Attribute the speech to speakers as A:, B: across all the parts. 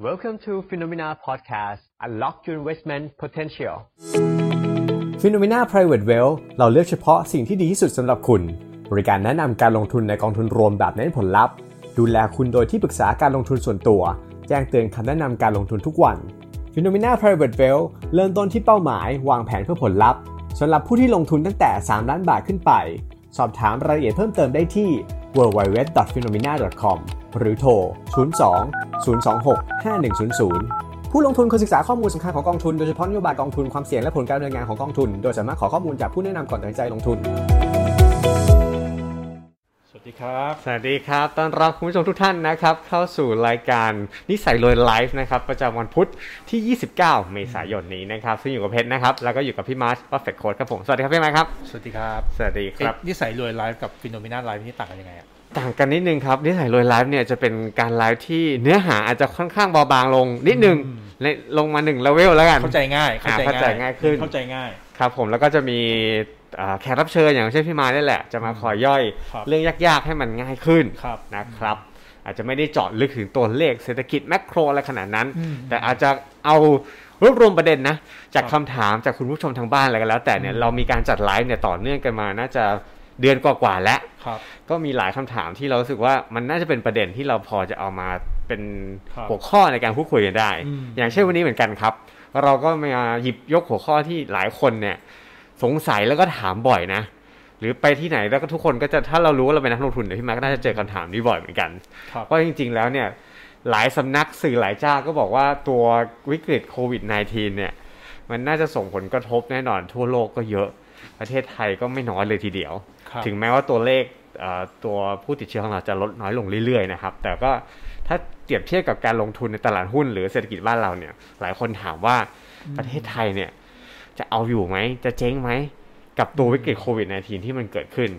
A: Welcome to Phenomena Podcast Unlock Your Investment Potential p h e n o m e n a Private Wealth เราเลือกเฉพาะสิ่งที่ดีที่สุดสำหรับคุณ บริการแนะนำการลงทุนในกองทุนรวมแบบเน้นผลลัพธ์ ดูแลคุณโดยที่ปรึกษาการลงทุนส่วนตัว แจ้งเตือนคำแนะนำการลงทุนทุกวัน p h e n o m e n a Private Wealth เริ่มต้นที่เป้าหมาย วางแผนเพื่อผลลัพธ์สำหรับผู้ที่ลงทุนตั้งแต่ 3 ล้านบาทขึ้นไป สอบถามรายละเอียดเพิ่มเติมได้ที่ www.phenomena.com หรือโทร 02 026 5100 ผู้ลงทุนควรศึกษาข้อมูลสำคัญของกองทุนโดยเฉพาะนโยบายกองทุนความเสี่ยงและผลการดำเนินงานของกองทุน โดยสามารถขอข้อมูลจากผู้แนะนำก่อนตัดสินใจลงทุน
B: สวัสดีครับ
A: สวัสดีครับ ต้อนรับคุณผู้ชมทุกท่านนะครับ เข้าสู่รายการนิสัยรวยไลฟ์นะครับ ประจำวันพุธที่ 29 เมษายนนี้นะครับ ซึ่งอยู่กับเพชรนะครับ แล้วก็อยู่กับพี่มาร์ชว่าเฟกโค้ดครับผม สวัสดีครับพี่มาร์ชครับ
B: สวัสดีครับ
A: สวัสดีครับ
B: เอ๊ะนิสัยรวยไลฟ์กับฟิโนเมนาไลฟ์นี่ต่างกันยังไงอะ
A: ต่างกันนิดนึงครับนิสัยรวยไลฟ์เนี่ยจะเป็นการไลฟ์ที่เนื้อหาอาจจะค่อนข้างเบาบางลงนิดนึงและลงมาหนึ่งเลเวลแล้วกัน
B: เข้าใจง่าย
A: อ่าเข้าใจง่ายขึ้น
B: เข้าใจง่าย
A: ครับผมแล้วก็จะมีอ่าแขกรับเชิญอย่างเช่นพี่มาเนี่ยแหละ จะมาคอยย่อย
B: ครับ
A: เรื่องยากๆให้มันง่ายขึ้น
B: ครับ
A: นะครับ อาจจะไม่ได้เจาะลึกถึงตัวเลขเศรษฐกิจแมกโครอะไรขนาดนั้น
B: อืม
A: แต่อาจจะเอารวบรวมประเด็นนะ จาก
B: ครั
A: คำ
B: บ
A: ถามจากคุณผู้ชมทางบ้านอะไรก็แล้ว แต่เนี่ย
B: อืม
A: เรามีการจัดไลฟ์เนี่ยต่อเนื่องกันมาน่าจะเดือนกว่าๆแล้ว
B: ครับ
A: ก็มีหลายคำถามที่เรารู้สึกว่ามันน่าจะเป็นประเด็นที่เราพอจะเอามาเป็น
B: ครับ
A: หัวข้อในการพูดคุยกันได้
B: อืม
A: อย่างเช่นวันนี้เหมือนกันครับ เราก็มาหยิบยกหัวข้อที่หลายคนเนี่ย สงสัยแล้วก็ถามบ่อยนะ หรือไปที่ไหนแล้วก็ทุกคนก็จะถ้าเรารู้ว่าเราเป็นนักลงทุนเนี่ยพี่มาร์คก็น่าจะเจอคำถามนี้บ่อยเหมือนกัน
B: ครับ
A: ว่าจริงๆแล้วเนี่ยหลายสำนักสื่อหลายเจ้าก็บอกว่าตัววิกฤตโควิด -19 เนี่ยมันน่าจะส่งผลกระทบแน่นอนทั่วโลกก็เยอะ ประเทศไทยก็ไม่น้อยเลยทีเดียว
B: ครับ
A: ถึงแม้ว่าตัวเลขเอ่อตัวผู้ติดเชื้อของเราจะลดน้อยลงเรื่อยๆนะครับ แต่ก็ถ้าเปรียบเทียบกับการลงทุนในตลาดหุ้นหรือเศรษฐกิจบ้านเราเนี่ย หลายคนถามว่าประเทศไทยเนี่ยจะเอาอยู่ไหม จะเจ๊งไหม กับตัววิกฤตโควิด -19 ที่มันเกิดขึ้น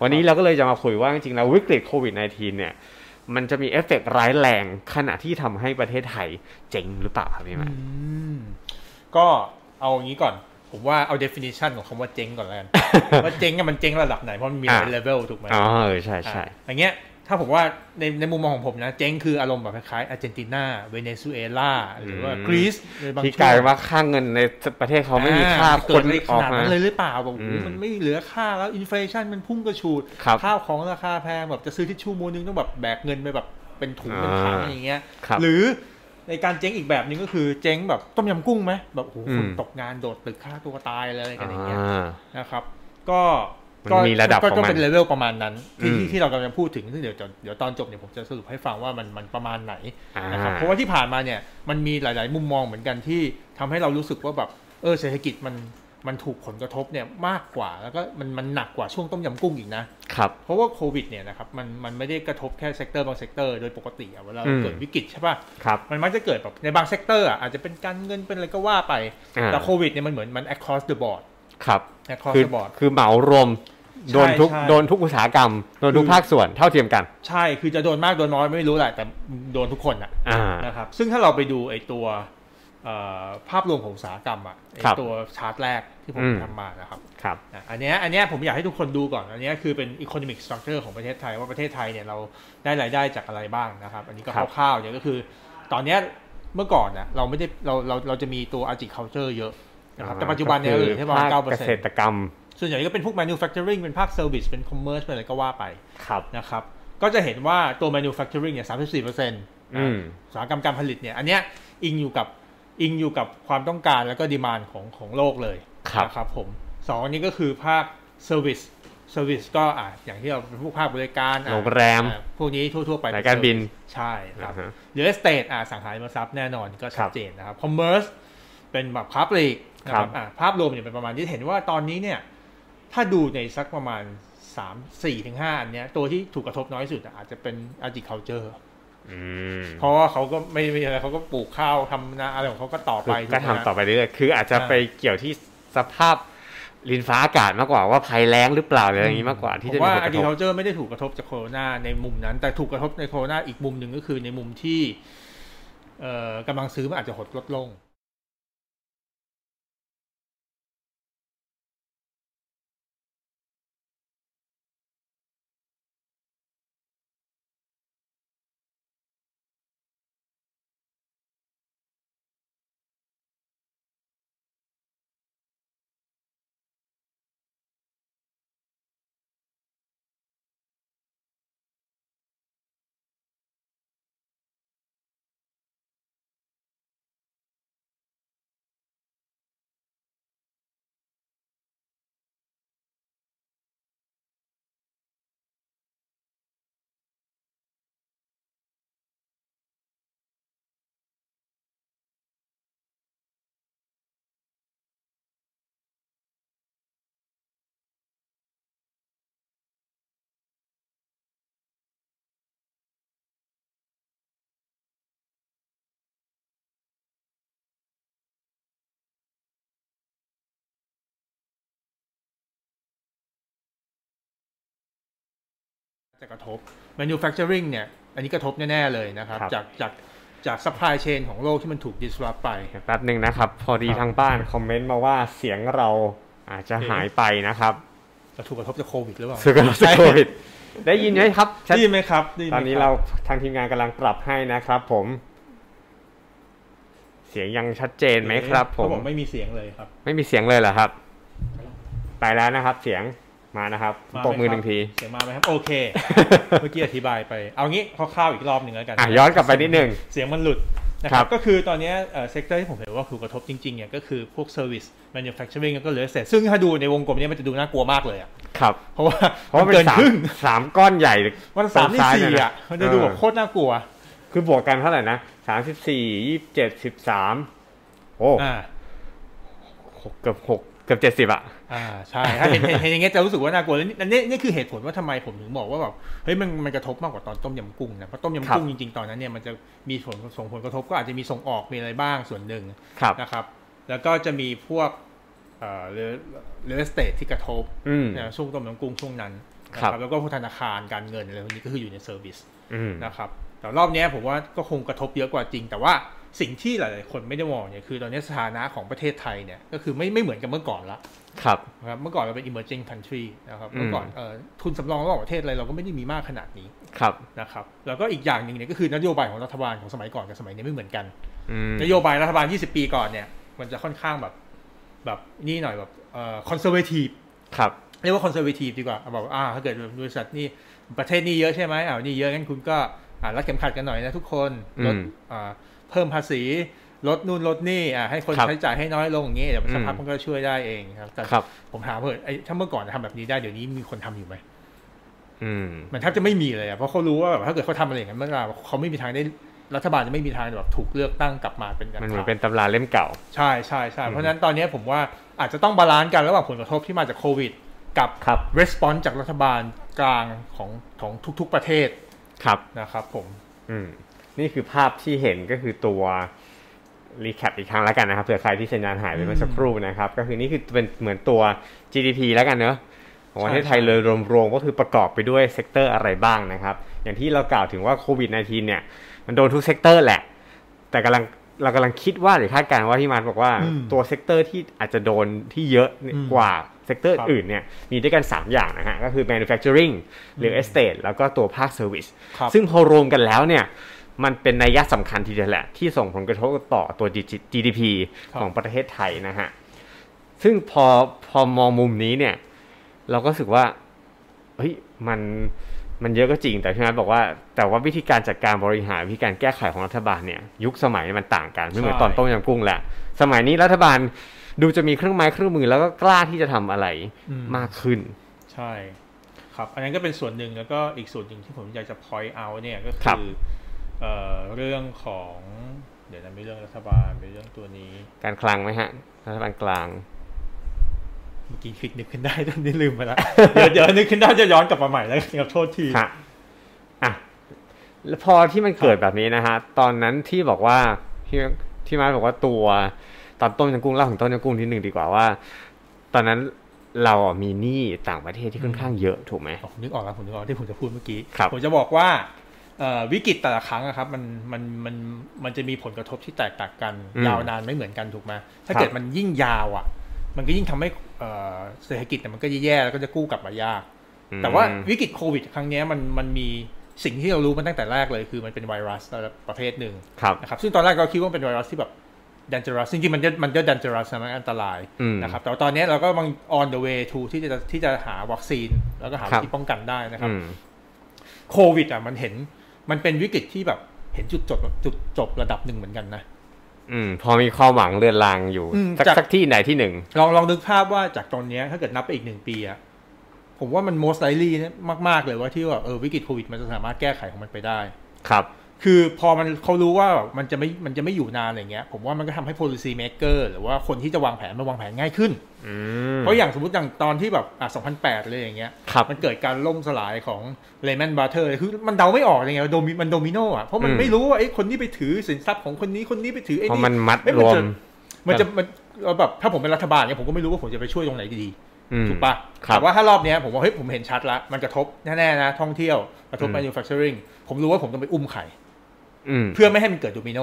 A: วันนี้เราก็เลยจะมาคุยว่าจริงๆแล้ววิกฤตโควิด -19 เนี่ย มันจะมีเอฟเฟกต์ร้ายแรงขณะที่ทำให้ประเทศไทยเจ๊งหรือเปล่าครับพี่มัน
B: อืมก็เอาอย่างนี้ก่อน ผมว่าเอา definition ของคำว่าเจ๊งก่อน แล้วกัน ว่าเจ๊งอะมันเจ๊งระดับไหน เพราะมันมีหลาย
A: อ่ะ
B: เลเวลถูกไหม
A: อ๋อเออใช่ใช่
B: อ่ะอย่างเงี้ย ถ้าผมว่าในในมุมมองของผมนะ เจ๊งคืออารมณ์แบบคล้ายๆอาร์เจนตินา เวเนซุเอลา หรือว่ากรีซในบาง
A: ที่
B: ช่วง
A: กลายว่าค่าเงินในประเทศเขาไม่มีค่า
B: อ่
A: ค
B: เกิด
A: น
B: อะไรข
A: ออก
B: นาด
A: มา
B: นั้นเลยหรือเปล่าแบบโอ้โห
A: อืม
B: มันไม่เหลือค่าแล้วอินฟลชันมันพุ่งกระฉูด
A: ครับ
B: ข้าวของราคาแพงแบบจะซื้อทิชชู่มูลนึงต้องแบบแบกเงินไปแบบเป็นถุง
A: อ่า
B: เป็นถังอะไรอย่างเงี้ย
A: ครับ
B: หรือในการเจ๊งอีกแบบหนึงก็คือเจ๊งแบบต้มยำกุ้งไหมแบบโอ้โหคน
A: อืม
B: ตกงานโดดตึกฆ่าตัวตายอะไรกันอย่างเงี้ย
A: อ่า
B: นะครับ ก็
A: มัน
B: ก็
A: มีระดับ
B: ก็
A: ของมัน
B: ก็เป็นเลเวลประมาณนั้นที่
A: อืม
B: ที่ที่เรากำลังพูดถึงซึ่งเดี๋ยวจะเดี๋ยวตอนจบเนี่ยผมจะสรุปให้ฟังว่ามันมันประมาณไหน
A: อ่า
B: นะครับเพราะว่าที่ผ่านมาเนี่ยมันมีหลาย ๆ มุมมองเหมือนกันที่ทำให้เรารู้สึกว่าแบบเออเศรษฐกิจมันมันถูกผลกระทบเนี่ยมากกว่าแล้วก็มันมันหนักกว่าช่วงต้มยำกุ้งอีกนะ
A: ครับ
B: เพราะว่าโควิดเนี่ยนะครับมันมันไม่ได้กระทบแค่เซกเตอร์บางเซกเตอร์โดยปกติอะเวลา
A: อืม
B: เกิดวิกฤตใช่ป่ะ
A: ครับ
B: มันมักจะเกิดแบบในบางเซกเตอร์อะอาจจะเป็นการเงินเป็นอะไรก็ว่าไป
A: อ่า
B: แต่โควิดเนี่ยมันเหมือนมัน across the board
A: ครับ
B: across
A: คือ
B: the board
A: คือเหมารวม โดนทุก
B: ใช่
A: โดนทุกอุตสาหกรรม โดนทุก
B: คือ
A: ภาคส่วนเท่าเทียมกัน
B: ใช่คือจะโดนมากโดนน้อยไม่รู้แหละแต่โดนทุกคนอะ
A: อ่า
B: นะครับซึ่งถ้าเราไปดูไอ้ตัวเอ่อภาพรวมของอุตสาหกรรมอ่ะไอ้
A: ครับ
B: ตัวชาร์ตแรกที่ผม
A: อืม
B: ทำมานะครับ
A: ครับ
B: อ่ะอันเนี้ยอันเนี้ยผมอยากให้ทุกคนดูก่อน อันเนี้ยคือเป็น economic structure ของประเทศไทย ว่าประเทศไทยเนี่ยเราได้รายได้จากอะไรบ้างนะครับ อันนี้ก็
A: ครับ
B: คร่าวๆเนี่ยก็คือ ตอนเนี้ยเมื่อก่อนนะเราไม่ได้เราเราเราจะมีตัว agriculture เยอะนะครับ
A: า
B: แต่ปัจจุบันเนี่ย
A: ก็คื
B: เราเหลือแค่ประมา
A: ภ
B: ณ
A: ค
B: เก้าเปอ
A: เก
B: ร์เซ็น
A: ษ
B: ต์
A: ตรกรรม
B: ส่วนใหญ่ก็เป็นพวก manufacturing เป็นภาค service เป็น commerce เป็นอะไรก็ว่าไป
A: ครับ
B: นะครับก็จะเห็นว่าตัว manufacturing เนี่ย34เปอร์เซ็นต์
A: อืม
B: อุตสาหกรรมการผลิตเนี่ยอันเนี้ยอิงอยู่กับอิงอยู่กับความต้องการแล้วก็ดีมานของของโลกเลย
A: ครับ
B: นะครับผมสองอันนี้ก็คือภาคเซอร์วิสเซอร์วิสก็อ่ะอย่างที่เราเป็นผู้ภาคบริการอ่ะ
A: โรงแรม
B: อ่ะพวกนี้ทั่ว ๆ ไป
A: สายการบิน
B: ใช่ครับ
A: อ่าฮะ
B: เรือสเตทอ่ะสังหาริมทรัพย์แน่นอนก็ชัดเจนนะครับคอมเมอร์สเป็นแบบค้าปลีกนะค
A: ครั
B: รับบ อ่ะภาพรวมเนี่ยเป็นประมาณที่เห็นว่าตอนนี้เนี่ยถ้าดูในสักประมาณสามสี่ถึงห้าอันเนี้ยตัวที่ถูกกระทบน้อยสุดอ่ะอาจจะเป็น agriculture
A: อืม
B: เพราะว่าเขาก็ไม่มีอะไรเขาก็ปลูกข้าวทำนาอะไรของเขาก็ต่อไป
A: ก็
B: ถู
A: ทำ
B: หมฮะ
A: ต่อไปเรื่อยๆ คืออาจจะ
B: อ่า
A: ไปเกี่ยวที่สภาพลินฟ้าอากาศมากกว่าว่าภัยแล้งหรือเปล่าหรืออะไรอย่างนี้มากกว่าที่
B: ผ
A: จะ
B: ม
A: มีผ
B: ว่า
A: ลกระทบ
B: agriculture ไม่ได้ถูกกระทบจากโควิดในมุมนั้น แต่ถูกกระทบในโควิดอีกมุมหนึ่งก็คือในมุมที่เอ่อกำลังซื้อมันอาจจะหดลดลง จะกระทบ manufacturing เนี่ย อันนี้กระทบแน่ ๆ เลยนะครับ
A: ครับ
B: จากจากจาก supply chain ของโลกที่มันถูก disrupt ไป
A: แป๊บหนึ่งนะครับ พอดี
B: ครับ
A: ทางบ้านคอมเมนต์มาว่าเสียงเราอาจจะหายไปนะครับ
B: จะถูกกระทบจากโควิดหรือเปล่า
A: สึกกระทบโควิด ได้ยินไหมครับชัด
B: ได้ยินไหมครับได้ยิไห
A: ต
B: ม
A: อนนี้
B: คบ
A: เราทางทีมงานกำลังปรับให้นะครับ ผม เสียงยังชัดเจนไหมครับ ผม
B: เขาบอกไม่มีเสียงเลยครับ
A: ไม่มีเสียงเลยเหรอครับ ไปแล้วนะครับ เสียงมานะครับ
B: มาไห
A: ตบมือหนึ่งที
B: เสียงมาไหมครับ โอ เค เมื่อกี้อธิบายไป เอางี้คร่าวๆอีกรอบหนึ่งแล้วกัน
A: อ่ะย้อนกลับไปนิดหนึ่ง
B: เสียงมันหลุดนะค
A: ครั
B: รับ
A: บ
B: ก็คือตอนเนี้ยเซกเตอร์ที่ผมเห็นว่าถูกกระทบจริงๆเนี่ยก็คือพวก Service Manufacturing แล้วก็เหลือเศษซึ่งถ้าดูในวงกลมเนี่ยมันจะดูน่ากลัวมากเลยอะ
A: ครับ
B: เพราะว่า
A: เพราะว่า
B: มัน
A: เป็
B: เกิ
A: น
B: น
A: สาม
B: ครึ่ง
A: สามก้อนใหญ่
B: วันสามที่
A: ซ้ย
B: สี่
A: เยน
B: อ่ะมันจะดูแบบ
A: เออ
B: โคตรน่ากลัว
A: คือบวกกันเท่าไหร่นะสามสิบสี่ยี่สิบเจ็ดสิบสามโอ้
B: อ่า
A: หกเกือบหกเกือบเจ็ดสิบ70 อ่ะ
B: อ่าใช่ถ้าเห็นเห็นเห็นอย่างเงี้ยจะรู้สึกว่าน่ากลัวแล้วนี่อันนี้นี่คือเหตุผลว่าทำไมผมถึงบอกว่าแบบเฮ้ยมันมันกระทบมากกว่าตอนต้มยำกุ้งนะเพราะต้ม
A: ครับ
B: ยำกุ้งจริงๆตอนนั้นเนี่ยมันจะมีผลส่งผลกระทบก็อาจจะมีส่งออกมีอะไรบ้างส่วนหนึ่ง
A: ครับ
B: นะครับ แล้วก็จะมีพวกเอ่อเรือสเตทที่กระทบ
A: อืม
B: นะช่วงต้มน้ำกุ้งช่วงนั้นนะครับ แล้วก็พวกธนาคารการเงินอะไรพวกนี้ก็คืออยู่ในเซอร์วิส
A: อืม
B: นะครับ แต่รอบเนี้ยผมว่าก็คงกระทบเยอะกว่าจริง แต่ว่าสิ่งที่หลาย ๆ คนไม่ได้มองเนี่ยคือตอนนี้สถานะของประเทศไทยเนี่ยก็คือไม่ไม่เหมือนกับเมื่อก่อนละ
A: ครับ
B: นะครับ เมื่อก่อนเราเป็น emerging country นะครับ
A: อืม
B: เมื่อก่อนเอ่อทุนสำรองระหว่างประเทศอะไรเราก็ไม่ได้มีมากขนาดนี้
A: ครับ
B: นะครับ แล้วก็อีกอย่างหนึ่งเนี่ยก็คือนโยบายของรัฐบาลของสมัยก่อนกับสมัยนี้ไม่เหมือนกัน
A: อืม
B: นโยบายรัฐบาล 20 ปีก่อนเนี่ย มันจะค่อนข้างแบบ แบบนี่หน่อยแบบเอ่อคอนเซอร์เวทีฟ
A: ครับ
B: เรียกว่าคอนเซอร์เวทีฟดีกว่าบอกอ่า ถ้าเกิดบริษัทนี่ประเทศนี่เยอะใช่ไหมอ้าวนี่เยอะงั้นคุณก็อ่ารัดเข็มขัดกันหน่อยนะทุกคนลด
A: อืม
B: อ่าเพิ่มภาษีลดนู่นลดนี่อ่าให้คน
A: ครับ
B: ใช้จ่ายให้น้อยลงอย่างนี้เดี๋ยวสักพั
A: อื
B: ก
A: ม
B: มันก็ช่วยได้เองครับแต่
A: ครับ
B: ผมถามเพื่อะไอ้ถ้าเมื่อก่อนทำแบบนี้ได้เดี๋ยวนี้มีคนทำอยู่ไหม
A: อืม
B: มันแทบจะไม่มีเลยอะเพราะเขารู้ว่าแบบถ้าเกิดเขาทำอะไรอย่างนั้นเมื่อไหร่เขาไม่มีทางได้รัฐบาลจะไม่มีทางแบบถูกเลือกตั้งกลับมาเป็นอั
A: มัน
B: ขาด
A: เหมือนเป็นตำราเล่มเก่า
B: ใช่ใช่ใช่
A: อืม
B: เพราะฉะนั้นตอนนี้ผมว่าอาจจะต้องบาลานซ์กันระหว่างผลกระทบที่มาจากโควิด กับ
A: ครับ
B: response จากรัฐบาลกลางของของทุกๆประเทศ
A: ครับ
B: นะครับผม
A: อืม นี่คือภาพที่เห็นก็คือตัว รีแคปอีกครั้งแล้วกันนะครับเผื่อใครที่สัญญาณหายไปเมื่อสักครู่นะครับ ก็คือนี่คือเป็นเหมือนตัว GDP แล้วกันเนอะของประเทศไทย
B: ใช่
A: เลยรวมๆก็คือประกอบไปด้วยเซกเตอร์อะไรบ้างนะครับ อย่างที่เรากล่าวถึงว่าโควิด -19 เนี่ย มันโดนทุกเซกเตอร์แหละ แต่กำลังเรากำลังคิดว่าหรือคาดการณ์ว่าที่มันบอกว่า
B: อืม
A: ตัวเซกเตอร์ที่อาจจะโดนที่เยอะเนี่ย
B: อืม
A: กว่าเซกเตอร์
B: ครับ
A: อื่นเนี่ยมีด้วยกัน 3 อย่างนะฮะก็คือ manufacturing หรือ estate แล้วก็ตัวภาค service
B: ครับ
A: ซึ่งพอรวมกันแล้วเนี่ย มันเป็นนัยยะสำคัญทีเดียวแหละ ที่ส่งผลกระทบต่อตัว GG- GDP
B: ครับ
A: ของประเทศไทยนะฮะ ซึ่งพอพอมองมุมนี้เนี่ย เราก็รู้สึกว่าเฮ้ยมันมันเยอะก็จริงแต่พี่นัทบอกว่า แต่ว่าวิธีการจัดการบริหารวิธีการแก้ไขของรัฐบาลเนี่ย ยุคสมัยมันต่างกันไม่เหมือน
B: ใช่
A: ตอนต้มยำกุ้งแหละ สมัยนี้รัฐบาลดูจะมีเครื่องไม้เครื่องมือแล้วก็กล้าที่จะทำอะไร
B: อืม
A: มากขึ้น
B: ใช่ครับ อันนั้นก็เป็นส่วนหนึ่งแล้วก็อีกส่วนหนึ่งที่ผมอยากจะ point out เนี่ยก็
A: ครับ
B: คือเอ่อเรื่องของเดี๋ยวนะมีเรื่องรัฐบาลมีเรื่องตัวนี้
A: การคลังไหมฮะรัฐบาลกลาง
B: เมื่อกี้คิดนึกขึ้น ได้ตอนนี้ลืมไปแล้วเดี๋ยวเดี๋ยวนึกขึ้นได้จะย้อนกลับมาใหม่แล้วกันครับโทษที
A: ฮะอ่ะแล้วพอที่มันเกิดแบบนี้นะฮะ ตอนนั้นที่บอกว่าที่ที่มาร์คบอกว่าตัวตอนต้มยำกุ้งเล่าถึงต้มยำกุ้งนิดหนึ่งดีกว่าว่า ตอนนั้นเราอ่ะมีหนี้ต่างประเทศที่ค่อนข้างเยอะถูกไหม
B: อ๋อผมนึกออกแล้วผมนึกออกที่ผมจะพูดเมื่อกี้
A: ครับ
B: ผมจะบอกว่าเอ่อวิกฤตแต่ละครั้งอะครับมันมันมันมันจะมีผลกระทบที่แตกต่างกัน
A: อืม
B: ยาวนานไม่เหมือนกันถูกไหมถ้า
A: ครับ
B: เกิดมันยิ่งยาวอ่ะ มันก็ยิ่งทำให้เอ่อเศรษฐกิจเนี่ยมันก็แย่ๆแล้วก็จะกู้กลับมายาก
A: อืม
B: แต่ว่าวิกฤตโควิด ครั้งเนี้ยมันมันมีสิ่งที่เรารู้มันตั้งแต่แรกเลยคือมันเป็นไวรัสประเภทหนึ่ง
A: ครับ
B: นะครับซึ่งตอนแรกเราคิดว่ามันเป็นไวรัสที่แบบ dangerous จริงๆมันจะมันจะ dangerous นะมันอันตราย
A: อืม
B: นะครับแต่ว่าตอนนี้เราก็กำลัง on the way to ที่จะที่จะหาวัคซีน แล้วก็หา
A: ครับ
B: วิธีป้องกันได้นะครับ
A: อืม
B: โควิดอ่ะมันเห็นมันเป็นวิกฤตที่แบบเห็นจุดจบจุดจบระดับหนึ่งเหมือนกันนะ
A: อืม พอมีความหวังเรือนรางอยู่
B: อืม
A: สัก
B: จาก
A: สักที่ไหนที่หนึ่ง
B: ลองลองนึกภาพว่าจากตอนเนี้ยถ้าเกิดนับไปอีกหนึ่งปีอ่ะผมว่ามัน most likely เนี่ยมาก ๆ เลยว่าที่ว่าเออวิกฤตโควิดมันจะสามารถแก้ไขของมันไปได้
A: ครับ
B: คือพอมันเขารู้ว่ามันจะไม่มันจะไม่อยู่นานอะไรเงี้ยผมว่ามันก็ทำให้ policy maker หรือว่าคนที่จะวางแผนมาวางแผนง่ายขึ้น
A: อืม
B: เพราะอย่างสมมติอย่างตอนที่แบบอ่ะ2008เลยอย่างเงี้ย
A: ครับ
B: มันเกิดการล่มสลายของเลแมนบาเทอร์คือมันเดาไม่ออกเลยไงว่าโดมิมันโดมิโนอ่ะเพราะมัน
A: อืม
B: ไม่รู้ว่าไอ้คนนี้ไปถือสินทรัพย์ของคนนี้คนนี้ไปถือไอ้
A: เพราะ
B: นี่
A: มันมัด
B: เอ้ย
A: ร
B: มัน
A: วม
B: จะ มันจะมันเอาแบบถ้าผมเป็นรัฐบาลเนี่ยผมก็ไม่รู้ว่าผมจะไปช่วยตรงไหนดี
A: อืม
B: ถูกปะ
A: ครับ
B: แต่ว่าถ้ารอบเนี้ยผมว่าเฮ้ยผมเห็นชัดละมันกระทบแน่ๆนะท่องเที่ยวกระทบ
A: อืม
B: manufacturing ผมรู้ว่าผมต้องไปอุ้มไข่
A: อืม
B: เพื่อไม่ให้มันเกิดโดมิโน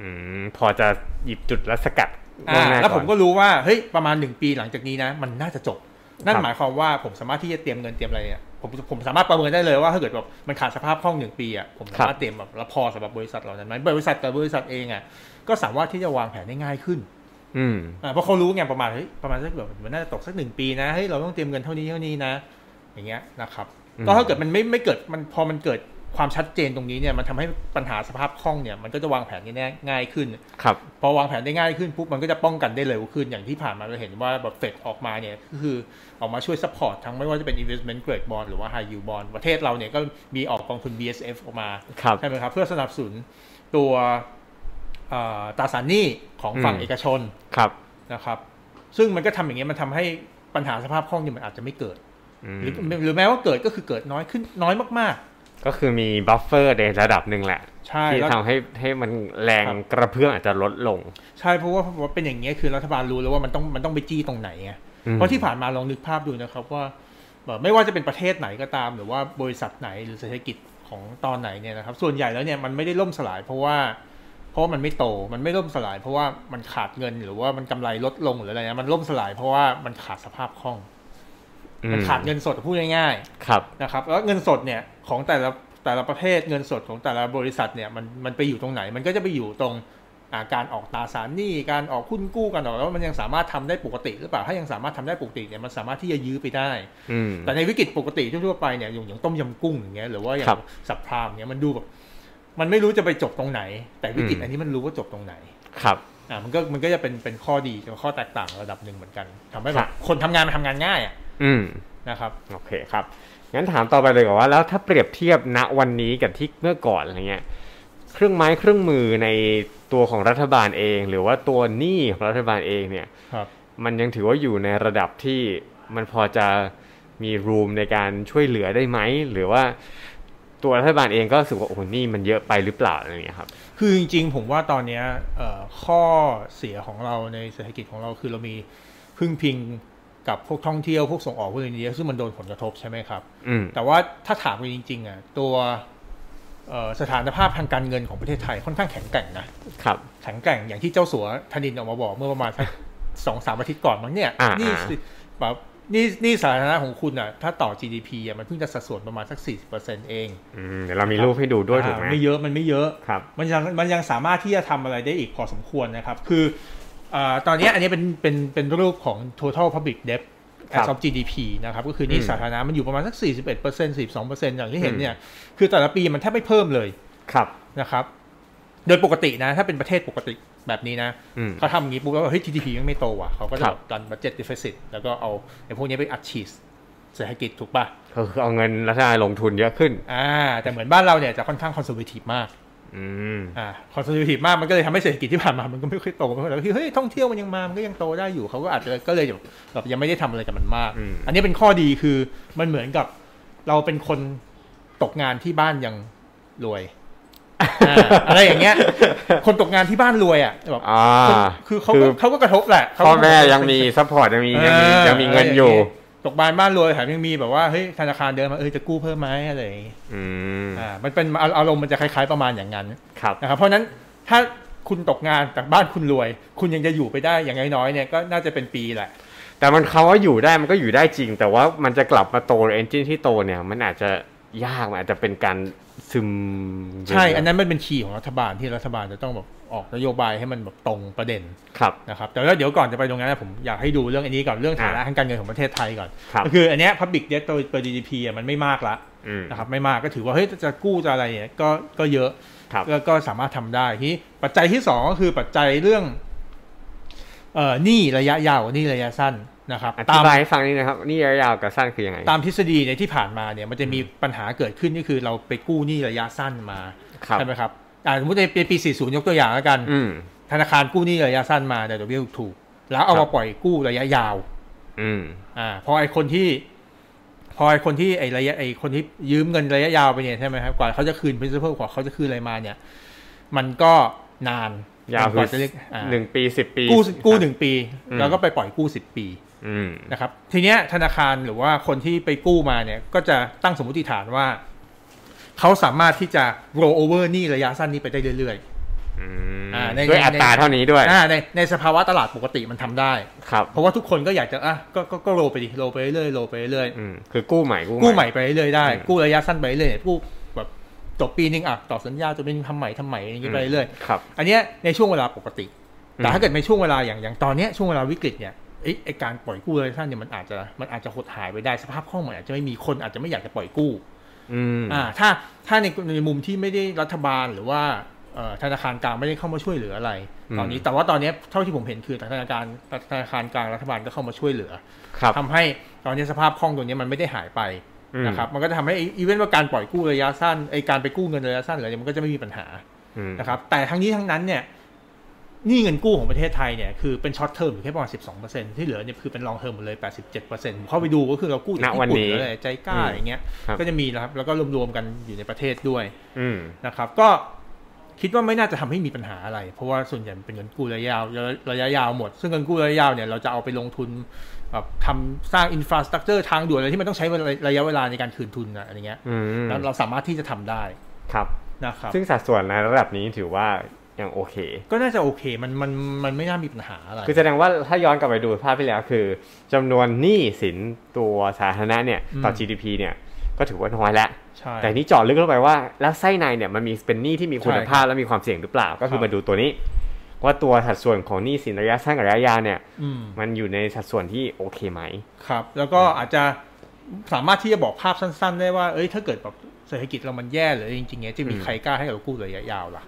A: อืมพอจะหยิบจุดและสกัด
B: อ่า
A: งหน้า
B: แล้ว
A: ก่
B: ผ
A: อน
B: มก็รู้ว่าเฮ้ยประมาณหนึ่งปีหลังจากนี้นะ มันน่าจะจบ นั่น
A: ครับ
B: หมายความว่าผมสามารถที่จะเตรียมเงินเตรียมอะไรเนี่ยผมผมสามารถประเมินได้เลยว่าถ้าเกิดแบบมันขาดสภาพคล่องหนึ่งปีอ่ะผมสามารถเตรียมแบบแล้วพอสำหรับบริษัทเหล่านั้นไหมบริษัทแต่บริษัทเองอ่ะก็สามารถที่จะวางแผนได้ง่ายขึ้น
A: อืม
B: อ่าเพราะเขารู้ไงประมาณเฮ้ยประมาณสักแบบมันน่าจะตกสักหนึ่งปีนะเฮ้ยเราต้องเตรียมเงินเท่านี้เท่านี้นะ อย่างเงี้ยนะครับ
A: อืม
B: ก็ถ้าเกิดมันไม่ไม่เกิดมันพอมันเกิดความชัดเจนตรงนี้เนี่ยมันทำให้ปัญหาสภาพคล่องเนี่ยมันก็จะวางแผนได้ง่ายขึ้น
A: ครับ
B: พอวางแผนได้ง่ายขึ้นปุ๊บมันก็จะป้องกันได้เร็วขึ้นอย่างที่ผ่านมาเราเห็นว่าแบบเฟดออกมาเนี่ยก็คือออกมาช่วยซัพพอร์ตทั้งไม่ว่าจะเป็น investment grade bond หรือว่า high yield bond ประเทศเราเนี่ยก็มีออกกองทุน BSF ออกมา
A: ครับ
B: ใช่ไหมครับเพื่อสนับสนุนตัวเอ่อตราสารหนี้ของฝั่ง
A: อืม
B: เอกชน
A: ครับ
B: นะครับซึ่งมันก็ทำอย่างเงี้ยมันทำให้ปัญหาสภาพคล่องเนี่ยมันอาจจะไม่เกิด
A: อืม
B: หรือหรือแม้ว่าเกิดก็คือเกิดน้อยขึ้นน้อยมาก
A: ก็คือมีบัฟเฟอร์ในระดับหนึ่งแหละ
B: ๆ ใช่
A: ที่
B: แล้ว
A: ทำให้ให้มันแรง
B: ครับ
A: กระเพื่อมอาจจะลดลง
B: ใช่เพราะว่าเพราะว่าเป็นอย่างเงี้ยคือรัฐบาลรู้แล้วว่ามันต้องมันต้องไปจี้ตรงไหนไง
A: อืม
B: เพราะที่ผ่านมาลองนึกภาพดูนะครับว่าเอ่อไม่ว่าจะเป็นประเทศไหนก็ตาม หรือว่าบริษัทไหนหรือเศรษฐกิจของตอนไหนเนี่ยนะครับส่วนใหญ่แล้วเนี่ยมันไม่ได้ล่มสลาย เพราะว่าเพราะว่ามันไม่โตมันไม่ล่มสลาย เพราะว่ามันขาดเงินหรือว่ามันกำไรลดลงหรืออะไรนะมันล่มสลาย เพราะว่ามันขาดสภาพคล่อง
A: อื
B: มันขาดเงินสดพูดง่ายๆ
A: ครับ
B: นะครับแล้วเงินสดเนี่ยของแต่ละแต่ละประเภทเงินสดของแต่ละบริษัทเนี่ยมันมันไปอยู่ตรงไหน มันก็จะไปอยู่ตรงอ่าการออกตราสารหนี้การออกหุ้นกู้กันออกแล้วมันยังสามารถทำได้ปกติหรือเปล่าถ้ายังสามารถทำได้ปกติเนี่ยมันสามารถที่จะยื้อไปได้
A: อืม
B: แต่ในวิกฤตปกติทั่วๆไปเนี่ยอย่างอย่างต้มยำกุ้งอย่างเงี้ยหรือว่าอย่า
A: ครั
B: ง
A: บ
B: สับพรามอย่างเงี้ยมันดูแบบมันไม่รู้จะไปจบตรงไหน แต่วิกฤต
A: อืม
B: อันนี้มันรู้ว่าจบตรงไหน
A: ครับ
B: อ่ามันก็มันก็จะเป็นเป็นข้อดีกับข้อแตกต่างระดับหนึ่งเหมือนกันทำให้แบ
A: ครับ บ
B: คนทำงานมันทำงานง่ายอะ
A: อืม
B: นะครับ
A: โอเคครับ งั้นถามต่อไปเลยก่อนว่าแล้วถ้าเปรียบเทียบณวันนี้กับที่เมื่อก่อนอะไรเงี้ย เครื่องไม้เครื่องมือในตัวของรัฐบาลเอง หรือว่าตัวหนี้ของรัฐบาลเองเนี่ย
B: ครับ
A: มันยังถือว่าอยู่ในระดับที่มันพอจะมีรูมในการช่วยเหลือได้ไหม หรือว่าตัวรัฐบาลเองก็รู้สึกว่าโอ้โหหนี่มันเยอะไปหรือเปล่าอะไรเงี้ยครับ
B: คือจริงๆ ผมว่าตอนเนี้ยเอ่อข้อเสียของเราในเศรษฐกิจของเราคือเรามีพึ่งพิงกับพวกท่องเที่ยวพวกส่งออกพวกอะไรนี้เยอะซึ่งมันโดนผลกระทบใช่ไหมครับ
A: อืม
B: แต่ว่าถ้าถามกันจริงๆอ่ะตัวเอ่อสถานภาพทางการเงินของประเทศไทยค่อนข้างแข็งแกร่งนะครับ แข็งแกร่งอย่างที่เจ้าสัวธนินออกมาบอกเมื่อประมาณสัก สองสามอาทิตย์ก่อนมั้งเนี่ย
A: อ่า
B: หนี่สิแบบหนี่หนี่สาธารณะของคุณอ่ะถ้าต่อ GDP อ่ะมันเพิ่งจะสัดส่วนประมาณสัก40%เอง
A: อืมเดี๋ยวเรามีรูปให้ดูด้วยถูกไหม
B: อ่าไม่เยอะมันไม่เยอะ
A: ครับ
B: มันยังมันยังสามารถที่จะทำอะไรได้อีกพอสมควรนะครับ คืออาตอนเนี้ยอันนี้เป็นเป็นเป็นรูปของ total public debt
A: ครับ
B: as of GDP นะครับ ก็คือหนี่
A: อืม
B: สาธารณะมันอยู่ประมาณสัก 41% 42%อย่างที่เห็น
A: อืม
B: เนี่ย คือแต่ละปีมันแทบไม่เพิ่มเลย
A: ครับ
B: นะครับ โดยปกตินะ ถ้าเป็นประเทศปกติแบบนี้นะ
A: อืม
B: เขาทำอย่างนี้ปุ๊บแล้วเฮ้ย GDP ยังไม่โตว่ะเขาก็จะ
A: ครับ
B: แบบดัน budget deficit แล้วก็เอาไอ้พวกนี้ไปอัดฉีดเศรษฐกิจถูกป่ะ
A: ก็คือเอาเงินรัฐบาลลงทุนเยอะขึ้น
B: อ่า แต่เหมือนบ้านเราเนี่ยจะค่อนข้าง conservative มาก
A: อืม
B: อ่าคอนเซอร์วทีฟมากมันก็เลยทำให้เศรษฐกิจที่ผ่านมา มันก็ไม่ค่อยโตไม่ค่อยแล้วเฮ้ยท่องเที่ยวมันยังมามันก็ยังโตได้อยู่เขาก็อาจจะก็เลยแบบแบบยังไม่ได้ทำอะไรกับมันมาก
A: อืม
B: อันนี้เป็นข้อดีคือมันเหมือนกับเราเป็นคนตกงานที่บ้านยังรวยอ่าอะไรอย่างเงี้ย คนตกงานที่บ้านรวยอ่ะแบบ
A: อ่า
B: คนคือเขา
A: คื
B: ก็
A: อ
B: เขาก็กระทบแหละเขาก็
A: พ่อแม่ยังมีซัพพอร์ตยังมียังมี
B: ออ
A: ยังมีเงินอยู่
B: ตกบ้านบ้านรวยแถมยังมีแบบว่าเฮ้ยธนาคารเดินมาเออจะกู้เพิ่มไหมอะไรอย่างงี้
A: อืม
B: อ่ามันเป็นอารมณ์มันจะคล้ายๆประมาณอย่างนั้น
A: ครับ
B: นะครับเพราะฉะนั้นถ้าคุณตกงานแต่บ้านคุณรวย คุณยังจะอยู่ไปได้อย่างน้อยๆเนี่ยก็น่าจะเป็นปีแหละ
A: แต่มันเขาว่าอยู่ได้มันก็อยู่ได้จริง แต่ว่ามันจะกลับมาโตเอนจินที่โตเนี่ย มันอาจจะยากมันอาจจะเป็นการซึม
B: ใช่อันนั้นมันเป็นคีย์ของรัฐบาลที่รัฐบาลจะต้องแบบออกนโยบายให้มันแบบตรงประเด็น
A: ครับ
B: นะครับแต่ว่าเดี๋ยวก่อนจะไปตรงนั้นนะผมอยากให้ดูเรื่องอันนี้ก่อนเรื่องฐานะ
A: อ่ะ
B: ทางการเงินของประเทศไทยก่อน
A: ครับ
B: ก็คืออันเนี้ย public debt ตัวตัว GDP อ่ะมันไม่มากละ
A: อืม
B: นะครับไม่มากก็ถือว่าเฮ้ยจะกู้จะอะไรเนี่ยก็ก็เยอะ
A: ครับ
B: ก็ก็สามารถทำได้ทีนี้ปัจจัยที่สองก็คือปัจจัยเรื่องเอ่อหนี้ระยะยาวกับหนี้ระยะสั้นนะครับ
A: อ
B: ตา
A: ธิ
B: ม
A: บายให้ฟังนิดนะครับ นี่ระยะยาวกับสั้นคือยังไง
B: ตามทฤษฎีในยที่ผ่านมาเนี่ยมันจะมีปัญหาเกิดขึ้นก็คือเราไปกู้หนี้ระยะสั้นมา
A: ครับ
B: ใช่ไหมครับอ่าสมมติในปี 40 ยกตัวอย่างแล้วกัน
A: อืม
B: ธนาคารกู้หนี้ระยะสั้นมาแต่ดอกเบี้ยถูกๆแล้วเอา
A: ครั
B: มา
A: บ
B: ปล่อยกู้ระยะยาว
A: อืม
B: อ่าพอไอคนที่ พอไอคนที่ไอระยะไอคนที่ยืมเงินระยะยาวไปเนี่ยใช่ไหมครับกว่าเขาจะคืน principal กว่าเขาจะคืนอะไรมาเนี่ย มันก็นาน
A: ยาว
B: ก
A: คือ
B: ว่าจะเรียกอ่า
A: หนึ่งปีสิบปี
B: กู้กู้หนึ่งปี
A: อืม
B: แล้วก็ไปปล่อยกู้สิบปี
A: อืม
B: นะครับทีเนี้ยธนาคารหรือว่าคนที่ไปกู้มาเนี่ยก็จะตั้งสมมติฐานว่า เขาสามารถที่จะ roll over หนี้ระยะสั้นนี้ไปได้เรื่อย
A: อืม
B: อ่าใน
A: ด้วย
B: ใน
A: อัตราเท่านี้ด้วย
B: ๆอ่าในในสภาวะตลาดปกติมันทำได้
A: ครับ
B: เพราะว่าทุกคนก็อยากจะอ่ะก็ก็ก็โรไปดิโรไปเรื่อยโรไปเรื่อย
A: อืม คือกู้ใหม่
B: กู้ใหม่ไปเรื่อยได้
A: อืม
B: กู้ระยะสั้นไปเรื่อยกู้แบบจบปีนึงอ่ะต่อสัญญาจนเป็นทำใหม่ทำใหม่อย่างนี้ไปเรื่อย
A: ครับ
B: อันเนี้ยในช่วงเวลาปกติ แต่
A: อืม
B: ถ้าเกิดในช่วงเวลาอย่างอย่างตอนเนี้ยช่วงเวลาวิกฤตเนี่ยเอ้ยไอการปล่อยกู้ระยะสั้นเนี่ยมันอาจจะมันอาจจะหดหายไปได้สภาพคล่องมันอาจจะไม่มีคนอาจจะไม่อยากจะปล่อยกู้
A: อืม
B: อ่าถ้าถ้าในในมุมที่ไม่ได้รัฐบาลหรือว่าเอ่อธนาคารกลางไม่ได้เข้ามาช่วยเหลืออะไร
A: อืม
B: ตอนนี้แต่ว่าตอนนี้เท่าที่ผมเห็นคือธนาคารธนาคารกลางรัฐบาลก็เข้ามาช่วยเหลือ
A: ครับ
B: ทำให้ตอนนี้สภาพคล่องตัวนี้มันไม่ได้หายไป
A: อืม
B: นะครับมันก็จะทำให้อีเวนต์ว่าการปล่อยกู้ระยะสั้นไอการไปกู้เงินระยะสั้นหรืออะไรมันก็จะไม่มีปัญหา
A: อืม
B: นะครับแต่ทั้งนี้ทั้งนั้นเนี่ยหนี่เงินกู้ของประเทศไทยเนี่ยคือเป็นช็อตเทอมอยู่แค่ประมาณ 12%ที่เหลือเนี่ยคือเป็นลองเทอมหมดเลย 87%เข้าไปดูก็คือเรากู้จากญี่ปุ่นหรืออะไรใจกล้าอย่างเงี้ย
A: ครับ
B: ก็จะมีนะครับแล้วก็รวมๆกันอยู่ในประเทศด้วย
A: อืม
B: นะครับ ก็คิดว่าไม่น่าจะทำให้มีปัญหาอะไร เพราะว่าส่วนใหญ่มันเป็นเงินกู้ระยะยาวระยะยาวหมด ซึ่งเงินกู้ระยะยาวเนี่ยเราจะเอาไปลงทุนแบบทำสร้างอินฟราสตรักเจอร์ทางด่วนอะไรที่มันต้องใช้เวลาระยะเวลาในการคืนทุนอะอะไรเงี้ย
A: อืม
B: แล้วเราสามารถที่จะทำได้
A: ครับ
B: นะครับ
A: ซึ่งสัดส่วนในระดับนี้ถือว่ายังโอเค
B: ก็น่าจะโอเคมันมันมันไม่น่ามีปัญหาอะไร
A: คือแสดงว่าถ้าย้อนกลับไปดูภาพที่แล้วคือจำนวนหนี้สินตัวสาธารณะเนี่ยต่อ GDP เนี่ยก็ถือว่าน้อยแล้ว
B: ใช่
A: แต่นี่เจาะลึกลงไปว่าแล้วไส้ในเนี่ยมันมีเป็นหนี้ที่มีคุณภาพและมีความเสี่ยงหรือเปล่า ก็คือมาดูตัวนี้ ว่าตัวสัดส่วนของหนี้สินระยะสั้นกับระยะยาวเนี่ย
B: อืม
A: มันอยู่ในสัดส่วนที่โอเคไหม
B: ครับแล้วก็อาจจะสามารถที่จะบอกภาพสั้น ๆ ได้ว่า เอ้ยถ้าเกิดแบบเศรษฐกิจเรามันแย่หรือจริงๆเนี้ยจะมี
A: อืม
B: ใครกล้าให้เรากู้ระยะยาวล่ะ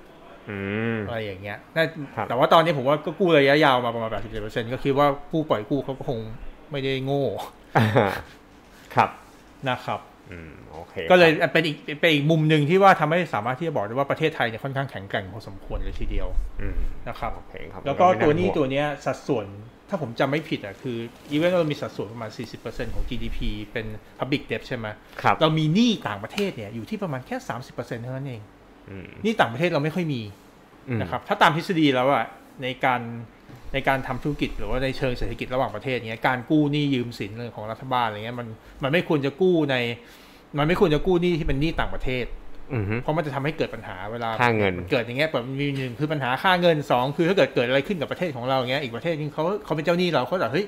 A: อืม
B: อะไรอย่างเงี้ยน่า
A: ครับ
B: แต่ว่าตอนนี้ผมว่าก็กู้ระยะยาวมาประมาณ 87%ก็คิดว่าผู้ปล่อยกู้เขาก็คงไม่ได้โง่
A: ครับ
B: นะครับ
A: อืมโอเค
B: ก็เลยเป็นอีกเป็นอีกมุมหนึ่งที่ว่าทำให้สามารถที่จะบอกได้ว่าประเทศไทยเนี่ยค่อนข้างแข็งแกร่งพอสมควรเลยทีเดียว
A: อืม
B: นะครับ
A: โอเคครับ
B: แล้วก็
A: ไม่า
B: ตัวนี้
A: ห่ง
B: ตัวเนี้ยสัดส่วนถ้าผมจำไม่ผิดอ่ะคืออีเวนต์เรามีสัดส่วนประมาณ 40%ของ GDP เป็น Public Debt ใช่ไหม
A: ครับ
B: เรามีหนี้ต่างประเทศเนี่ยอยู่ที่ประมาณแค่ 30%เท่านั้นเอง
A: อืม
B: หนี้ต่างประเทศเราไม่ค่อยมี
A: อืม
B: นะครับถ้าตามทฤษฎีแล้วอะในการในการทำธุรกิจหรือว่าในเชิงเศรษฐกิจระหว่างประเทศเนี่ยการกู้หนี้ยืมสินเรื่องของรัฐบาลอะไรเงี้ยมันมันไม่ควรจะกู้ใน มันไม่ควรจะกู้หนี้ที่เป็นหนี้ต่างประเทศ
A: อืม
B: เพราะมันจะทำให้เกิดปัญหาเวลา
A: ค่าเงิน
B: มันเกิดอย่างเงี้ยแบบมีหนึ่งคือปัญหาค่าเงินสองคือถ้าเกิดเกิดอะไรขึ้นกับประเทศของเราอย่างเงี้ยอีกประเทศนึงเขาเขาเป็นเจ้าหนี้เราเขาแบบเฮ้ย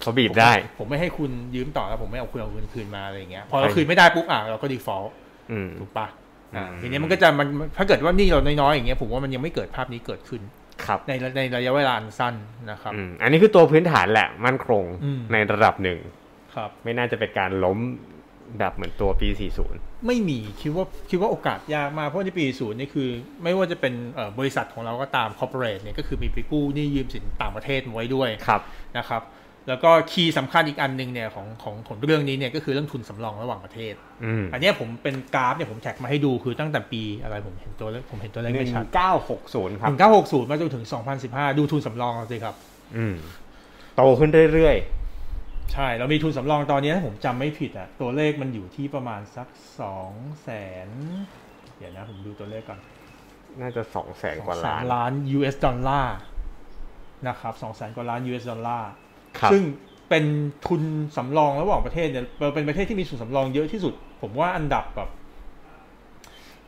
A: เขาบีบได้
B: ผมไม่ให้คุณยืมต่อแล้วผมไม่เอาคุณเอาเงินคืนมาอะไรอย่างเงี้ยพอเราคืนไม่ได้ปุ๊บอ่ะเราก็ default
A: อืม
B: ถูกปะอ่า
A: อืม
B: ทีนี้มันก็จะมันมันถ้าเกิดว่าหนี่เราน้อยๆอย่างเงี้ยผมว่ามันยังไม่เกิดภาพนี้เกิดขึ้น
A: ครับ
B: ในในระยะเวลาอันสั้นนะครับ
A: อืมอันนี้คือตัวพื้นฐานแหละมั่นคง
B: อืม
A: ในระดับหนึ่ง
B: ครับ
A: ไม่น่าจะเป็นการล้มแบบเหมือนตัวปี 40
B: ไม่มีคิดว่าคิดว่าโอกาสยากมากเพราะในปีศูนย์นี่คือ ไม่ว่าจะเป็นเอ่อบริษัทของเราก็ตามคอร์ปอเรทเนี่ยก็คือมีไปกู้หนี่ยืมสินต่างประเทศมาไว้ด้วย
A: ครับ
B: นะครับ แล้วก็คีย์สำคัญอีกอันหนึงเนี่ยของของของเรื่องนี้เนี่ยก็คือเรื่องทุนสำรองระหว่างประเทศ
A: อืม
B: อันเนี้ยผมเป็นกราฟเนี่ยผมแท็กมาให้ดูคือตั้งแต่ปีอะไรผมเห็นตัวเลขผมเห็นตัวเลข
A: หนึ่
B: ไม่
A: ง
B: ชัด
A: เก้าหกศูนย์ครับ
B: ถึงเก้าหกศูนย์มาจนถึงสองพันสิบห้าดูทุนสำรองเอาสิครับ
A: อืม โตขึ้นเรื่อย
B: ใช่ เรามีทุนสำรองตอนนี้ถ้าผมจำไม่ผิดอ่ะ ตัวเลขมันอยู่ที่ประมาณสักสองแสนเดี๋ยวนะผมดูตัวเลขก่อน
A: ๆ น่าจะสองแสน
B: ส
A: กว่า
B: สา
A: ล้าม น
B: ล้าน US ดอลลาร์นะครับสองแสนกว่าล้าน US ดอลลาร์
A: ครับ
B: ซึ่งเป็นทุนสำรองระหว่างประเทศเนี่ยเป็นประเทศที่มีทุนสำรองเยอะที่สุด ผมว่าอันดับแบบ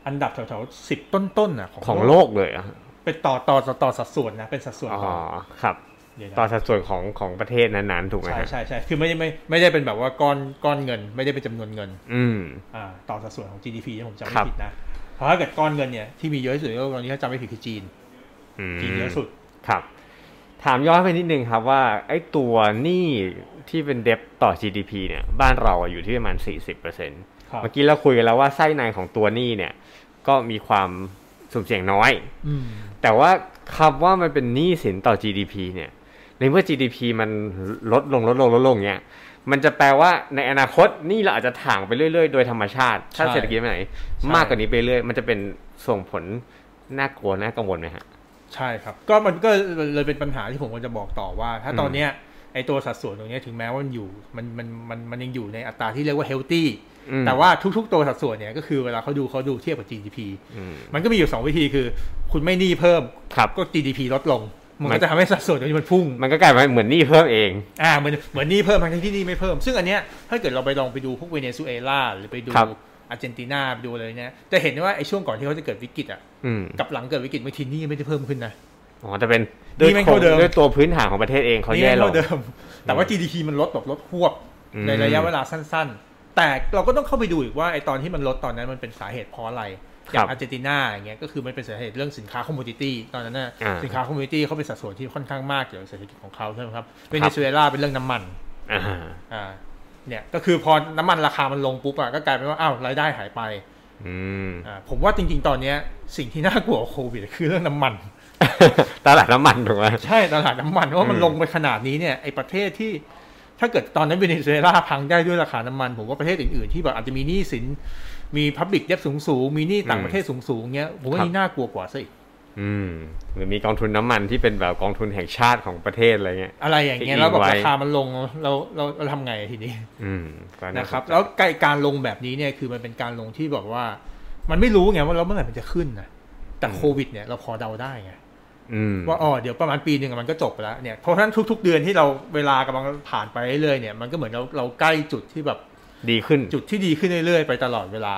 B: อันดับแถวๆสิบต้นๆอ่ะ
A: ของโลกเลยเหรอ
B: เป็นต่อต่อต่อต่อสัดส่วนนะเป็นสัดส่วน
A: อ๋อ
B: ของ
A: ครับ
B: เดี๋ยวนะ
A: ต่อสัดส่วนของของประเทศนั้นๆ ถูกไหม
B: ใช่
A: ฮะ
B: ใช่ใช่คือไม่ได้ไม่ไม่ได้เป็นแบบว่าก้อนก้อนเงิน ไม่ได้เป็นจำนวนเงิน
A: อืม
B: อ่าต่อสัดส่วนของ GDP ที่ผมจำ
A: ครั
B: ไม่
A: บ
B: ผิดนะ เพราะถ้าเกิดก้อนเงินเนี่ยที่มีเยอะที่สุดในโลกตอนนี้ถ้าจำไม่ผิดคือจีน
A: อืม
B: จีนเยอะสุด
A: ครับ ถามย้อนไปนิดนึงครับว่า ไอ้ตัวหนี้ที่เป็นเดบต่อ GDP เนี่ย บ้านเราอะอยู่ที่ประมาณ 40%เ
B: ครับ
A: มื่อกี้เราคุยกันแล้วว่าไส้ในของตัวหนี้เนี่ย ก็มีความสุ่มเสี่ยงน้อย
B: อืม
A: แต่ว่าคำว่ามันเป็นหนี้สินต่อ GDP เนี่ย ในเมื่อ GDP มันลดลงลดลงลดลงเนี่ย มันจะแปลว่าในอนาคตหนี่เราอาจจะถ่างไปเรื่อยๆ โดยธรรมชาติ ถ้าเศรษฐกิจไปไหน มากกว่านี้ไปเรื่อยมันจะเป็นส่งผลน่ากลัวน่ากังวลไหมฮะ
B: ใช่ครับ ก็มันก็เลยเป็นปัญหาที่ผมกำลังจะบอกต่อว่า ถ้าตอนเนี้ยไอตัวสัดส่วนตรงเนี้ยถึงแม้ว่ามันอยู่มันมันมันมันยังอยู่ในอัตราที่เรียกว่า healthy
A: อืม
B: แต่ว่าทุก ๆ ตัวสัดส่วนเนี่ยก็คือเวลาเขาดูเขาดูเทียบกับ GDP
A: อืม
B: มันก็มีอยู่สองวิธีคือ คุณไม่หนี้เพิ่ม
A: ครับ
B: ก็ GDP ลดลง มันก็จะทำให้สัดส่วนตรงนี้มันพุ่ง
A: มันก็กลายเป็นเหมือนหนี่เพิ่มเอง
B: อ่าเหมือนเหมือนหนี่เพิ่มทั้งที่นี่ไม่เพิ่ม ซึ่งอันเนี้ยถ้าเกิดเราไปลองไปดูพวกเวเนซุเอลาหรือไปดู
A: ครับ
B: อาร์เจนตินาไปดูอะไรเนี้ยจะเห็นได้ว่าไอ้ช่วงก่อนที่เขาจะเกิดวิกฤตอ่ะ
A: อืม
B: กับหลังเกิดวิกฤตบางทีหนี่ไม่ได้เพิ่มขึ้นนะ
A: อ๋อแต่เป็นด้วย
B: นี่แม่ง
A: โครง
B: เท่าเดิม
A: ด้วยตัวพื้นฐานของประเทศเองเขา
B: นี่
A: แย่ล
B: เท่าง เดิม แต่ว่า GDP มันลดแบบลดหวบ
A: อืม
B: ในระยะเวลาสั้นๆ แต่เราก็ต้องเข้าไปดูอีกว่าไอตอนที่มันลดตอนนั้นมันเป็นสาเหตุเพราะอะไร อ
A: ครั
B: ย่า
A: บ
B: งอาร์เจนตินาอย่างเงี้ยก็คือมันเป็นสาเหตุเรื่องสินค้าคอมมูนิตี้ตอนนั้นน่ะ
A: อ่า
B: สินค้าคอมมูนิตี้เขาเป็นสัดส่วนที่ค่อนข้างมากเกี่ยวกับเศรษฐกิจของเขาใช่ไหมครับเวเนซุเอลาเป็นเรื่องน้ำมัน
A: อ่า
B: อ่าเนี่ยก็คือพอน้ำมันราคามันลงปุ๊บอ่ะก็กลายเป็นว่าอ้าวรายได้หายไป
A: อืม
B: อ่าผมว่าจริงๆ ตอนเนี้ยสิ่งที่น่ากลัวกว่าโควิดคือเรื่องน้ำมัน
A: ตลาดน้ำมันถูกไหม
B: ใช่ตลาดน้ำมันว่ามัน
A: อืม
B: ลงไปขนาดนี้เนี่ยไอประเทศที่ถ้าเกิดตอนนั้นเวเนซุเอลาพังได้ด้วยราคาน้ำมัน ผมว่าประเทศอื่นๆที่แบบอาจจะมีหนี้สินมีพับบิกเด็บสูงๆมีหนี้ต่างประเทศสูงๆเงี้ยผมว่านี่น่ากลัวกว่าซะอีก
A: อืมหรือมีกองทุนน้ำมันที่เป็นแบบกองทุนแห่งชาติของประเทศอะไรเงี้ย
B: อะไรอย่างเงี้ย
A: ที่
B: แล้วแบบ
A: ไว้
B: ราคามันลงเราเราเราทำไงทีนี้
A: อืมก็าสใจ
B: นะครับ แล้วไกการลงแบบนี้เนี่ยคือมันเป็นการลงที่แบบว่า มันไม่รู้ไงว่าแล้วเมื่อไหร่มันจะขึ้นนะแต่โควิดเนี่ยเราพอเดาได้ไง
A: อืม
B: ว่าอ๋อเดี๋ยวประมาณปีหนึ่งอะมันก็จบไปแล้วเนี่ยเพราะฉะนั้นทุก ๆ เดือนที่เราเวลากำลังผ่านไปเรื่อยๆเนี่ยมันก็เหมือนเราเราใกล้จุดที่แบบ
A: ดีขึ้น
B: จุดที่ดีขึ้นเรื่อยๆไปตลอดเวลา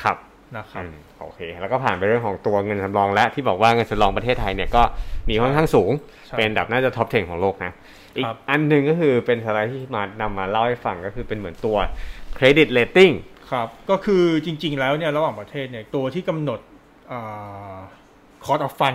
A: ครับ
B: นะครับ
A: อืมโอเค แล้วก็ผ่านไปเรื่องของตัวเงินสำรองและที่บอกว่าเงินสำรองประเทศไทยเนี่ยก็มีค่อนข้างสูง
B: ใช่
A: เป็นอันดับน่าจะท็อป 10 ของโลกนะ อีก
B: ครับ
A: อันหนึ่งก็คือเป็นสไลด์ที่มานำมาเล่าให้ฟังก็คือเป็นเหมือนตัวเครดิตเลตติ้ง
B: ครับ ก็คือจริง ๆ แล้วเนี่ยระหว่างประเทศเนี่ยตัวที่กำหนดคอร์ดออฟฟัน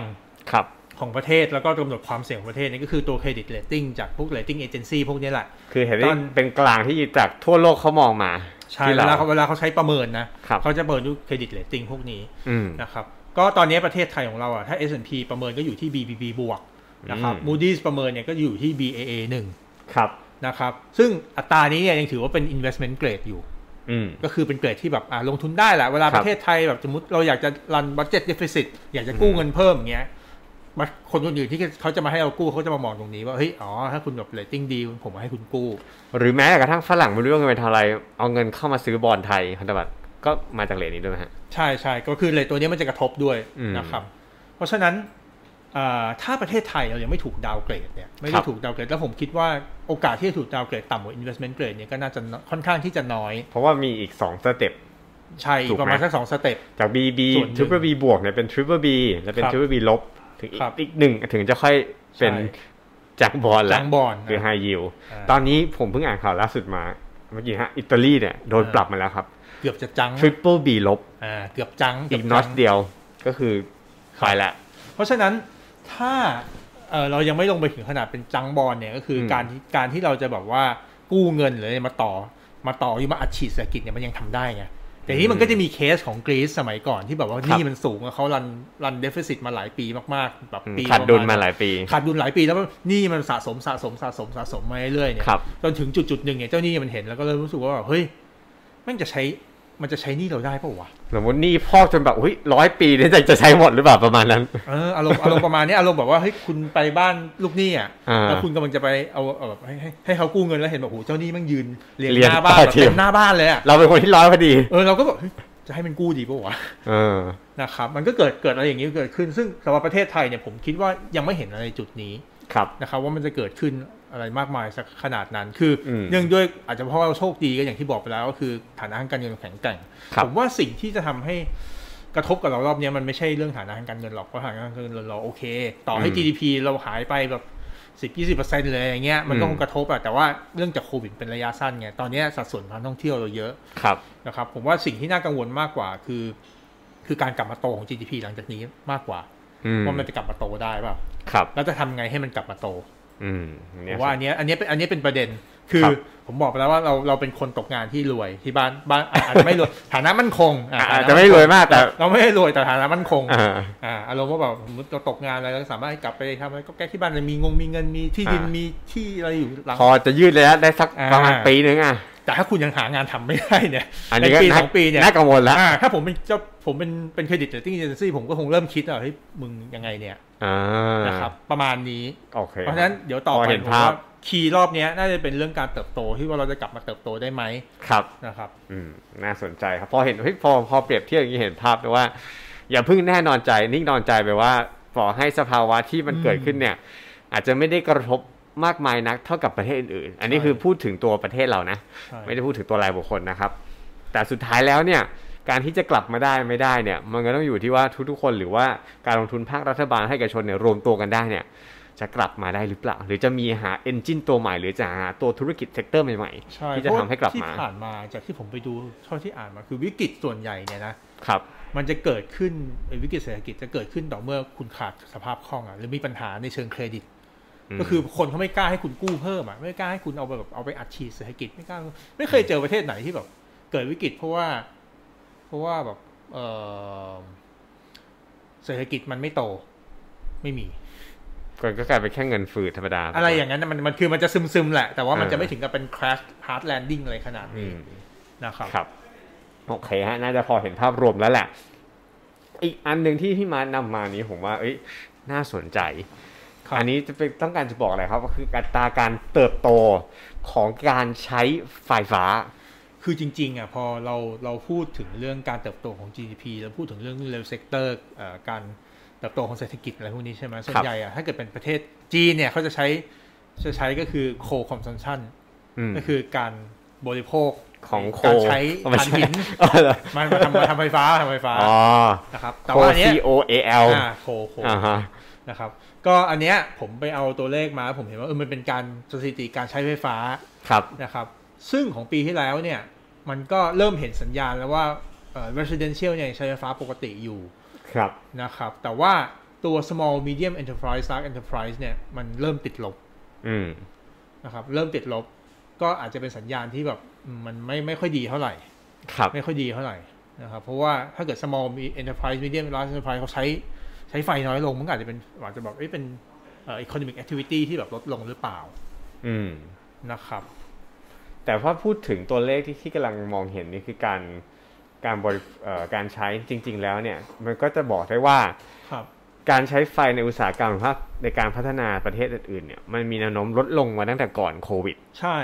A: ครับ
B: ของประเทศแล้วก็กำหนดความเสี่ยงของประเทศนี่ก็คือตัวเครดิตเ a ตติ้งจากพวกเ a ตติ้งเอเจนซี่พวกนี้แหละ
A: คือเห็น
B: ต
A: ได้
B: อน
A: เป็นกลางที่จากทั่วโลกเขามองมา
B: ใช่
A: ที่
B: เว
A: เรา
B: ลาเขาเวลาเขาใช้ประเมินนะครับ เขาจะประเมินด้วยเครดิตเ a ตติ้งพวกนี้
A: อืม
B: นะครับก็ตอนนี้ประเทศไทยของเราอ่ะถ้า S&P ประเมินก็อยู่ที่ BBB บวกนะครับ
A: อืม
B: มูดี้ประเมินเนี่ยก็อยู่ที่ BAA 1
A: ครับ
B: นะครับซึ่งอัตรานี้เนี่ยยังถือว่าเป็น investment grade อยู่
A: อืม
B: ก็คือเป็นเกรดที่แบบอ่ะลงทุนได้แหละเวลา
A: ครับ
B: ประเทศไทยแบบสมมติเราอยากจะรันบัตเจ็ตเดฟ i ิ i ตอยากจะกู้เงินเพิ่มอย่างเงี้ยมาคนคนอื่นที่เขาจะมาให้เรากู้เขาจะมามองตรงนี้ว่าเฮ้ยอ๋อถ้าคุณแบบเรตติ้งดีผมให้คุณกู้
A: หรือแม้กระทั่งฝรั่งไม่รู้ว่าเงินเป็นเท่าไรเอาเงินเข้ามาซื้อบอลไทยพันธบัตรก็มาจากเลทนี้ด้วยไหมฮะ
B: ใช่ใช่ก็คือเลยตัวเนี้ยมันจะกระทบด้วย
A: อืม
B: นะครับ เพราะฉะนั้นอ่าถ้าประเทศไทยเรายังไม่ถูกดาวน์เกรดเนี่ยไม่ได้
A: ครับ
B: ถูกดาวน์เกรดแล้วผมคิดว่าโอกาสที่จะถูกดาวน์เกรดต่ำกว่า investment grade เนี่ยก็น่าจะนค่อนข้างที่จะน้อย
A: เพราะว่ามีอีกสองสเต็ป
B: ใช่อีก
A: ถูกไหม
B: ประมาณสักสองสเต็ป
A: จาก B B
B: ส่วนหนึ่ง
A: ทริปเปิลบีบวกเนี่ยเป็นทริปเปิลบีแล้วเป็น
B: ครับ
A: ทริปเปิลบีลบถึงอีก
B: ครับ
A: อีกหนึ่งถึงจะค่อยเป็น
B: ใช่
A: จากบอล
B: จั
A: แล้ว
B: งบอล
A: หรือ
B: นะ
A: ไฮยิว
B: อ่า
A: ตอนนี้ผมเพิ่งอ่านข่าวล่าสุดมา เมื่อกี้ฮะ อิตาลีเนี่ยโดน
B: อ่า
A: ปรับมาแล้วครับ
B: เกือบจะจัง
A: ทริปเปิลบีลบ
B: อ่าเกือบจังเกื
A: อี
B: อบ
A: ก
B: จัง
A: น็อตเดียวก็คือไปละ
B: เพราะฉะนั้นถ้าเอ่อเรายังไม่ลงไปถึงขนาดเป็นจังบอลเนี่ยก็คืออ
A: ม
B: การที่การที่เราจะแบบว่ากู้เงินหรืออะไรมาต่อมาต่ออยู่มาอัดฉีดเศรษฐกิจเนี่ยมันยังทำได้ไงแต่ทีนี้มันก็จะมีเคสของกรีซสมัยก่อนที่แบบว่าหนี่มันสูงแล้วเขารันรันเดฟเฟซิตมาหลายปีมากๆแบบ
A: อืม
B: ปี
A: ขาดดุลมา
B: ประณ
A: หลายปี
B: ขาดดุลหลายปีแล้วหนี่มันสะสมสะสมสะสมสะสมมาเรื่อยๆเนี่ย
A: ครับ
B: จนถึงจุดจุดๆหนึ่งเนี่ยเจ้าหนี้มันเห็นแล้วก็เริ่มรู้สึกว่าแบบเฮ้ยแมันจะใช้มันจะใช้หนี่เราได้เปล่าวะ
A: สมมติหนี่พอกจนแบบอุ้ยร้อยปีเนี่ยจะจะใช้หมดหรือเปล่าประมาณนั้น
B: เอออารมณ์อารมณ์ประมาณนี้อารมณ์แบบว่าเฮ้ยคุณไปบ้านลูกหนี้อ่ะ
A: อ่า
B: แล้วคุณกำลังจะไปเอาเอาแบบให้ให้ให้เขากู้เงินแล้วเห็นแบบโหเจ้าหนี้แมันยืนเรียง
A: เรียง
B: หน้าบ้านแบบ
A: ต่อเทียม
B: เต็มหน้าบ้านเลยอ่ะ
A: เราเป็นคนที่ร้อยพอดี
B: เออเราก็แบบเฮ้ยจะให้มันกู้ดีปะวะ
A: เออ
B: นะครับมันก็เกิดเกิดอะไรอย่างนี้เกิดขึ้น ซึ่งสำหรับประเทศไทยเนี่ยผมคิดว่ายังไม่เห็นอะไรจุดนี้
A: ครับ
B: นะครับว่ามันจะเกิดขึ้นอะไรมากมายสักขนาดนั้น คืออ
A: ม
B: เนื่องด้วยอาจจะเพราะเราโชคดีก็อย่างที่บอกไปแล้วก็คือฐานะทางการเงินแข็งแกร่ง
A: ครับ
B: ผมว่าสิ่งที่จะทำให้กระทบกับเรารอบเนี้ยมันไม่ใช่เรื่องฐานะทางการเงินหรอกเพราะฐานะทางการเงินเราโอเค ต่อให้ GDP เราหายไปแบบสิบยี่สิบเปอร์เซ็นต์เลยอย่างเงี้ยมันก็คงกระทบอะแต่ว่าเรื่องจากโควิดเป็นระยะสั้นไงตอนเนี้ยสัดส่วนการท่องเที่ยวเราเยอะ
A: ครับ
B: นะครับผมว่าสิ่งที่น่ากังวลมากกว่าคือ คือการกลับมาโตของ GDP หลังจากนี้มากกว่า
A: อืม
B: ว่ามันจะกลับมาโตได้เปล่า
A: ครับ
B: แล้วจะทำไงให้มันกลับมาโต
A: อืม
B: ผ
A: เนี่ย
B: มว่าอันเนี้ยอันเนี้ยเป็นอันเนี้ยเป็นประเด็น คือ
A: ครับ
B: ผมบอกไปแล้วว่าเราเราเป็นคนตกงานที่รวยที่บ้านบ้านอาอาจจะไม่รวย ฐานะมั่นคงอ่
A: อาจ
B: ฐน
A: จะไม่รวยมากแต่
B: เราไม่ได้รวยแต่ฐานะมั่นคง
A: อ่า
B: อ่าอารมณ์ว่าแบบสมมติเราตกงานอะไรเราสามารถกลับไปทำอะไรก็แก้ที่บ้านเรามีงงมีเงินมีที่ดิน
A: อ่ามี
B: มีที่อะไรอยู่หลัง
A: พอจะยืดระยะได้สัก
B: อ่า
A: ประมาณปีนึงอ่ะ
B: แต่ถ้าคุณยังหางานทำไม่ได้เนี่ย
A: อันน
B: ใน
A: ี้ก็
B: ปี
A: น่า
B: สองปีเนี่ย
A: น่ากังวลแล้ว
B: อ่าถ้าผมเป็นเจ้าผมเป็นเป็นเครดิตเรตติ้งเอเจนซี่ผมก็คงเริ่มคิดอ่ะเฮ้ยมึงยังไงเนี่ย
A: อ่า
B: นะครับประมาณนี้
A: โอเค
B: เพราะฉะนั้นเดี๋ยวต่อ
A: พ
B: ไป
A: อเห็น
B: ผมว่า
A: ภาพ
B: คีย์รอบเนี้ยน่าจะเป็นเรื่องการเติบโตที่ว่าเราจะกลับมาเติบโตได้ไหม
A: ครับ
B: นะครับ
A: อืมน่าสนใจครับพอเห็นเฮ้ยพอพอเปรียบเทียบอย่างนี้เห็นภาพด้วยว่า อย่าเพิ่งแน่นอนใจนิ่งนอนใจไปว่า ก่อให้สภาวะที่มันเกิดขึ้นเนี่ย อาจจะไม่ได้กระทบมากมายนักเท่ากับประเทศอื่นๆ อันนี้
B: ใช่
A: คือพูดถึงตัวประเทศเรานะ
B: ใช่
A: ไม่ได้พูดถึงตัวรายบุคคลนะครับ แต่สุดท้ายแล้วเนี่ย การที่จะกลับมาได้ไม่ได้เนี่ย มันก็ต้องอยู่ที่ว่าทุกๆคนหรือว่าการลงทุนภาครัฐบาลให้เอกชนเนี่ยรวมตัวกันได้เนี่ย จะกลับมาได้หรือเปล่า หรือจะมีหาเอนจินตัวใหม่ หรือจะหาตัวธุรกิจเซกเตอร์ใหม่
B: ใช่
A: ๆ ที่จะทำให้กลับ
B: ที่
A: มา
B: ผ่านมาจากที่ผมไปดูเท่าที่อ่านมาคือวิกฤตส่วนใหญ่เนี่ยนะ
A: ครับ
B: มันจะเกิดขึ้นไอ้วิกฤตเศรษฐกิจจะเกิดขึ้นต่อเมื่อคุณขาดสภาพคล่องอะหรือมีปัญหาในเชิงเครดิต
A: อืม
B: ก็คือคนเขาไม่กล้าให้คุณกู้เพิ่มอะไม่กล้าให้คุณเอาไปแบบเอาไปอัดฉีดเศรษฐกิจไม่กล้าไม่เคยเจอประเทศไหนที่แบบ เกิดวิกฤตเพราะว่า เพราะว่าแบบเออเศรษฐกิจมันไม่โต ไม่มี
A: ก็กลายเป็นแค่เงินฝืดธรรมดา
B: อะไรอย่างนั้นนะมันมันคือมันจะซึมซึมๆแหละ แต่ว่ามัน
A: อ่า
B: จะไม่ถึงกับเป็น crash hard landing อะไรขนาด
A: อื
B: นี้
A: ม
B: นะครับ
A: ครับโอเคฮะน่าจะพอเห็นภาพรวมแล้วแหละ อีกอันหนึ่งที่พี่มาร์คนำมานี้ผมว่า เอ้ยน่าสนใจ
B: ครับ
A: อันนี้จะเป็นต้องการจะบอกอะไรครับก็คืออัตราการเติบโตของการใช้ไฟฟ้า
B: คือจริงๆอ่ะพอเราเราพูดถึงเรื่องการเติบโตของ GDP แล้วพูดถึงเรื่องเลเวลเซกเตอร์การเติบโตของเศรษฐกิจอะไรพวกนี้ใช่ไหมส่วนใหญ่อ่ะถ้าเกิดเป็นประเทศจีนเนี่ยเขาจะใช้จะใช้ก็คือ coal consumption
A: อืม
B: ก็คือการบริโภค
A: ของโค
B: การใช้
A: เอา
B: ถ่านหิน
A: เอาเหรอ
B: มันมาทำมาทำไฟฟ้าทำไฟฟ้า
A: อ๋อ
B: นะครับแต่
A: โค
B: ว่าอัน
A: C
B: เนี้ย
A: O A L
B: อ่าโคโค
A: อ่าฮะ
B: นะครับก็อันเนี้ยผมไปเอาตัวเลขมาผมเห็นว่าเออมันเป็นการสถิติการใช้ไฟฟ้า
A: ครับ
B: นะครับซึ่งของปีที่แล้วเนี่ยมันก็เริ่มเห็นสัญญาณแล้วว่าเอ่อ residential เนี่ยยังใช้ไฟฟ้าปกติอยู่
A: ครับ
B: นะครับแต่ว่าตัว small medium enterprise large enterprise เนี่ยมันเริ่มติดลบ
A: อืม
B: นะครับเริ่มติดลบ ก็อาจจะเป็นสัญญาณที่แบบอืมมันไม่ไม่ค่อยดีเท่าไหร่
A: ครับ
B: ไม่ค่อยดีเท่าไหร่นะครับเพราะว่าถ้าเกิด small enterprise medium large enterprise เขาใช้ใช้ไฟน้อยลง มันก็อาจจะเป็นอาจจะแบบเอ้ยเป็นเอ่อ economic activity ที่แบบลดลงหรือเปล่า
A: อืม
B: นะครับ
A: แต่ว่าพูดถึงตัวเลขที่ที่กำลังมองเห็นนี่คือการการบริเอ่อการใช้จริง ๆ แล้วเนี่ย มันก็จะบอกได้ว่า
B: ครับ
A: การใช้ไฟในอุตสาหกรรมหรือภาคในการพัฒนาประเทศอื่นๆเนี่ยมันมีแนวโน้มลดลงมาตั้งแต่ก่อนโควิด
B: ใช่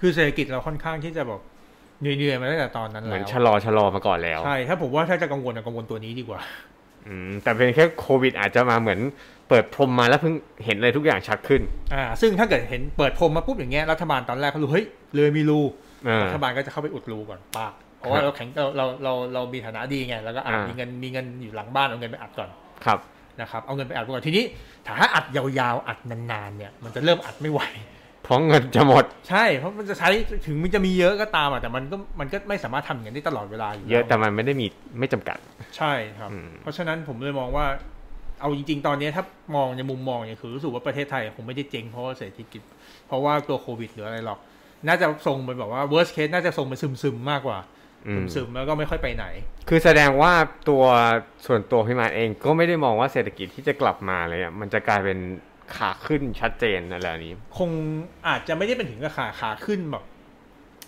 B: คือเศรษฐกิจเราค่อนข้างที่จะแบบเหนื่อยๆมาตั้งแต่ตอนนั้น
A: เหมื
B: แล้
A: อน
B: ว
A: ชะลอชะลอมาก่อนแล้ว
B: ใช่ ถ้าผมว่าถ้าจะกังวลนะกังวลตัวนี้ดีกว่า
A: อืมแต่เป็นแค่โควิดอาจจะมาเหมือนเปิดพรมมาแล้วเพิ่งเห็นอะไรทุกอย่างชัดขึ้น
B: อ่า ซึ่งถ้าเกิดเห็นเปิดพรมมาปุ๊บอย่างเงี้ยรัฐบาลตอนแรกเขารู้เฮ้ยเลยมีรู
A: อ่า
B: รัฐบาลก็จะเข้าไปอุดรูก่อนปากเพราะ
A: ค
B: ว่า
A: รับ
B: เราแข็งเราเราเราเรามีฐานะดีไงแล้วก็อัด
A: อ่ามี
B: มีเงินมีเงินอยู่หลังบ้านเอาเงินไปอัดก่อน
A: ครับ
B: นะครับเอาเงินไปอัดไปก่อนทีนี้ถ้าอัดยาวๆอัดนานๆเนี่ยมันจะเริ่มอัดไม่ไหว
A: เพราะเงินจะหมด
B: ใช่เพราะมันจะใช้ถึงมันจะมีเยอะก็ตามอ่ะแต่มันก็มันก็ไม่สามารถทำอย่างนั้นได้ตลอดเวลาอยู่
A: เยอะ
B: ล้ว
A: แต่มันไม่ได้มีไม่จำกัด
B: ใช่ครับ
A: อืม
B: เพราะฉะนั้นผมเลยมองว่า เอาจริง ๆ ตอนนี้ถ้ามองในมุมมองเนี่ยคือรู้สึกว่าประเทศไทยคงไม่ได้เจ๊งเพราะว่าเศรษฐกิจ เพราะว่าตัวโควิดหรืออะไรหรอก น่าจะทรงเป็นแบบว่า worst case น่าจะทรงเป็นซึมๆมากกว่า
A: อืม
B: ซึมๆแล้วก็ไม่ค่อยไปไหน
A: คือแสดงว่าตัวส่วนตัวพี่มานเองก็ไม่ได้มองว่าเศรษฐกิจที่จะกลับมาเลยอ่ะมันจะกลายเป็นขาขึ้นชัดเจนอะไรแบบนี้
B: คงอาจจะไม่ได้เป็นถึงกับขาขาขึ้นแบบ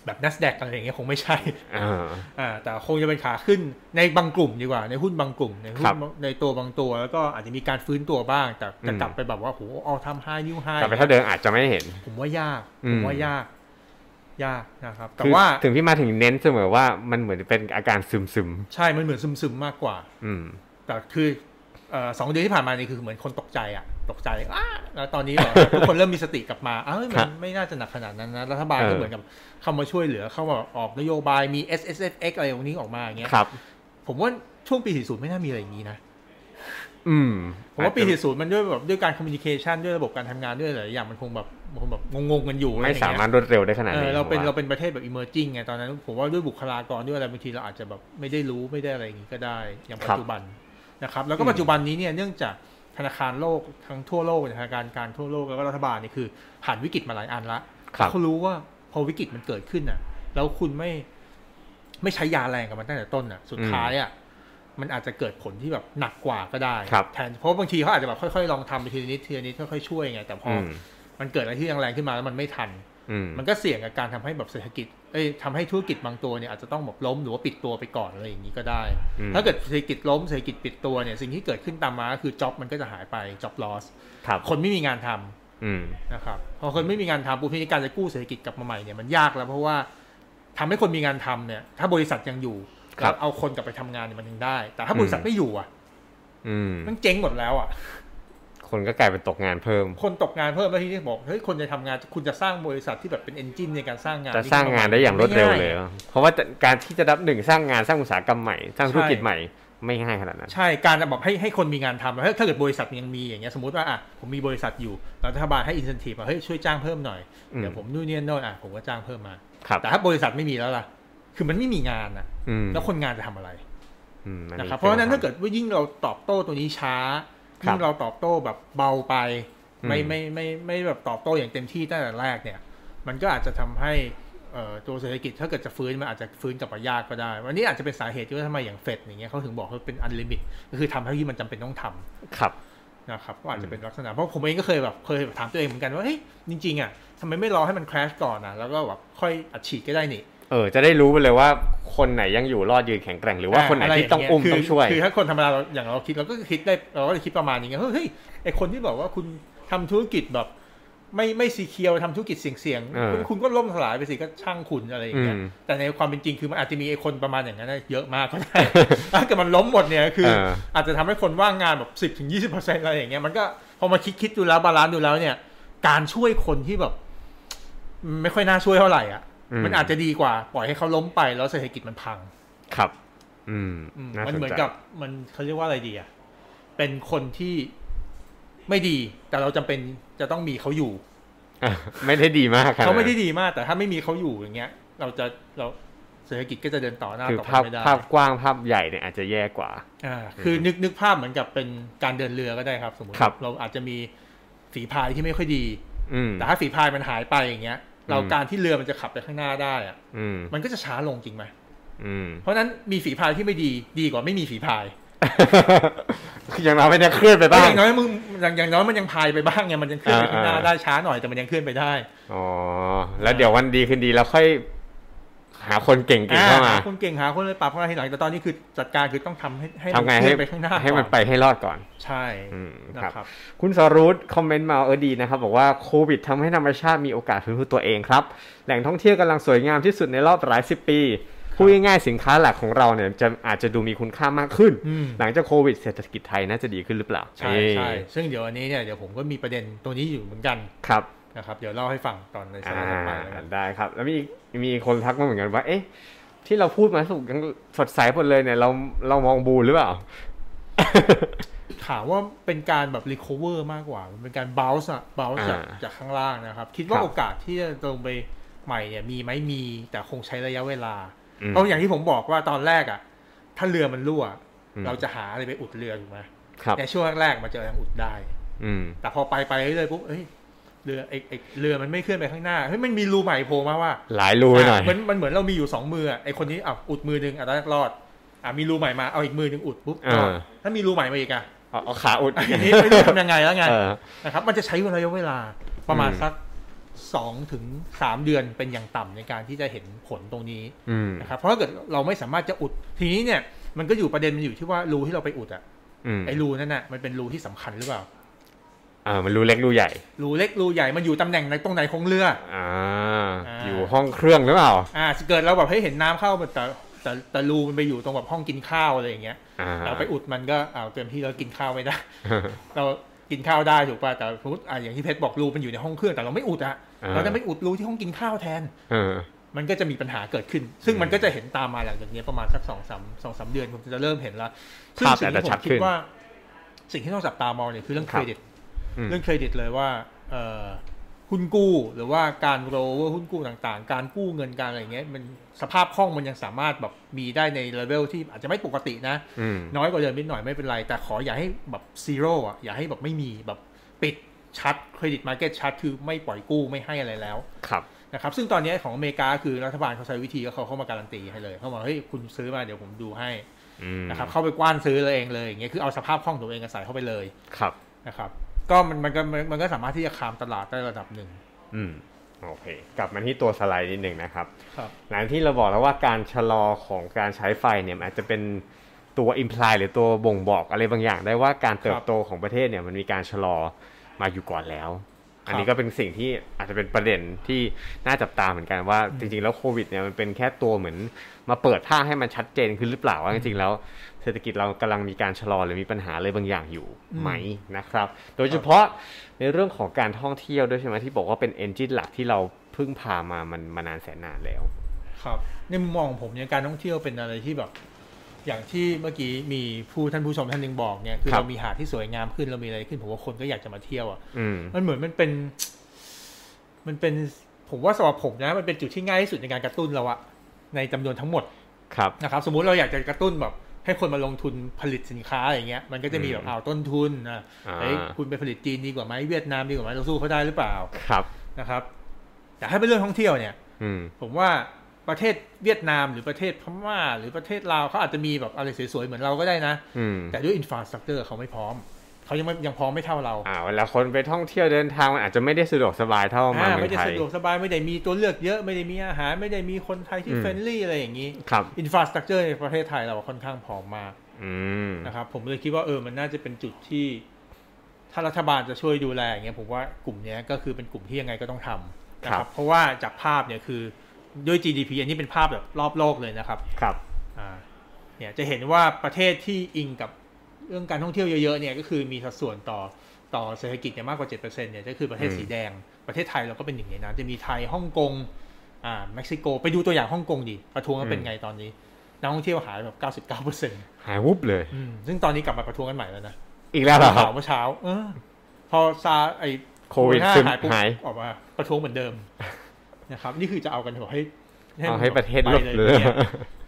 B: แบบ NASDAQ อะไรอย่างเงี้ยคงไม่ใช่
A: อ่า
B: อ่าแต่คงจะเป็นขาขึ้นในบางกลุ่มดีกว่า ในหุ้นบางกลุ่ม ในหุ้
A: ครั
B: น
A: บ
B: ในตัวบางตัว แล้วก็อาจจะมีการฟื้นตัวบ้าง แต่แต่
A: อืม
B: กลับไปแบบว่าโหเอาทำห้านิ้วห้าก
A: ลับไปเท่าเดิมอาจจะไม่เห็น
B: ผมว่ายาก
A: อื
B: ผม มว่ายาก ยากนะครับ แต่
A: คือ
B: ว่า
A: ถึงพี่มาถึงเน้นเสมอว่ามันเหมือนเป็นอาการซึมซึม
B: ใช่มันเหมือนซึมๆมากกว่า
A: ๆอืม
B: แต่คือเอ่อสองเดือนที่ผ่านมานี่คือเหมือนคนตกใจอ่ะ ตกใจอ้าแล้วตอนนี้ แบบ ทุกคนเริ่มมีสติกลับมาเอ้ยมั
A: ครั
B: น
A: บ
B: ไม่น่าจะหนักขนาดนั้นนะรัฐบาล
A: เอ
B: ก็
A: อ
B: เหมือนกับเข้ามาช่วยเหลือเข้ามาออกนโยบายมี S S F X อะไรพวกนี้ออกมาอย่างเงี้ย
A: ครับ
B: ผมว่าช่วงปี40ไม่น่ามีอะไรอย่างนี้นะ
A: อืม
B: ผมว่าปี
A: อจจะ
B: 40มันด้วยแบบด้วยการคอมมิวนิเคชันด้วยระบบการทำงานด้วยหลายอย่างมันคงแบบมันคงแบบงงๆกันอยู่อะ
A: ไม่
B: อย่ง
A: สา
B: เงี้ย
A: มารถรวดเร็วได้ขนาด
B: เอ
A: นี้
B: อเราเป็น
A: ผมว่
B: เราเป็นประเทศแบบ emerging ไงตอนนั้น ผมว่าด้วยบุคลากรด้วยอะไรบางทีเราอาจจะแบบไม่ได้รู้ไม่ได้อะไรอย่างนี้ก็ได้ อย่างปัจจุบันนะครับแล้วก็ปัจจุบันนี้เนี่ยเนื่องจากธนาคารโลกทั้งทั่วโลกเนี่ยธนาคารการทั่วโลกแล้วก็รัฐบาลนี่คือผ่านวิกฤตมาหลายอันละ
A: ครับ
B: เขารู้ว่าพอวิกฤตมันเกิดขึ้นน่ะ แล้วคุณไม่ไม่ใช้ยาแรงกับมันตั้งแต่ต้นน่ะ สุดท้ายอ่ะ มันอาจจะเกิดผลที่แบบหนักกว่าก็ได้
A: ครับ
B: แทนเพราะบางทีเขาอาจจะแบบค่อยๆลองทำไปทีละนิดทีละนิดค่อยๆช่วยไงแต่พอ
A: อื
B: อ
A: ม
B: มันเกิดอะไรที่แรงๆขึ้นมาแล้วมันไม่ทัน
A: อืม
B: มันก็เสี่ยงกับการทำให้แบบเศรษฐกิจเอ้ยทำให้ธุรกิจบางตัวเนี่ยอาจจะต้องแบบล้มหรือว่าปิดตัวไปก่อนอะไรอย่างนี้ก็ได้
A: อืม
B: ถ้าเกิดเศรษฐกิจล้มเศรษฐกิจปิดตัวเนี่ยสิ่งที่เกิดขึ้นตามมาก็คือจ็อบมันก็จะหายไปจ็อบลอส
A: ครับ
B: คนไม่มีงานทำ
A: อืม
B: นะครับพอคนไม่มีงานทำปุ๊บทีนี้การจะกู้เศรษฐกิจกลับมาใหม่เนี่ยมันยากแล้วเพราะว่าทำให้คนมีงานทำเนี่ย ถ้าบริษัทยังอยู่แล้วเอาคนกลับไปทำงานเนี่ยมันยังได้ แต่ถ้าบริษัทไม่อยู่อ่ะ
A: อืม
B: มันเจ๊งหมดแล้วอ่ะ
A: คนก็กลายเป็นตกงานเพิ่ม
B: คนตกงานเพิ่มแล้วทีนี้บอกเฮ้ยคนจะทำงานคุณจะสร้างบริษัทที่แบบเป็นเอนจินในการสร้างงาน
A: จะสร้างงานได้อย่างรวดเร็ว
B: ไม่
A: เลย
B: ง่
A: วะเพราะว่าการที่จะรับหนึ่งสร้างงานสร้างอุตสาหกรรมใหม่ สร้างธุรกิจ
B: ใช่
A: ใหม่ ไม่ง่ายขนาดนั้น
B: ใช่การแบบให้ให้คนมีงานทำถ้าถ้าเกิดบริษัทยังมีอย่างเงี้ยสมมติว่าอ่ะผมมีบริษัทอยู่รัฐบาลให้อินสันทีมาเฮ้ยช่วยจ้างเพิ่มหน่อย
A: อืม
B: เดี๋ยวผมนู่นนี่โน่นอ่ะผมก็จ้างเพิ่มมา
A: ครับ
B: แต่ถ้าบริษัทไม่มีแล้วล่ะ คือมันไม่มีงานนะ
A: อืม
B: แล้วคนงานจะทำอะไร
A: อืมอั
B: นะครับ เพราะฉะนั้นถ้าเกิดว่ายิ่งเราตอบโต้ตัวนี้ช้ายิ่งเราตอบโต้แบบเบาไป ไม่ไม่ไม่ไม่ไม่แบบตอบโต้อย่างเต็มที่ตั้งแต่แรกเนี่ย มันก็อาจจะทำให้เอ่อตัวเศรษฐกิจถ้าเกิดจะฟื้นมันอาจจะฟื้นกลับมายากก็ได้ วันนี้อาจจะเป็นสาเหตุที่ว่าทำไมอย่างเฟดอย่างเงี้ยเขาถึงบอกว่าเป็นอันลิมิตก็คือทำเท่าที่มันจำเป็นต้องทำ
A: ครับ
B: นะครับก็อาจจะเป็นลักษณะเพราะผมเองก็เคยแบบเคยถามตัวเองเหมือนกันว่าเฮ้ยจริงๆอ่ะทำไมไม่รอให้มัน crash ก่อนนะแล้วก็แบบค่อยอัดฉีดก็ได้นี่
A: เออ จะได้รู้ไปเลยว่าคนไหนยังอยู่รอดยืนแข็งแกร่งหรือว่าคนไหนที่ต้องอุ้ม
B: คื
A: ต้องช่วย
B: คือถ้าคนธรรมดาเราอย่างเราคิดเราก็คิดได้เราก็จะคิดประมาณนี้ไงเฮ้ยไอคนที่บอกว่าคุณทำธุรกิจแบบ ไม่ไม่ซีเคียวทำธุรกิจเสี่ยง
A: เออ
B: ๆคุณคุณก็ล่มสลายไปสิก็ช่างคุณอะไรอย่างเงี้ย
A: อืม
B: แต่ในความเป็นจริงคือมันอาจจะมีไอคนประมาณอย่างนั้นนะเยอะมากก็ได้ ถ้าเกิดมันล้มหมดเนี่ยคือ
A: เออ
B: อาจจะทำให้คนว่างงานแบบสิบถึงยี่สิบเปอร์เซ็นต์อะไรอย่างเงี้ยมันก็พอมาคิดคิดดูแล้วบาลานซ์ดูแล้วเนี่ย การช่วยคนที่แบบ ไม่ค่อยน่าช่วยเท่าไหร่อ่ะ
A: อืม
B: มันอาจจะดีกว่า ปล่อยให้เขาล้มไปแล้วเศรษฐกิจมันพัง
A: ครับ อืม
B: อืมา
A: ส
B: มัน
A: ใจ
B: เหมือนกับมันเขาเรียกว่าอะไรดีอ่ะเป็นคนที่ไม่ดี แต่เราจำเป็นจะต้องมีเขาอยู่
A: อ่ะ ไม่ได้ดีมากครับ
B: เขาไม่ได้ดีมาก แต่ถ้าไม่มีเขาอยู่อย่างเงี้ย เราจะเราเศรษฐกิจก็จะเดินต่อหน้า
A: คือ
B: ต่อไป
A: ภาพ
B: ไม่ได้
A: ภาพกว้างภาพใหญ่เนี่ยอาจจะแย่กว่า
B: อ่าคือนึกนึกภาพเหมือนกับเป็นการเดินเรือก็ได้ครับ สมมติ
A: ครับ
B: เราอาจจะมีฝีพายที่ไม่ค่อยดี
A: อืม
B: แต่ถ้าฝีพายมันหายไปอย่างเงี้ย เรา
A: อืม
B: การที่เรือมันจะขับไปข้างหน้าได้อ่ะ
A: อืม
B: มันก็จะช้าลงจริงไหม
A: อืม
B: เพราะฉะนั้นมีฝีพายที่ไม่ดีดีกว่าไม่มีฝีพาย
A: คืออย่างเราไม่ได้เคลื่อนไป
B: ก็
A: บ้า
B: อง ย่างน้อยมึงอย่างอย่างน้อยมันยังพายไปบ้างไงมันยังเคลื่อนไป
A: อ่า
B: ข้างหน้าได้ช้าหน่อยแต่มันยังเคลื่อนไปได้
A: อ๋อ แล้วเดี๋ยววันดีคืนดีแล้วค่อย หาคนเก่งๆเข้ามา
B: อ่าหคนเก่งหาคนเลยปรับเข้ามาทีหลังแต่ตอนนี้คือจัดการคือต้องทำให้ให้
A: ทำไง
B: มันเค
A: ให้
B: ลื่อนไปข้างหน้า
A: ให้มัน
B: ก่อ
A: ไปให้รอดก่อน
B: ใช่
A: อืม
B: นะครับ ครับ
A: คุณสรุตคอมเมนต์มาเออดีนะครับบอกว่าโควิดทำให้ธรรมชาติมีโอกาสฟื้นฟูตัวเองครับ แหล่งท่องเที่ยวกำลังสวยงามที่สุดในรอบหลายสิบปีพูดง่ายๆสินค้าหลักของเราเนี่ยจะอาจจะดูมีคุณค่ามากขึ้น
B: อืม
A: หลังจากโควิดเศรษฐกิจไทยน่าจะดีขึ้นหรือเปล่า
B: ใช่
A: เอ้ย
B: ใช่ซึ่งเดี๋ยวอันนี้เนี่ยเดี๋ยวผมก็มีประเด็นตัวนี้อยู่เหมือนกัน
A: ครับ
B: นะครับเดี๋ยวเล่าให้ฟังตอนในส
A: อ่า
B: ไลด์ต่อไปแล้วกัน
A: ได้ครับ แล้วมีมีคนทักมาเหมือนกันว่า เอ๊ะ ที่เราพูดมาสุกยังสดใสหมดเลยเนี่ยเราเรามองบูลหรือเปล่า
B: ถามว่าเป็นการแบบรีคอเวอร์มากกว่ามันเป็นการบ o u ส์อะบ o u ส์
A: อ่า
B: จากข้างล่างนะครับ คิด
A: ค
B: ว่า
A: รับ
B: โอกาสที่จะลงไปใหม่เนี่ยมีไหมมีแต่คงใช้ระยะเวลา
A: อืม
B: เพราะอย่างที่ผมบอกว่าตอนแรกอะถ้าเรือมันรั่ว
A: อืม
B: เราจะหาอะไรไปอุดเรือถูกไหม
A: ครับ
B: ในช่วงแรกๆมันจะยังอุดได้
A: อืม
B: แต่พอไปไปเรื่อยๆปุ๊บเอ้ยเรือไอ้ไอ้เรือมันไม่เคลื่อนไปข้างหน้าเฮ้ยมันมีรูใหม่โผล่มาว่า
A: หลายรูไปหน่อย
B: อ่ะมันมันเหมือนเรามีอยู่สองมืออ่ะไอคนนี้อ่ะอุดมือหนึ่งอ่ะตอนแรกรอดอ่ะมีรูใหม่มาเอาอีกมือหนึ่งอุดปุ๊บ
A: อ่า
B: ถ้ามีรูใหม่มาอีกอ่ะ
A: เอาเอาขาอุด
B: อันนี้ไม่รู้ทำยังไงแล้วไง
A: เออ
B: นะครับ มันจะใช้ระยะเวลาประมาณ
A: อืม
B: สักสองถึงสามเดือนเป็นอย่างต่ำในการที่จะเห็นผลตรงนี้
A: อืม
B: นะครับเพราะถ้าเกิดเราไม่สามารถจะอุดทีนี้เนี่ยมันก็อยู่ประเด็นมันอยู่ที่ว่ารูที่เราไปอุดอ่ะ
A: อืม
B: ไอรูนั่นน่ะมันเป็นรูที่สำคัญหรือเปล่า
A: อ่ามันรูเล็กรูใหญ่
B: รูเล็กรูใหญ่มันอยู่ตำแหน่งไหนตรงไหนของเรือ
A: อ่า
B: อ่า
A: อยู่ห้องเครื่องหรือเปล่า
B: อ่าเกิดเราแบบให้เห็นน้ำเข้าแบบแต่แต่แต่รูมันไปอยู่ตรงแบบห้องกินข้าวอะไรอย่างเงี้ย
A: อ่า
B: เราไปอุดมันก็เอาวเต็มที่เรากินข้าวไม่ได้ เรากินข้าวได้ถูกป่ะแต่สมมติอ่ะอย่างที่เพชรบอกรูมันอยู่ในห้องเครื่องแต่เราไม่อุดอะ
A: อ่า
B: เราจะไม่อุดรูที่ห้องกินข้าวแทน
A: เออ
B: มันก็จะมีปัญหาเกิดขึ้น ซึ่งมันก็จะเห็นตามมาหลังจากนี้ประมาณสักสองสามสองสามเดือนผมจะเริ่มเห็นละซึ่ง
A: ภาพ
B: สิ่ง
A: อาจจะ
B: ที่ผ
A: ชัด
B: ม
A: ขึ้
B: คิด
A: น
B: ว่า สิ่งที่ต้องจับตามองเนี่ยคือเรื่อง
A: ค
B: เค
A: รั
B: ร
A: บ
B: ดิต
A: อืม
B: เรื่องเครดิตเลยว่าเอ่อหุ้นกู้หรือว่าการโรเวอร์หุ้นกู้ต่างๆ การกู้เงินการอะไรอย่างเงี้ยมันสภาพคล่องมันยังสามารถแบบมีได้ในเลเวลที่อาจจะไม่ปกตินะ
A: อืม
B: น้อยกว่าเดิมนิดหน่อยไม่เป็นไร แต่ขออย่าให้แบบซีโร่อะอย่าให้แบบไม่มีแบบปิดชัดเครดิตมาร์เก็ตชัดคือไม่ปล่อยกู้ไม่ให้อะไรแล้ว
A: ครับ
B: นะครับซึ่งตอนนี้ของอเมริกาคือรัฐบาลเขาใช้วิธีก็เขาเข้ามาการันตีให้เลย เขาบอกเฮ้ยคุณซื้อมาเดี๋ยวผมดูให้
A: อืม
B: นะครับเข้าไปกว้านซื้อเลยเองเลยอย่างเงี้ยคือเอาสภาพคล่องตัวเองอะใส่เข้าไปเลย
A: ครับ
B: นะครับก็มันมันก็มันก็สามารถที่จะคามตลาดได้ระดับหนึ่ง
A: อืม โอเค กลับมาที่ตัวสไลด์นิดหนึ่งนะครับ
B: ครับ
A: หลังที่เราบอกแล้วว่าการชะลอของการใช้ไฟเนี่ยมันอาจจะเป็นตัว imply หรือตัวบ่งบอกอะไรบางอย่าง ได้ว่าการเติบโตของประเทศเนี่ยมันมีการชะลอมาอยู่ก่อนแล้ว อันนี้ก็เป็นสิ่งที่อาจจะเป็นประเด็นที่น่าจับตาเหมือนกันว่าจริงๆแล้วโควิดเนี่ยมันเป็นแค่ตัวเหมือนมาเปิดท่างให้มันชัดเจนขึ้นหรือเปล่าว่าจริงๆแล้วเศ ศรษฐกิจเรากำลังมีการชะลอหรือมีปัญหาอะไรบางอย่างอยู่ไหมนะครับ โดยเฉพาะในเรื่องของการท่องเที่ยวด้วยใช่ไหมที่บอกว่าเป็นเอนจินหลักที่เราเพึ่งพามามันมานานแสนนานแล้ว
B: ครับในมุมมองของผมเนี่ยการท่องเที่ยวเป็นอะไรที่แบบ อย่างที่เมื่อกี้มีผู้ท่านผู้ชมท่านหนึ่งบอกเนี่ยคือ
A: ครับ
B: เรามีหาดที่สวยงามขึ้นเรามีอะไรขึ้นผมว่าคนก็อยากจะมาเที่ยวอ่ะ
A: อืม
B: มันเหมือนมันเป็น มันเป็นผมว่าสำหรับผมนะมันเป็นจุดที่ง่ายที่สุดในการกระตุ้นเราอะในจำนวนทั้งหมด
A: ครับ
B: นะครับ สมมุติเราอยากจะกระตุ้นแบบ ให้คนมาลงทุนผลิตสินค้าอะไรเงี้ยมันก็จะมี
A: อืม
B: แบบเอาวต้นทุนนะ
A: อ่า
B: เฮ้ยคุณไปผลิตจีนดีกว่าไหมเวียดนามดีกว่าไหมเราสู้เขาได้หรือเปล่า
A: ครับ
B: นะครับแต่ถ้าเป็นเรื่องท่องเที่ยวเนี่ย
A: อืม
B: ผมว่าประเทศเวียดนามหรือประเทศพม่า หรือประเทศลาวเขาอาจจะมีแบบอะไรสวยๆเหมือนเราก็ได้นะ
A: อืม
B: แต่ด้วยอินฟราสตรักเจอร์เขาไม่พร้อมเขายังไม่ยังพร้อมไม่เท่าเรา
A: อ่าเวลาคนไปท่องเที่ยวเดินทางมันอาจจะไม่ได้สะดวกสบายเท่ามา
B: อ่า
A: เมือง
B: ไม่ได้
A: ไทย
B: สะดวกสบายไม่ได้มีตัวเลือกเยอะไม่ได้มีอาหาร ไม่ได้มีคนไทยที่
A: อืม
B: เฟรนลี่อะไรอย่างนี้
A: ครับ
B: อินฟราสตรักเจอร์ในประเทศไทยเราค่อนข้างพร้อมมาก
A: อืม
B: นะครับผมเลยคิดว่าเออมันน่าจะเป็นจุดที่ ถ้ารัฐบาลจะช่วยดูแลอย่างเงี้ยผมว่ากลุ่มเนี้ยก็คือเป็นกลุ่มที่ยังไงก็ต้องทำนะ
A: ค
B: ค
A: รั
B: รับบ เพราะว่าจากภาพเนี่ยคือด้วย GDP อันนี้เป็นภาพแบบรอบโลกเลยนะครับ
A: ครับ
B: อ่าเนี่ยจะเห็นว่าประเทศที่อิงกับเรื่องการท่องเที่ยวเยอะๆเนี่ยก็คือมีสัดส่วนต่อต่อเศรษฐกิจเนี่ยมากกว่า7%เนี่ยก็คือประเทศ
A: อืม
B: สีแดง ประเทศไทยเราก็เป็นหนึ่งในนั้นจะมีไทยฮ่องกงอ่าเม็กซิโก ไปดูตัวอย่างฮ่องกงดิประท้วงกันเป็นไงตอนนี้นักท่องเที่ยวหายแบบ 99%
A: หายวุบเลย
B: อืมซึ่งตอนนี้กลับมาประท้วงกันใหม่แล้วนะ
A: อีกแล้วเหรอครั
B: ข่า
A: บ
B: วเมื่อเช้า เออ พอซาไอ
A: โควิด
B: โรนาหายปุ๊บ
A: หาย
B: ออกมาประท้วงเหมือนเดิม นะครับ นี่คือจะเอากันแบบให้
A: เอาให้ประเทศ
B: ไป
A: ลบเลย
B: นี่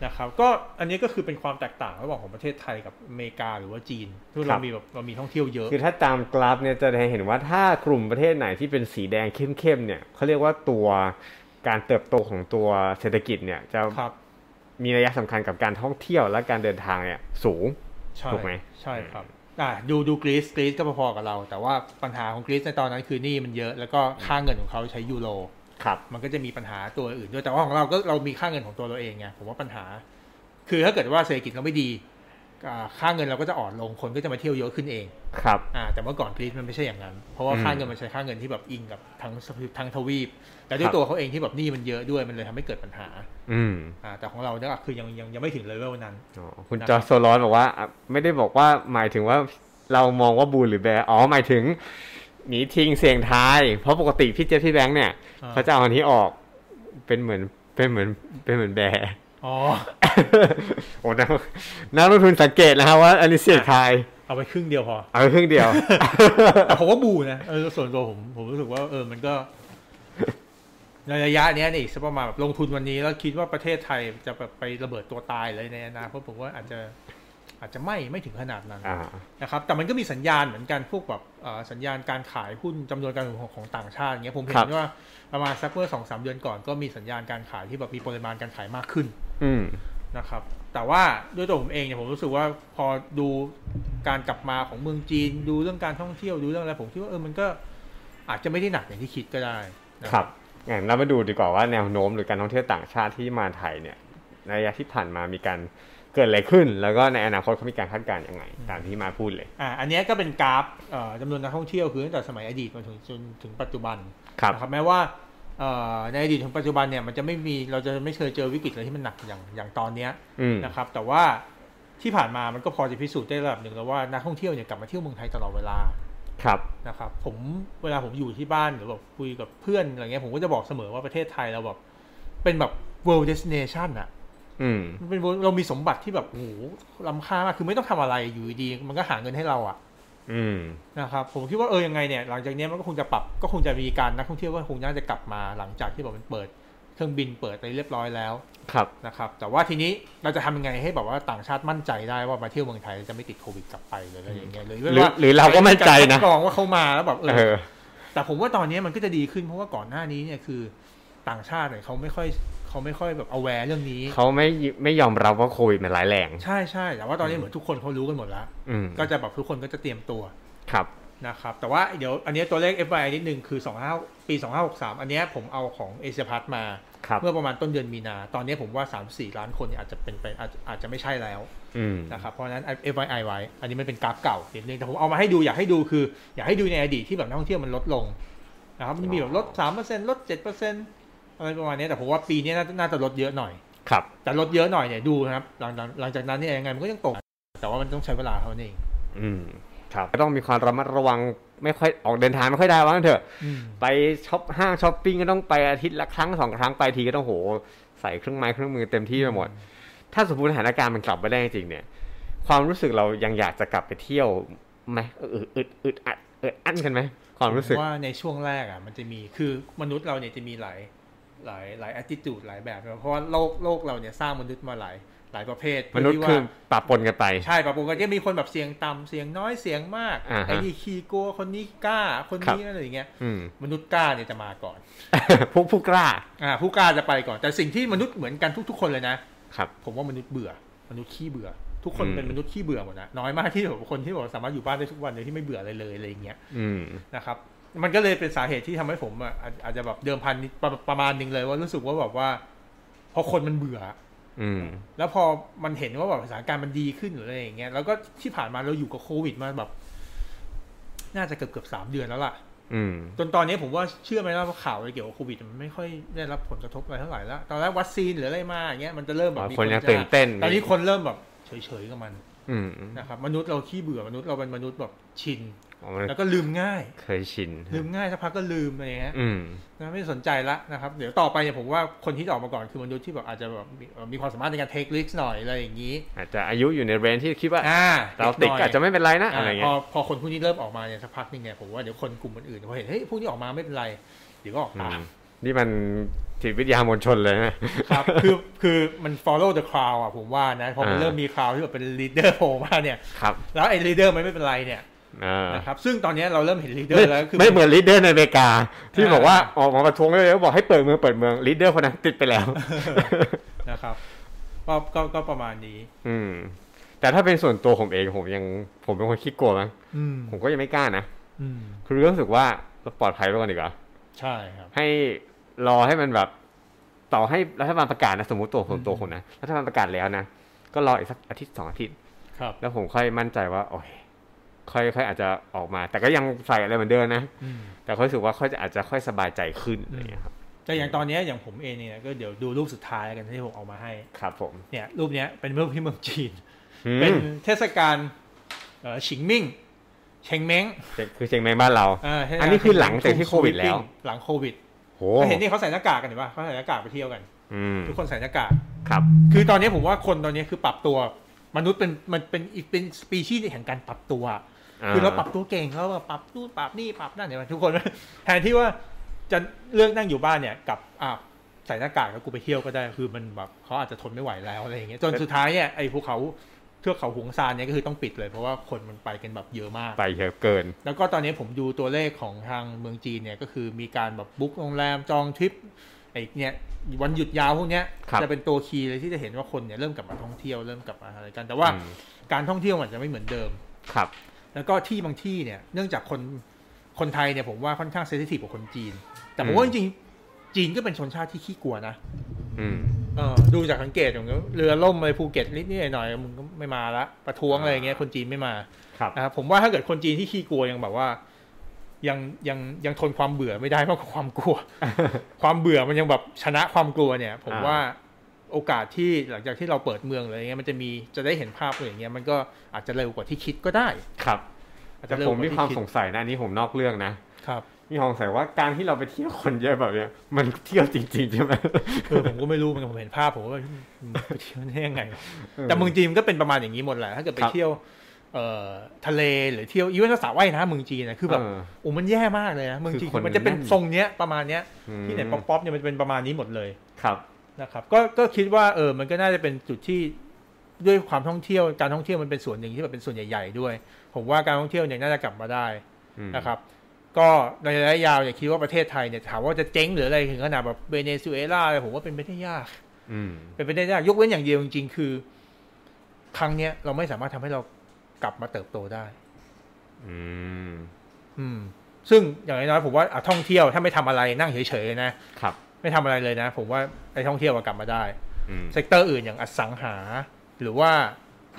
B: นะครับ ก็อันนี้ก็คือเป็นความแตกต่างระหว่างของประเทศไทยกับอเมริกาหรือว่าจีนที่
A: ครั
B: เรา
A: บ
B: มีแบบเรามีท่องเที่ยวเยอะ
A: คือถ้าตามกราฟเนี่ยจะได้เห็นว่าถ้ากลุ่มประเทศไหนที่เป็นสีแดงเข้มๆเนี่ยเขาเรียกว่าตัวการเติบโตของตัวเศรษฐกิจเนี่ยจะ
B: ครับ
A: มีระยะสำคัญกับการท่องเที่ยวและการเดินทางเนี่ยสูง
B: ใช่
A: ถูกไหม
B: ใช่ครับ อ่าดูดูกรีซกรีซก็พอๆกับเรา แต่ว่าปัญหาของกรีซในตอนนั้นคือหนี้มันเยอะ แล้วก็ค่าเงินของเขาใช้ยูโร
A: ครับ
B: มันก็จะมีปัญหาตัวอื่นด้วยแต่ว่าของเราก็เรามีค่าเงินของตัวเราเองไงผมว่าปัญหา คือถ้าเกิดว่าเศรษฐกิจเราไม่ดีอ่าค่าเงินเราก็จะอ่อนลงคนก็จะมาเที่ยวเยอะขึ้นเอง
A: ครับ
B: อ่าแต่เมื่อก่อนกรีซมันไม่ใช่อย่างนั้น เพราะว่า
A: อืม
B: ค่าเงินมันใช้ค่าเงินที่แบบอิงกับทั้งทั้งทวีป แต่
A: ครั
B: ด้วย
A: บ
B: ตัวเขาเองที่แบบหนี้มันเยอะด้วยมันเลยทำให้เกิดปัญหา
A: อืม
B: อ่าแต่ของเราเนี่ยคือยังยังยังไม่ถึงเลเวลนั้น
A: อ๋อคุณ
B: นะครับ
A: จอร์จโซลอนบอกว่าอ่ะไม่ได้บอกว่าหมายถึงว่าเรามองว่าบูลหรือแบร์อ๋อหมายถึงหนีทิ้งเสียงทาย เพราะปกติพี่เจฟพี่แบงค์เนี่ย
B: อ่า
A: เขาจะเอาอันนี้ออกเป็นเหมือนเป็นเหมือนเป็นเหมือนแบร์
B: อ๋อ
A: โอ้นักนักลงทุนสังเกตนะครับว่าอันนี้เสียงทาย
B: เอาไปครึ่งเดียวพอ
A: เอาครึ่ง เดียว
B: แต่ผมว่าบูนะเออส่วนตัวผมผมรู้สึกว่าเออมันก็ ในระยะเนี้ยนี่สักประมาณแบบลงทุนวันนี้แล้วคิดว่าประเทศไทยจะแบบไประเบิดตัวตายเลยในอนาคตผมว่าอาจจะอาจจะไม่ไม่ถึงขนาดนั้น
A: อ่า
B: นะครับแต่มันก็มีสัญญาณเหมือนกันพวกแบบเอ่อสัญญาณการขายหุ้นจำนวนการลงทุนของของต่างชาติอย่างเงี้ยผมเห็
A: ครั
B: น
A: บ
B: ว่าประมาณสักเมื่อสองสามเดือนก่อนก็มีสัญญาณการขายที่แบบมีปริมาณการขายมากขึ้น
A: อืม
B: นะครับแต่ว่าด้วยตัวผมเองเนี่ยผมรู้สึกว่าพอดูการกลับมาของเมืองจีน ดูเรื่องการท่องเที่ยวดูเรื่องอะไรผมคิดว่าเออมันก็อาจจะไม่ได้หนักอย่างที่คิดก็ได้นะครับ
A: งั้นเรามาดูดีกว่าว่าแนวโน้มหรือการท่องเที่ยวต่างชาติที่มาไทยเนี่ยในระยะที่ผ่านมามีการเกิดอะไรขึ้น แล้วก็ในอนาคตเขามีการคาดการณ์ยังไง ตามที่มาพูดเลย
B: อ่าอันเนี้ยก็เป็นกราฟเอ่อจำนวนนักท่องเที่ยวคือตั้งแต่สมัยอดีตมาถึงจนถึงปัจจุบัน
A: ครับ
B: นะครับแม้ว่าเอ่อในอดีตถึงปัจจุบันเนี่ยมันจะไม่มีเราจะไม่เคยเจอวิกฤตอะไรที่มันหนักอย่างอย่างตอนเนี้ย
A: อืม
B: นะครับแต่ว่าที่ผ่านมามันก็พอจะพิสูจน์ได้ระดับหนึ่งแล้วว่านักท่องเที่ยวเนี่ยกลับมาเที่ยวเมืองไทยตลอดเวลา
A: ครับ
B: นะครับผมเวลาผมอยู่ที่บ้านหรือแบบคุยกับเพื่อนอะไรเงี้ยผมก็จะบอกเสมอว่าประเทศไทยเราแบบเป็นแบบ world destination อะ
A: อืม
B: มันเป็น world- เรามีสมบัติที่แบบโอ้โหล้ำค่ามากคือไม่ต้องทำอะไรอยู่ดีๆมันก็หาเงินให้เราอะ
A: อืม
B: นะครับผมคิดว่าเออยังไงเนี่ยหลังจากเนี้ยมันก็คงจะปรับก็คงจะมีการนักท่องเที่ยวก็คงน่าจะกลับมาหลังจากที่แบบมันเปิดเครื่องบินเปิดอะไรเรียบร้อยแล้ว
A: ครับ
B: นะครับแต่ว่าทีนี้เราจะทำยังไงให้แบบว่าต่างชาติมั่นใจได้ว่ามาเที่ยวเมืองไทยจะไม่ติดโควิดกลับไปหรืออะไรอย่างเงี้ยหรือ
A: หรือ
B: ว่า
A: หรือเราก็มั่นใจนะ
B: กรองว่าเขามาแล้วแบบเอ
A: เอ
B: อ
A: อ
B: แต่ผมว่าตอนนี้มันก็จะดีขึ้นเพราะว่าก่อนหน้านี้เนี่ยคือต่างชาติเนี่ยเขาไม่ค่อยเขาไม่ค่อยแบบ aware เรื่องนี้
A: เขาไม่ไม่ยอมรับว่าโควิดมันร้ายแรง
B: ใช่ใช่แต่ว่าตอนนี้เหมือนทุกคนเขารู้กันหมดแล้ว
A: อืม
B: ก็จะแบบทุกคนก็จะเตรียมตัว
A: ครับ
B: นะครับแต่ว่าเดี๋ยวอันนี้ตัวเลข FYI นิดนึงคือ25ปี 2563 อันเนี้ยผมเอาของเอเชียพัฒมา
A: ครับ
B: เมื่อประมาณต้นเดือนมีนา ตอนนี้ผมว่า 34 ล้านคนเนี่ยอาจจะเป็นไปอาจอาจจะไม่ใช่แล้ว
A: อืม
B: นะครับเพราะฉะนั้น FYI ไว้ อันนี้มันเป็นกราฟเก่านิดนึงแต่ผมเอามาให้ดูอยากให้ดูคือ อยากให้ดูในอดีตที่แบบนักท่องเที่ยวมันลดลงนะครับมันมีแบบลด 3%ลด 7%อะไรประมาณเนี้ยแต่ผมว่าปีเนี้ยน่าน่าจะลดเยอะหน่อย
A: ครับ
B: แต่ลดเยอะหน่อยเนี่ยดูนะครับหลังหลังหลังจากนั้นเนี่ยยังไงมันก็ยังตก แต่ว่ามันต้องใช้เวลาเท่านั้นเอง
A: อืมครับก็ต้องมีความระมัดระวังไม่ค่อยออกเดินทางไม่ค่อยได้ว่างั้นเถอะ
B: อืม
A: ไปช็อปห้างช้อปปิ้งก็ต้องไปอาทิตย์ละครั้งสองครั้งไปทีก็ต้องโห ใส่เครื่องไม้เครื่องมือเต็มที่ไปหมด ถ้าสมมติสถานการณ์มันกลับมาได้จริงๆเนี่ย ความรู้สึกเรายังอยากจะกลับไปเที่ยวไหมเอออึดอึดอึดอัดเอออั้นกันไหมความรู้สึก
B: ว่าในช่วงแรกอ่ะมันจะมีคือมนุษย์เราเนี่ยจะมีหลายหลายหลาย attitude หลายแบบนะเพราะว่าโลกโลกเราเนี่ยสร้างมนุษย์มาหลายหลายประเภท
A: มนุษย์คื
B: เพื่
A: อ
B: ที่ว่า
A: ปะปนกันไป
B: ใช่ปะปงก็จะมีคนแบบเสียงต่ำเสียงน้อยเสียงมาก
A: อ่าฮะ
B: ไอ้นี่ขี้กลัวคนนี้กล้าคนนี้อะไรอย่างเงี้ย
A: อืม
B: มนุษย์กล้าเนี่ยจะมาก่อน
A: พวกผู้กล้า
B: อ่าผู้กล้าจะไปก่อน แต่สิ่งที่มนุษย์เหมือนกันทุก ๆ คนเลยนะ
A: ครับ
B: ผมว่ามนุษย์เบื่อ มนุษย์ขี้เบื่อ ทุกคน
A: อืม
B: เป็นมนุษย์ขี้เบื่อหมดนะน้อยมากที่แบบคนที่บอกสามารถอยู่บ้านได้ทุกวันโดยที่ไม่เบื่ออะไรเลยอะไรอย่างเงี้ย
A: อืม
B: นะครับมันก็เลยเป็นสาเหตุที่ทำให้ผมอ่ะอาจอาจจะแบบเดิมพันนิดประประมาณหนึ่งเลยว่ารู้สึกว่าแบบว่าพอคนมันเบื่อ
A: อืม
B: แล้วพอมันเห็นว่าแบบสถานการณ์มันดีขึ้นหรืออะไรอย่างเงี้ยแล้วก็ที่ผ่านมาเราอยู่กับโควิดมาแบบ น่าจะเกือบเกือบสามเดือนแล้วล่ะ
A: อืม
B: จนตอนนี้ผมว่าเชื่อไหมล่ะว่าข่าวเกี่ยวกับโควิด มันไม่ค่อยได้รับผลกระทบอะไรเท่าไหร่แล้วตอนแรกวัคซีนหรืออะไรมาอย่างเงี้ยมันจะเริ่มแบบ
A: อ๋อ
B: มี
A: คนยัง
B: จะ
A: ตื่นเต้น
B: ตอนนี้คนเริ่มแบบเฉยๆกับมัน
A: อืม
B: นะครับมนุษย์เราขี้เบื่อมนุษย์เราเป็นมนุษย์แบบชิน
A: อ๋อมัน
B: แล้วก็ลืมง่าย
A: เคยชิน
B: ลืมง่ายสักพักก็ลืมอะไรอย่างเงี้ย
A: อืม
B: นะไม่สนใจละนะครับ เดี๋ยวต่อไปเนี่ยผมว่าคนที่จะออกมาก่อนคือมนุษย์ที่แบบอาจจะแบบมีเอ่อมีความสามารถในการเทคลิสหน่อยอะไรอย่างนี้
A: อาจจะอายุอยู่ในเรนจ์ที่คิดว่า
B: อ่า
A: เราติดก็อาจจะไม่เป็นไรนะ
B: อ่า
A: อะไร
B: พ
A: เงี้
B: อย พอคนพวกนี้เริ่มออกมาเนี่ยสักพักหนึงเนี่ยผมว่าเดี๋ยวคนกลุ่มอื่นๆพอเห็นเฮ้ยพวกนี้ออกมาไม่เป็นไรเดี๋ยวก็ออกตาม
A: นี่มันจิตวิทยามวลชนเลยนะ
B: ครับคือคือมัน follow the crowd อ่ะผมว่านะพอมัน
A: อ่า
B: เริ่มมี crowd ที่แบบเป็น leader โผล่มาเนี่ย
A: ครับ
B: แล้วไอ้ leader มันไม่เป็นไรเนี่ย
A: อ่า
B: นะครับซึ่งตอนเนี้ยเราเริ่มเห็น leader
A: ไม่
B: แล้วคือ
A: ไม่เหมือนลีดเดอร์ในอเมริกา ที่
B: อ่า
A: บอกว่าออกมาประท้วงเลยแล้วบอกให้เปิดเมืองเปิดเมืองลีดเดอร์คนนั้นติดไปแล้ว
B: นะครับก็ก็ก็ประมาณนี้
A: อืม แต่ถ้าเป็นส่วนตัวผมเองผมยังผมเป็นคนขี้กลัวมั้ง
B: อืม
A: ผมก็ยังไม่กล้านะ
B: อืม
A: คือรู้สึกว่าเราปลอดภัยไว้ก่อนดีกว่า
B: ใช่ครับ
A: ให้รอให้มันแบบ ต่อให้รัฐบาลประกาศนะสมมติตัวผมตัวคนนะรัฐบาลประกาศแล้วนะ ก็รออีกสักอาทิตย์สองอาทิตย์
B: ครับ
A: แล้วผมค่อยมั่นใจว่า โอ้ยค่อยค่อยอาจจะออกมา แต่ก็ยังใส่อะไรเหมือนเดิมนะ
B: อืม
A: แต่ค่อยรู้สึกว่าค่อยจะอาจจะค่อยสบายใจขึ้นอะไรอย่างเงี้ยครับ
B: แต่อย่างตอนเนี้ยอย่างผมเองเนี่ยก็เดี๋ยวดูรูปสุดท้ายแล้วกันที่ผมเอามาให้
A: ครับผม
B: เนี่ยรูปเนี้ยเป็นรูปที่เมืองจีน
A: อืม
B: เป็นเทศกาลเอ่อฉิงมิ่งเชงเม้ง
A: คือเชียงใหม่บ้านเรา
B: าเทศกาล
A: อันนี้คือหลังจากที่โควิดแล้ว
B: หลังโควิด
A: โห
B: ก็เห็นนี่เขาใส่หน้ากากกันเห็นปะเขาใส่หน้ากากไปเที่ยวกัน
A: อืม
B: ทุกคนใส่หน้ากาก
A: ครับ
B: คือตอนเนี้ยผมว่าคนตอนเนี้ยคือปรับตัว มนุษย์เป็นมันเป็นอีกเป็นสปีชีส์แห่งการปรับตัว คือเราปรับตัวเก่งเราแบบปรับนู่นปรับนี่ปรับนั่นเนี่ยทุกคน แทนที่ว่าจะเลือกนั่งอยู่บ้านเนี่ยกับอ่ะใส่หน้ากากแล้วกูไปเที่ยวก็ได้คือมันแบบเขาอาจจะทนไม่ไหวแล้วอะไรอย่างเงี้ยจนสุดท้ายเนี่ยไอ้ภูเขาเทือกเขาหงซานเนี่ยก็คือต้องปิดเลยเพราะว่าคนมันไปกันแบบเยอะมาก
A: ไปเยอะเกิน
B: แล้วก็ตอนนี้ผมดูตัวเลขของทางเมืองจีนเนี่ยก็คือมีการแบบบุ๊กโรงแรมจองทริปไอ้เนี่ยวันหยุดยาวพวกเนี้ย
A: ครับ
B: จะเป็นตัวคีย์เลยที่จะเห็นว่าคนเนี่ยเริ่มกลับมาท่องเที่ยวเริ่มกลับมาอะไรกัน แต่ว่า
A: อืม
B: การท่องเที่ยวมันจะไม่เหมือนเดิม
A: ครับ
B: แล้วก็ที่บางที่เนี่ย เนื่องจากคนคนไทยเนี่ยผมว่าค่อนข้างเซนซิทีฟกว่าคนจีน แต่ผม
A: อืม
B: ว่าจริงๆจีนก็เป็นชนชาติที่ขี้กลัวนะ
A: อืม
B: เออดูจากสังเกตอย่างเงี้ยเรือล่มเลยภูเก็ตนิดนิดหน่อยๆมึงก็ไม่มาละประท้วงอะไรอย่างเงี้ยคนจีนไม่มา
A: ครับ
B: นะครับผมว่าถ้าเกิดคนจีนที่ขี้กลัวยังแบบว่า ยังยังยังทนความเบื่อไม่ได้มากกว่าความ กลัว ความเบื่อมันยังแบบชนะความกลัวเนี่ย ผม
A: อ่า
B: ว่าโอกาสที่หลังจากที่เราเปิดเมืองเลยอย่างเงี้ยมันจะมีจะได้เห็นภาพอะไรอย่างเงี้ยมันก็อาจจะเร็วกว่าที่คิดก็ได้
A: ครับ
B: อาจ
A: แต่
B: จะเร็ว
A: ผม
B: กว่า
A: มี
B: ที่
A: ความ
B: คิด
A: สงสัยนะอันนี้ผมนอกเรื่องนะครับ มีความสงสัยว่าการที่เราไปเที่ยวคนเยอะแบบเนี้ยมันเที่ยวจริงๆใช่ไหม
B: เออผมก็ไม่รู้เหมือนกันผมเห็นภาพผมก็แบบมึงไปเที่ยวได้ยังไงวะแต่เมืองจีนมันก็เป็นประมาณอย่างนี้หมดแหละถ้าเกิดไป
A: ครับ
B: เที่ยวเอ่อทะเลหรือเที่ยวอีเวนต์สระว่ายน้ำเมืองจีนนะคือแบบ
A: เออ
B: โอ้มันแย่มากเลยนะเมืองจี
A: คื
B: น
A: อคน
B: มันจะเป็น
A: แน่น
B: ทรงเนี้ยประมาณเนี้ย
A: อืม
B: ที่ไหนป๊อปป๊อปเนี่ยมันจะเป็นประมาณนี้หมดเลย
A: ครับ
B: นะครับก็ก็คิดว่าเออมันก็น่าจะเป็นจุดที่ด้วยความท่องเที่ยวการท่องเที่ยวมันเป็นส่วนหนึ่งที่แบบเป็นส่วนใหญ่ๆด้วย ผมว่าการท่องเที่ยวเนี่ยน่าจะกลับมาได้
A: อืม
B: นะครับ ก็ในระยะยาวอย่าคิดว่าประเทศไทยเนี่ยถามว่าจะเจ๊งหรืออะไรถึงขนาดแบบเวเนซุเอลาอะไรผมว่าเป็นไปได้ยาก
A: อืม
B: เป็นไปได้ยากยกเว้นอย่างเดียวจริงๆ คือ ครั้งเนี้ยเราไม่สามารถทำให้เรากลับมาเติบโตได้
A: อืม
B: อืม ซึ่งอย่างน้อยๆผมว่าอ่ะท่องเที่ยวถ้าไม่ทำอะไรนั่งเฉยๆนะครับ ไม่ทำอะไรเลยนะ ผมว่าไอ้ท่องเที่ยวอะกลับมาได้
A: อืม
B: เซกเตอร์อื่นอย่างอสังหา หรือว่า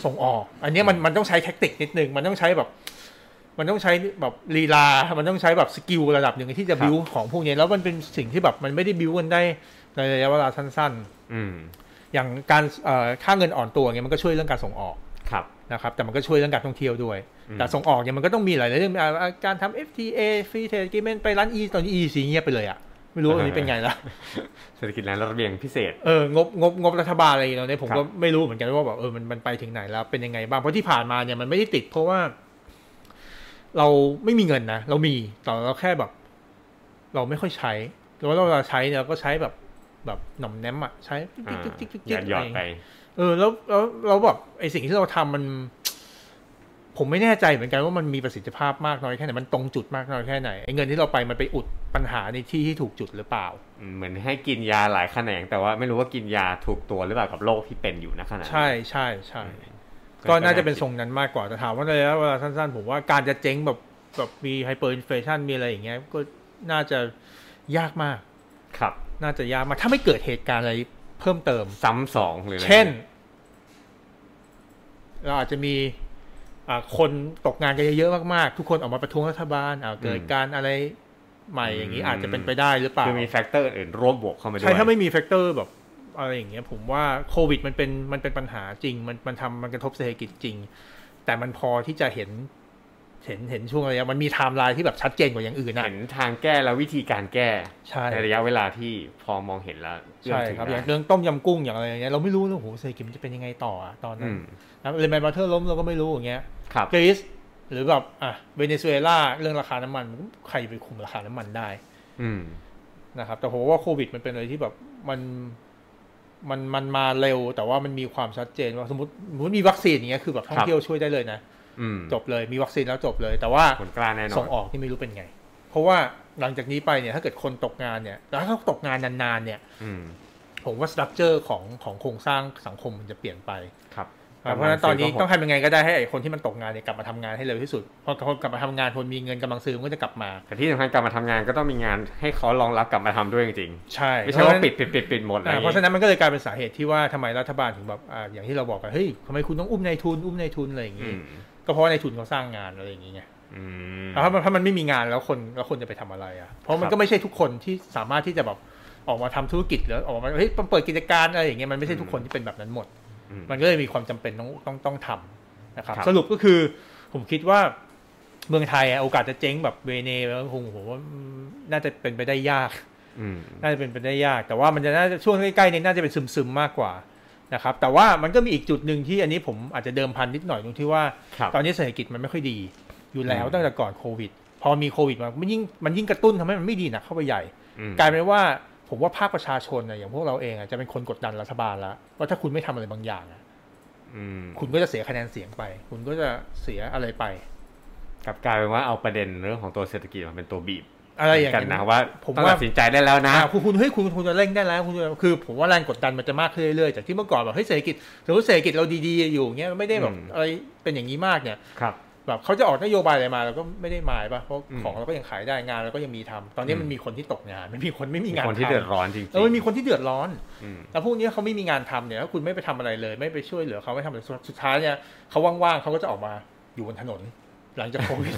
B: ส่งออก อันเนี้ยมันมันต้องใช้แท็กติกนิดนึง มันต้องใช้แบบ มันต้องใช้แบบลีลา มันต้องใช้แบบสกิลระดับหนึ่งที่จะ
A: ครับ
B: บิวของพวกเนี้ยแล้วมันเป็นสิ่งที่แบบมันไม่ได้บิวกันได้ในระยะเวลาสั้น
A: อืม
B: ๆ อย่างการเอ่อค่าเงินอ่อนตัวเงี้ยมันก็ช่วยเรื่องการส่งออก
A: ครับ
B: นะครับแต่มันก็ช่วยเรื่องการท่องเที่ยวด้วย
A: อืม
B: แต่ส่งออกเนี่ยมันก็ต้องมีหลายเรื่องอ่าอ่าการทำ FTA Free Trade Agreement ไปร้าน E ตอนนี้ E สีเงียบไปเลยอะไม่รู้ว่าตอนนี้เป็นไงละ
A: เศรษฐกิจร้านระเบียงพิเศษ
B: เอองบงบงบรัฐบาลอะไรอย่างเงี้ยผม
A: ครับ
B: ก็ไม่รู้เหมือนกันว่าแบบเออมันมันไปถึงไหนแล้วเป็นยังไงบ้างเพราะที่ผ่านมาเนี่ยมันไม่ได้ติดเพราะว่า เราไม่มีเงินนะ เรามีแต่เราแค่แบบ เราไม่ค่อยใช้แล้วาเราใช้เนี่ยเราก็ใช้แบบแบบหน่อมแนมอะใช้
A: อ่า
B: จิ๊กจิ๊กจิ๊ก
A: หย
B: จิ๊กจิ๊
A: อด
B: ก
A: หยอด
B: ะ
A: ไป
B: ไรเออแล้วแล้วเราแบบไอสิ่งที่เราทำมัน ผมไม่แน่ใจเหมือนกันว่ามันมีประสิทธิภาพมากน้อยแค่ไหนมันตรงจุดมากน้อยแค่ไหนไอเงินที่เราไปมันไปอุดปัญหาในที่ที่ถูกจุดหรือเปล่า
A: เหมือนให้กินยาหลายแขนง แต่ว่าไม่รู้ว่ากินยาถูกตัวหรือเปล่ากับโรคที่เป็นอยู่นะขณะนั้น
B: ใช่ใช่ใช่ ก็น่าจะเป็นทรงนั้นมากกว่าแต่ถามว่าระยะเวลาสั้นๆ ผมว่าการจะเจ๊งแบบแบบมีไฮเปอร์อินฟลชันมีอะไรอย่างเงี้ยก็น่าจะยากมาก
A: ครับ
B: น่าจะยากมาก ถ้าไม่เกิดเหตุการณ์อะไรเพิ่มเติม
A: ซ้ำสองหรืออะไร
B: เช่น เราอาจจะมีอ่าคนตกงานกันเยอะๆมากๆ ทุกคนออกมาประท้วงรัฐบาลอ่าเกิดการอะไรใหม่อย่างนี้อาจจะเป็นไปได้หรือเปล่า
A: คือมีแฟกเตอร์อื่นร่วมบวกเข้ามาด้วย
B: ใช่ถ้าไม่มีแฟกเตอร์แบบอะไรอย่างเงี้ย ผมว่าโควิดมันเป็นมันเป็นปัญหาจริง มันมันทำมันกระทบเศรษฐกิจจริง แต่มันพอที่จะเห็น เห็นเห็นช่วงระยะมันมีไทม์ไลน์ที่แบบชัดเจนกว่าอย่างอื่นนะ
A: เห็นทางแก้และวิธีการแก้
B: ใช่
A: ในระยะเวลาที่พอมองเห็นแล้วเอื้อม
B: ใช่
A: ถึง
B: ครับ
A: ได้
B: อย่างเรื่องต้มยำกุ้งอย่างอะไรอย่างเงี้ยเราไม่รู้นะโอ้โหเศรษฐกิจมันจะเป็นยังไงต่ออะตอนนั้
A: อื
B: น
A: ม
B: นะเลแมนบัตเทอร์ล้มเราก็ไม่รู้อย่างเงี้ย
A: ครับ
B: กรีซหรือแบบอ่ะเวเนซุเอลาเรื่องราคาน้ำมันใครไปคุมราคาน้ำมันได้
A: อืม
B: นะครับแต่ผมว่าโควิดมันเป็นอะไรที่แบบมันมันมันมาเร็ว แต่ว่ามันมีความชัดเจนว่าสมมติสมมติมีวัคซีนอย่างเงี้ยคือแบบท่อ
A: ครั
B: ง
A: บ
B: เที่ยวช่วยได้เลยนะ
A: อืม
B: จบเลยมีวัคซีนแล้วจบเลย แต่ว่า
A: ผลกล้าแน่นอน
B: ส่งออกนี่ไม่รู้เป็นไง เพราะว่าหลังจากนี้ไปเนี่ยถ้าเกิดคนตกงานเนี่ยแล้วถ้าตกงานนานๆเนี่ย
A: อืม
B: ผมว่าสตรัคเจอร์ของของโครงสร้างสังคมมันจะเปลี่ยนไป
A: ครับ
B: เพราะฉะนั้นตอนนี้ต้องทำยังไงก็ได้ให้ไอ้คนที่มันตกงานเนี่ยกลับมาทำงานให้เร็วที่สุดพอคนกลับมาทำงานคนมีเงินกำลังซื้อมันก็จะกลับมา
A: แต่ที่สำคัญกลับมาทำงานก็ต้องมีงานให้เขารองรับกลับมาทำด้วยจริง
B: ใช่
A: ๆไม่ใช่ว่า
B: เพระฉะนั้น
A: ปิดปิดปิดปิดหมดอะไรอ
B: อ่า
A: ย่าง
B: เพราะฉะนั้นมันก็เลยกลายเป็นสาเหตุที่ว่าทำไมรัฐบาลถึงแบบอ่าอย่างที่เราบอกกันเฮ้ยทำไมคุณต้องอุ้มนายทุนอุ้มนายทุนอะไรอย่าง
A: อื
B: งี้
A: ม
B: ก็เพราะว่านายทุนเขาสร้างงานอะไรอย่างงี้ไง
A: อืม
B: แล้วถ้ามันถ้ามันไม่มีงานแล้วคนแล้วคนจะไปทำอะไรอ่ะเพราะมั
A: ค
B: น
A: รับ
B: ก็ไม่ใช่ทุกคนที่สามารถที่จะแบบออกมาทำธุรกิจหรือออกมาเฮ้ยเปิดกิจการอะไรอย่างเงี้ยมันไม่ใช่ทุกคนที่เป็นแบบนั้นหมด
A: อืม
B: มันก็เลยมีความจำเป็นต้องต้องต้องทำนะครับ
A: ครับ
B: สรุปก็คือผมคิดว่าเมืองไทยอะโอกาสจะเจ๊งแบบเวเนแล้วคงผมว่าอืมน่าจะเป็นไปได้ยาก
A: อืม
B: น่าจะเป็นไปได้ยาก แต่ว่ามันจะน่าจะช่วงใกล้ๆเนี้น่าจะเป็นซึมๆมากกว่านะครับแต่ว่ามันก็มีอีกจุดหนึ่งที่อันนี้ผมอาจจะเดิมพันนิดหน่อยตรงที่ว่า
A: ครับ
B: ตอนนี้เศรษฐกิจมันไม่ค่อยดีอยู่แล้ว
A: อืม
B: ตั้งแต่ก่อนโควิด พอมีโควิดมามันยิ่งมันยิ่งกระตุ้นทำให้มันไม่ดีหนักเข้าไปใหญ่
A: อืม
B: กลายเป็นว่าผมว่าภาคประชาชนนะอย่างพวกเราเองอะจะเป็นคนกดดันรัฐบาลละว่าถ้าคุณไม่ทำอะไรบางอย่างอะ
A: อืม
B: คุณก็จะเสียคะแนนเสียงไป คุณก็จะเสียอะไรไป
A: กลับกลายเป็นว่าเอาประเด็นเรื่องของตัวเศรษฐกิจมาเป็นตัวบีบ
B: อะไรอย่าง
A: กัน
B: เงี้ย
A: นะว่า
B: ผม
A: ต้อง
B: ว่า
A: ตัดสินใจได้แล้วนะ
B: อ่าคุณคุณเฮ้ยคุณคุณจะเร่งได้แล้วคุณจะคือผมว่าแรงกดดันมันจะมากขึ้นเรื่อยๆจากที่เมื่อก่อนแบบเฮ้ยเศรษฐกิจสมมติเศรษฐกิจเราดีๆอยู่เงี้ยไม่ได้แบบ
A: อืม
B: อะไรเป็นอย่างนี้มากเนี่ย
A: ครับ
B: แบบเขาจะออกนโยบายอะไรมาเราก็ไม่ได้หมายป่ะเพราะ
A: อืม
B: ของเราก็ยังขายได้งานเราก็ยังมีทำตอนนี้มัน
A: อืม
B: มีคนที่ตกงานมันมีคนไม่มี
A: มี
B: งาน
A: คนที่เดือด
B: ทำ
A: ร้อนจริงๆ
B: แล้วมันมีคนที่เดือดร้อน
A: อืม
B: แล้วพวกนี้เขาไม่มีงานทำเนี่ยถ้าคุณไม่ไปทำอะไรเลย ไม่ไปช่วยเหลือเขาไม่ทำอะไรสุดท้ายเนี่ยเขาว่างๆเขาก็จะออกมาอยู่บนถนน หลังจากโควิด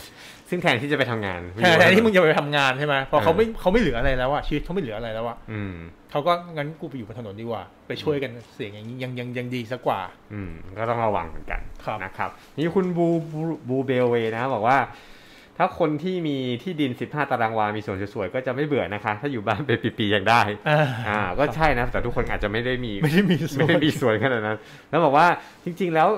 A: ซึ่งแทนที่จะไปทำงาน
B: แทนแทนที่มึง
A: ไอยู่
B: จะไปทำงานใช่ไหมพอเขาไม่เขาไม่เหลืออะไรแล้วอะชีวิตเขาไม่เหลืออะไรแล้วอะ
A: อืม
B: เขาก็งั้นกูไปอยู่บนถนนดีกว่า ไปช่วยกันเสียงอย่างนี้ยังยังยังดีสักกว่า
A: อืมก็ต้องระวังเหมือนกัน
B: ครับ
A: นะครับนี่คุณบูบูบูเบลเวย์นะบอกว่า ถ้าคนที่มีที่ดิน 15 ตารางวา มีสวนสวยๆ ก็จะไม่เบื่อนะคะ ถ้าอยู่บ้านเป็นปีๆยังได้ อ่าก็ใช่นะ แต่ทุกคนอาจจะไม่ได้มี
B: ไม่ได้มีส่ว
A: ไม่
B: น
A: ได้มีส่วนขนาดนั้น แล้วบอกว่าจริงๆแล้ว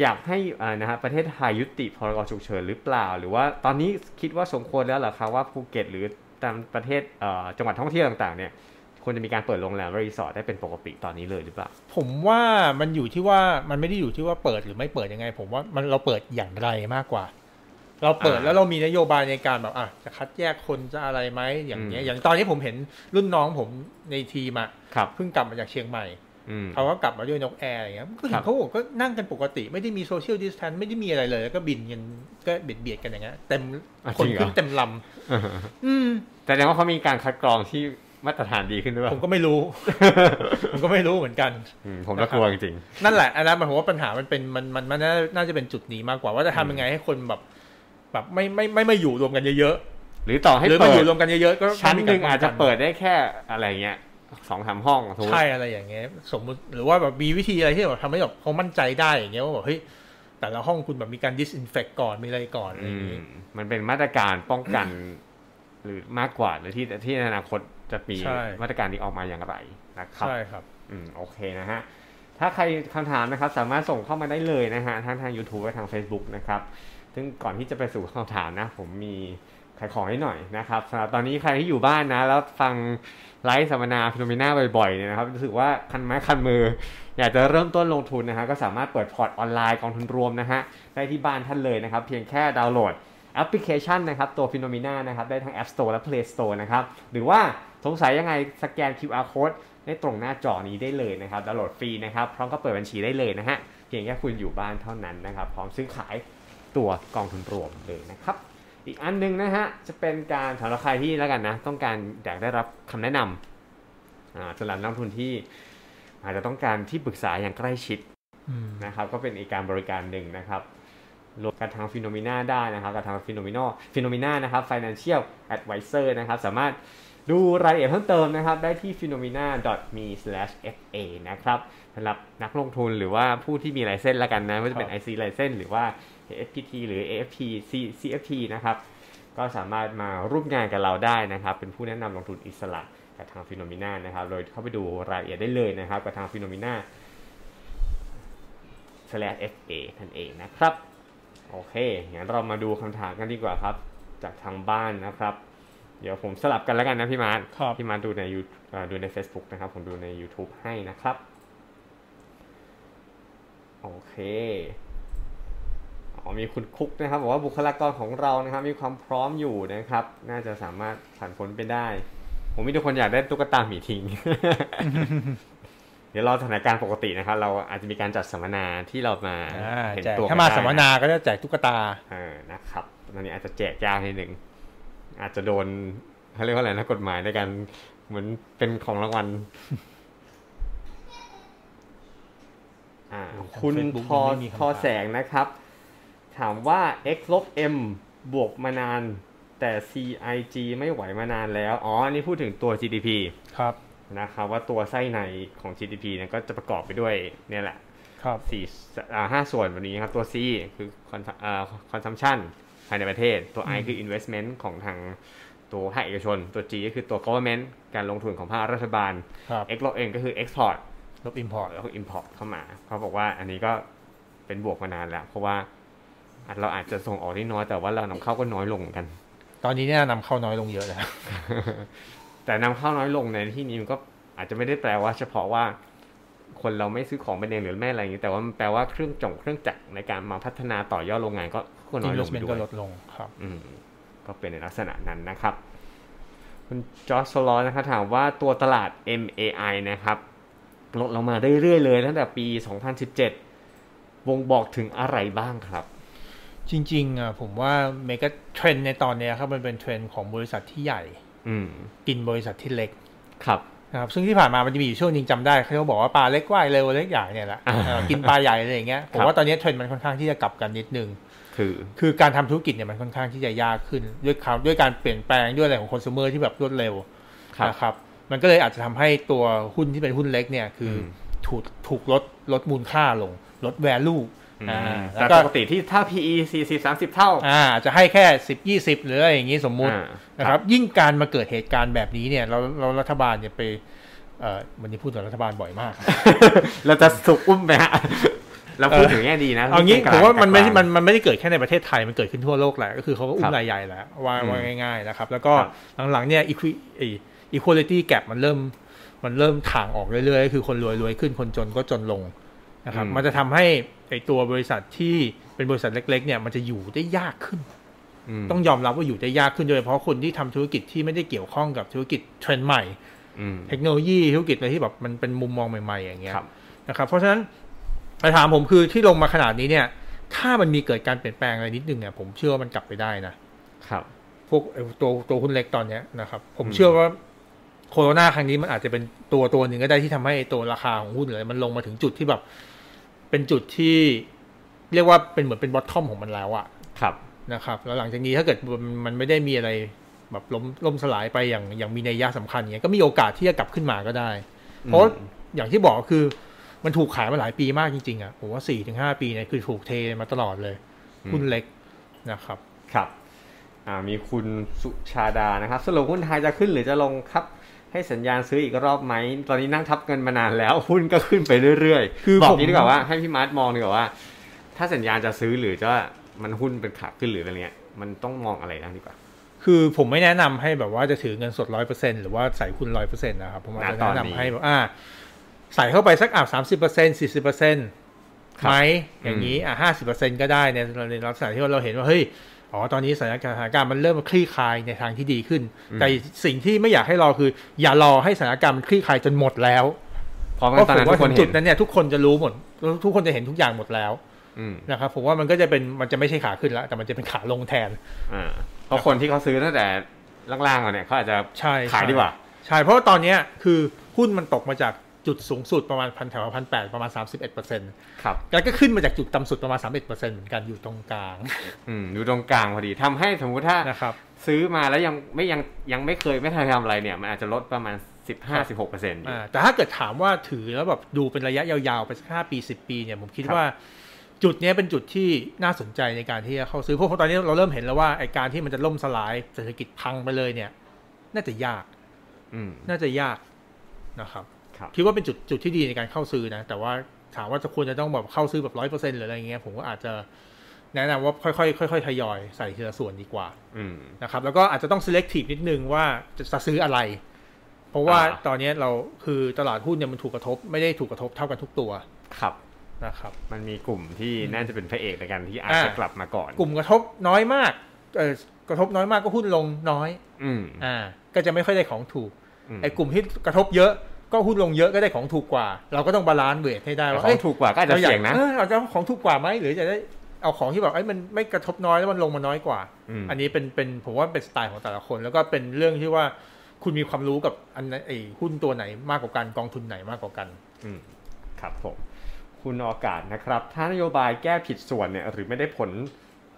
A: อยากให้อ่านะฮะประเทศไทยยุติพรกฉุกเฉินหรือเปล่า หรือว่าตอนนี้คิดว่าสมควรแล้วเหรอคะว่าภูเก็ตหรือตามประเทศเอ่อจังหวัดท่องเที่ยวต่างๆเนี่ยควรจะมีการเปิดโรงแรมและรีสอร์ทได้เป็นปกติตอนนี้เลยหรือเปล่า
B: ผมว่ามันอยู่ที่ว่ามันไม่ได้อยู่ที่ว่าเปิดหรือไม่เปิดยังไง ผมว่ามันเราเปิดอย่างไรมากกว่า เราเปิด
A: อ่า
B: แล้วเรามีนโยบายในการแบบอ่ะจะคัดแยกคนจะอะไรไหมอย่างเงี้ย
A: อืม
B: อย่างตอนนี้ผมเห็นรุ่นน้องผมในทีมอะ
A: ครับ
B: เพิ่งกลับมาจากเชียงใหม่
A: อืม
B: เขาก็กลับมาด้วยนกแอร์อย่างเงี้ย
A: ค
B: ก็เห็
A: รั
B: น
A: บ
B: เขาบอกก็นั่งกันปกติ ไม่ได้มีโซเชียลดิสแทนไม่ได้มีอะไรเลยแล้วก็บินกันก็เบียดเบียดๆกันอย่างเงี้ยเต็มคนขึ้นเต็มลำอืม
A: แต่แสดงว่าเขามีการคัดกรองที่มาตรฐานดีขึ้นด้วย
B: ผมก็ไม่รู้ ผมก็ไม่รู้เหมือนกัน
A: อืมผมก็กลัวจริง
B: นั่นแหละอันนั้นผมว่าปัญหามันเป็นมันมันมันน่าน่าจะเป็นจุดนี้มากกว่าว่าจะทำยังไงให้คนแบบ แบบไม่ไม่ไม่มาอยู่รวมกันเยอะ
A: ๆหรือต่อ
B: ๆ
A: ให้
B: หรือมา
A: เปิด
B: อยู่รวมกันเยอะๆก็
A: ชั้นหนึ่ง
B: ต้มีกรป้
A: อาจจะ
B: กัน
A: เปิดได้แค่อะไรเงี้ยสองสามห้องสมมติ
B: ใช่อะไรอย่างเงี้ย สมมุติหรือว่าแบบมีวิธีอะไรที่แบบทำให้แบบเขามั่นใจได้อย่างเงี้ยว่าแบบเฮ้ย แต่ละห้องคุณแบบมีการ disinfect ก่อนมีอะไรก่อนอะไรอย่าง
A: อื
B: นี้
A: มมันเป็นมาตรการป้องกัน หรือมากกว่าหรือที่ที่ในอนาคตจะมี
B: ใช่
A: มาตรการนี้ออกมาอย่างไรนะครับ
B: ใช่ครับ
A: อืมโอเคนะฮะ ถ้าใครคำถามนะครับ สามารถส่งเข้ามาได้เลยนะฮะทั้งทาง YouTube และทาง Facebook นะครับ ซึ่งก่อนที่จะไปสู่คำถามนะ ผมมีขายของให้หน่อยนะครับสำหรับตอนนี้ใครที่อยู่บ้านนะ แล้วฟังไลฟ์สัมมนาพิโนมิน่าบ่อยๆเนี่ยนะครับรู้สึกว่าคันไม้คันมือ อยากจะเริ่มต้นลงทุนนะฮะก็สามารถเปิดพอร์ตออนไลน์กองทุนรวมนะฮะได้ที่บ้านท่านเลยนะครับ เพียงแค่ดาวน์โหลด แอปพลิเคชันนะครับ ตัว p h e n o m e n a นะครับ ได้ทั้ง App Store และ Play Store นะครับ หรือว่าสงสัยยังไงสแกน QR Code ได้ตรงหน้าจอนี้ได้เลยนะครับดาวน์โหลดฟรีนะครับ พร้อมก็เปิดบัญชีได้เลยนะฮะ เพียงแค่คุณอยู่บ้านเท่านั้นนะครับ พร้อมซื้อขายตัวกองทุนรวมเลยนะครับ อีกอันหนึงนะฮะ จะเป็นการสำหรับใครที่แล้วกันนะ ต้องการอยากได้รับคำแนะนำอ่าสำหรับนักลงทุนที่ อาจจะต้องการที่ปรึกษาอย่างใกล้ชิด
B: อืม
A: นะครับก็เป็นอีกการบริการหนึ่งนะครับรวมกันทางฟิโนมิน่าได้นะครับกับทางฟิโนมิโนฟิโนมิน่านะครับ financial advisor นะครับ สามารถดูรายละเอียดเพิ่มเติมนะครับ ได้ที่ phenomena.me/fa นะครับสำหรับนักลงทุนหรือว่าผู้ที่มีลายเส้นละกันนะไม่ว่าจะเป็น
B: ครับ
A: IC ลายเส้นหรือว่า FPT หรือ AFP C CFP นะครับ ก็สามารถมาร่วมงานกับเราได้นะครับ เป็นผู้แนะนำลงทุนอิสระกับทางฟิโนมิน่านะครับโดยเข้าไปดูรายละเอียดได้เลยนะครับกับทางฟิโนมิน่า slash fa นั่นเองนะครับ โอเคงั้นเรามาดูคำถามกันดีกว่าครับ จากทางบ้านนะครับ เดี๋ยวผมสลับกันแล้วกันนะพี่มาร์ท
B: ครับ
A: พี่มาร์ทดูใน You- เอ่อดูใน Facebook นะครับ ผมดูใน YouTube ให้นะครับ โอเคอ๋อมีคุณคุกนะครับบอกว่าบุคลากรของเรานะครับ มีความพร้อมอยู่นะครับ น่าจะสามารถผ่านพ้นไปได้ ผมมีทุกคนอยากได้ตุ๊กตาหมีทิ้ง เดี๋ยวรอสถานการณ์ปกตินะครับ เราอาจจะมีการจัดสัมมนาที่เรามา
B: อ่า
A: เห็น
B: แจก
A: ตัว
B: ถ้ามา
A: กันได้นะ
B: สัมมนาก็จะแจกตุ๊กตา
A: เออนะครับตอนนี้อาจจะแจกยากนิดหนึ่ง อาจจะโดนเขาเรียกว่าอะไรนะกฎหมายในการเหมือนเป็นของรางวั ล อ่า
B: โอ้ยทาง
A: คุณ
B: Facebook
A: พอ
B: ยังไม่มี
A: พ
B: คำ
A: อ
B: ตอบ
A: แสงนะครับ ถามว่า x ลบ m บวกมานาน แต่ cig ไม่ไหวมานานแล้ว อ๋อ อันนี้พูดถึงตัว gdp
B: ครับ
A: นะครับ ว่าตัวไส้ในของ gdp เนี่ยก็จะประกอบไปด้วยเนี่ยแหละ
B: ครับ
A: สี่อ่าห้าส่วนวันนี้ครับ ตัว C คือ con- อ่า consumption ภายในประเทศ ตัว I คือ investment ของทางตัวภาคเอกชน ตัว G ก็คือตัว government การลงทุนของภาครัฐบาล
B: ครับ
A: X ลบ N ก็คือ export
B: ลบอิมพอร์ต
A: แล้วก็ import เข้ามา เขาบอกว่าอันนี้ก็เป็นบวกมานานแล้ว เพราะว่าอาจเราอาจจะส่งออกได้น้อยแต่ว่าเรานำเข้าก็น้อยลงเหมือนกัน
B: ตอนนี้เนี่ยนำเข้าน้อยลงเยอะแล้ว
A: แต่นำเข้าน้อยลงในที่นี้มันก็อาจจะไม่ได้แปลว่าเฉพาะว่า คนเราไม่ซื้อของเป็นเองหรือไม่อะไรอย่างนี้แต่ว่ามันแปลว่าเครื่องจงเครื่องจักรในการมาพัฒนาต่อยอดโรงงานก็ก็น้อยลงไป
B: investment
A: ด้
B: ก็
A: วย
B: ลดลงครับ
A: อืมก็เป็นในลักษณะนั้นนะครับ คุณจอร์จโซลอสนะครับถามว่าตัวตลาด MAI นะครับ ลดลงมาเรื่อยๆเลยตั้งแต่ปี 2017 บ่งบอกถึงอะไรบ้างครับ
B: จริงๆอ่ะผมว่าเมกะเทรนในตอนเนี้ยครับ มันเป็นเทรนของบริษัทที่ใหญ่
A: อืม
B: กินบริษัทที่เล็ก
A: ครับ
B: นะครับ ซึ่งที่ผ่านมามันจะมีอยู่ช่วงหนึงจำได้เขาบอกว่าปลาเล็กว่ายเร็วเล็กใหญ่เนี่ยแหละ
A: อ่า
B: เออกินปลาใหญ่อะไรอย่างเงี้ยผ
A: ค
B: ม
A: รับ
B: ว่าตอนเนี้ยเทรนด์มันค่อนข้างที่จะกลับกันนิดนึง
A: คือ
B: คือการทำธุรกิจเนี่ยมันค่อนข้างที่จะยากขึ้นด้วยคำด้วยการเปลี่ยนแปลงด้วยอะไรของคอน sumer ที่แบบรวดเร็ว
A: ครับ
B: นะครับมันก็เลยอาจจะทำให้ตัวหุ้นที่เป็นหุ้นเล็กเนี่ยคืออ
A: ม
B: ถูกถูกลดลดมูลค่าลง ลด value
A: อ่า
B: อ่า
A: แต่
B: แล้วก็
A: ปกติที่ถ้า PE 40 30 เท่า
B: อ่าอาจจะให้แค่ 10 20 หรืออะไรอย่างนี้สมมุติ
A: อ่า
B: นะครับยิ่งการมาเกิดเหตุการณ์แบบนี้เนี่ยเราเรารัฐบาลเนี่ยไปเอ่อวันนี้พูดถึงรัฐบาลบ่อยมาก
A: เราจะสุกอุ้มไหมฮะ เราพูดถึงแง่ดีนะ
B: เอางี้
A: รื่
B: ผมว่า
A: การ
B: มันไม่
A: จั
B: ใช่
A: ดกร
B: มันมันไม่ได้เกิดแค่ในประเทศไทยมันเกิดขึ้นทั่วโลกแหละก็คือเขาก็อุ้
A: ครั
B: ม
A: บ
B: รายใหญ่แหละว่า
A: อืม
B: ว่าง่ายๆนะครับ แล้วก็
A: ครับ
B: หลังๆเนี่ยอีควีอีควอลิตี้แกปมันเริ่มมันเริ่มถ่างออกเรื่อยๆก็คือคนรวยรวยขึ้นคนจนก็จนลงนะครับมันจะทำให้ไอตัวบริษัทที่เป็นบริษัทเล็กๆเนี่ยมันจะอยู่ได้ยากขึ้น
A: ม
B: ต้องยอมรับว่าอยู่ได้ยากขึ้นโดยเฉพาะคนที่ทำธุรกิจที่ไม่ได้เกี่ยวข้องกับธุรกิจเทรนด์ใหม่
A: อืม
B: เทคโนโลยีธุรกิจอะไรที่แบบมันเป็นมุมมองใหม่ ๆ อย่างเงี้ย
A: ครับ
B: นะครับ เพราะฉะนั้นคำถามผมคือที่ลงมาขนาดนี้เนี่ย ถ้ามันมีเกิดการเปลี่ยนแปลงอะไรนิดนึงเนี่ยผมเชื่อว่ามันกลับไปได้นะครับ พวกไอ้ตัวตัวหุ้นเล็กตอนเนี้ยนะครับ ผม
A: อืม
B: เชื่อว่าโคโรนาครั้งนี้มันอาจจะเป็นตัวตัวหนึ่งก็ได้ที่ทำให้ไอ้ตัวราคาของหุ้นหรืออะไรมันลงมาถึงจุดที่แบบ เป็นจุดที่เรียกว่าเป็นเหมือนเป็นบอททอมของมันแล้วอะ
A: ครับ
B: นะครับแล้วหลังจากนี้ถ้าเกิดมันมันไม่ได้มีอะไรแบบล้มล่มสลายไปอย่างอย่างมีนัยยะสำคัญเงี้ยก็มีโอกาสที่จะกลับขึ้นมาก็ได้ เพราะอย่างที่บอกคือ มันถูกขายมาหลายปีมากจริงๆอ่ะผมว่าสี่ถึงห้าปีเนี่ยคือถูกเทมาตลอดเลยหุ้นเล็กนะครับ
A: ครับ อ่า มีคุณสุชาดานะครับ สรุปหุ้นไทยจะขึ้นหรือจะลงครับ ให้สัญญาณซื้ออีกรอบไหม ตอนนี้นั่งทับเงินมานานแล้ว หุ้นก็ขึ้นไปเรื่อยๆ
B: คือ
A: บอก
B: ผม
A: นี้ดีกว่าว่าให้พี่มาร์ทมองดีกว่าว่า ถ้าสัญญาณจะซื้อหรือจะมันหุ้นเป็นขาขึ้นหรืออะไรเงี้ย มันต้องมองอะไรนะดีกว่า
B: คือผมไม่แนะนำให้แบบว่าจะถือเงินสดร้อยเปอร์เซ็นหรือว่าใส่คุณร้อยเปอร์เซ็นต์นะครับ ผมอาจจะ
A: ณตอ
B: แนะ
A: นนี้
B: นำให้แบบอ่าใส่เข้าไปสักอ่ะสามสิบเปอร์เซ็นสี่สิบเปอร์เซ็นต์
A: ครับ
B: ไหมอย่างนี้อ่ะห้าสิบเปอร์เซ็นก็ได้ในในลักษณะที่ว่าเราเห็นว่าเฮ้ยอ๋อตอนนี้สถานการณ์สถานการณ์มันเริ่มคลี่คลายในทางที่ดีขึ้น
A: อืม
B: แต่สิ่งที่ไม่อยากให้รอคือ อย่ารอให้สถานการณ์มันคลี่คลายจนหมดแล้ว
A: เพราะ
B: เพ
A: ว่า
B: ราะ
A: ตอน
B: ผ
A: นั้น
B: ม
A: ทุ
B: ว่าก
A: คนเห็
B: ถึงจุด
A: น
B: นั้นเนี่ยทุกคนจะรู้หมดทุกคนจะเห็นทุกอย่างหมดแล้ว
A: อืม
B: นะครับผมว่ามันก็จะเป็นมันจะไม่ใช่ขาขึ้นแล้ว แต่มันจะเป็นขาลงแทน
A: อ่า เพราะคนที่เขาซื้อตั้งแต่ล่างๆก่อนเนี่ยเขาอาจจะ
B: ใช่
A: ขาย
B: ใช่
A: ดีกว่า
B: ใช่เพราะว่าตอนเนี้ยคือหุ้นมันตกมาจากจุดสูงสุดประมาณพันแถวพันแปดประมาณ 31เปอร์เซ็นต์
A: ครับ
B: แล้วก็ขึ้นมาจากจุดต่ำสุดประมาณ 31เปอร์เซ็นต์เหมือนกันอยู่ตรงกลาง
A: อืมอยู่ตรงกลางพอดีทำให้สมมติถ้า
B: นะครับ
A: ซื้อมาแล้วยังไม่ยังยังไม่เคยไม่ทำทำอะไรเนี่ย มันอาจจะลดประมาณ 15-16%เปอร์เซ็นต์
B: อ่าแต่ถ้าเกิดถามว่าถือแล้วแบบดูเป็นระยะยาวๆ ไปสักห้าปี 10 ปีเนี่ยผมคิดว่าจุดเนี้ยเป็นจุดที่น่าสนใจในการที่จะเข้าซื้อเพราะเพราะตอนนี้เราเริ่มเห็นแล้วว่าไอการที่มันจะล่มสลายเศรษฐกิจพังไปเลยเนี่ย น่าจะยาก
A: อืม
B: น่าจะยากนะครับ
A: ครับ
B: คิดว่าเป็นจุดจุดที่ดีในการเข้าซื้อนะ แต่ว่าถามว่าจะควรจะต้องแบบเข้าซื้อแบบร้อยเปอร์เซ็นต์หรืออะไรเงี้ยผมก็อาจจะ แนะนำว่าค่อยๆค่อยๆทยอยใส่ทีละส่วนดีกว่า
A: อืม
B: นะครับแล้วก็อาจจะต้อง selective นิดนึงว่าจะจะซื้ออะไร เพราะว่า
A: อ่า
B: ตอนนี้เราคือตลาดหุ้นเนี่ยมันถูกกระทบไม่ได้ถูกกระทบเท่ากันทุกตัว
A: ครับ
B: นะครับ
A: มันมีกลุ่มที่น่าจะเป็นพระเอกในกันที่อาจ
B: อ่า
A: จะกลับมาก่อน
B: กลุ่มกระทบน้อยมากเออกระทบน้อยมากก็หุ้นลงน้อย
A: อืม
B: อ่าก็จะไม่ค่อยได้ของถูก
A: ม
B: ไอ้กลุ่มที่กระทบเยอะก็หุ้นลงเยอะก็ได้ของถูกกว่า เราก็ต้องบาลานซ์เวทให้ได้
A: แต่
B: ว่า
A: ขอ
B: เอ้
A: ง
B: ย
A: ถูกกว่าก็อาจจะเสี่ยงนะ
B: ออเราจะเอาของถูกกว่าไหมหรือจะได้เอาของที่แบบไอ้ยมันไม่กระทบน้อยแล้วมันลงมาน้อยกว่า
A: อืม
B: อันนี้เป็นเป็นผมว่าเป็นสไตล์ของแต่ละคน แล้วก็เป็นเรื่องที่ว่าคุณมีความรู้กับอันไหนไอ้หุ้นตัวไหนมากกว่ากันกองทุนไหนมากกว่ากัน
A: อืมครับผม คุณโอกาสนะครับ ถ้านโยบายแก้ผิดส่วนเนี่ย หรือไม่ได้ผล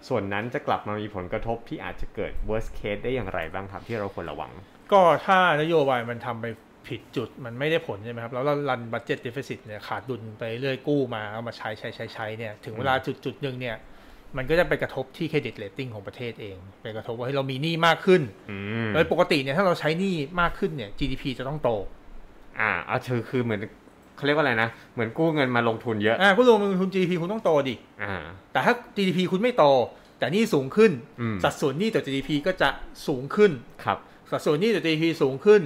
A: ส่วนนั้นจะกลับมามีผลกระทบที่อาจจะเกิด worst case ได้อย่างไรบ้างครับ ที่เราควรระวัง
B: ก็ถ้านโยบายมันทำไปผิดจุดมันไม่ได้ผลใช่ไหมครับ แล้วเรารันบัตเจ็ตเดฟ i ซิตเนี่ยขาดดุลไปเรื่อยกู้มาเอามาใช้ใช้ใช้ใช้เนี่ยถึงเวลาจุดจุดหนึ่งเนี่ยมันก็จะไปกระทบที่เครดิตเรตติ้งของประเทศเองไปกระทบว่าให้เรามีหนี้มากขึ้น
A: อืม
B: โดยปกติเนี่ยถ้าเราใช้หนี้มากขึ้นเนี่ย GDP จะต้องโต
A: อ่าเอาคือคือเหมือนเขาเรียกว่าอะไรนะ เหมือนกู้เงินมาลงทุนเยอะ
B: อ่าคุณลงทุน GDP คุณต้องโตดิ
A: อ่า
B: แต่ถ้า GDP คุณไม่โต แต่หนี่สูงขึ้น
A: อืม
B: สัดส่วนหนี้ต่อ GDP ก็จะสูงขึ้น
A: ครับ
B: สัดส่วนหนี้ต่อ GDP สูงขึ้น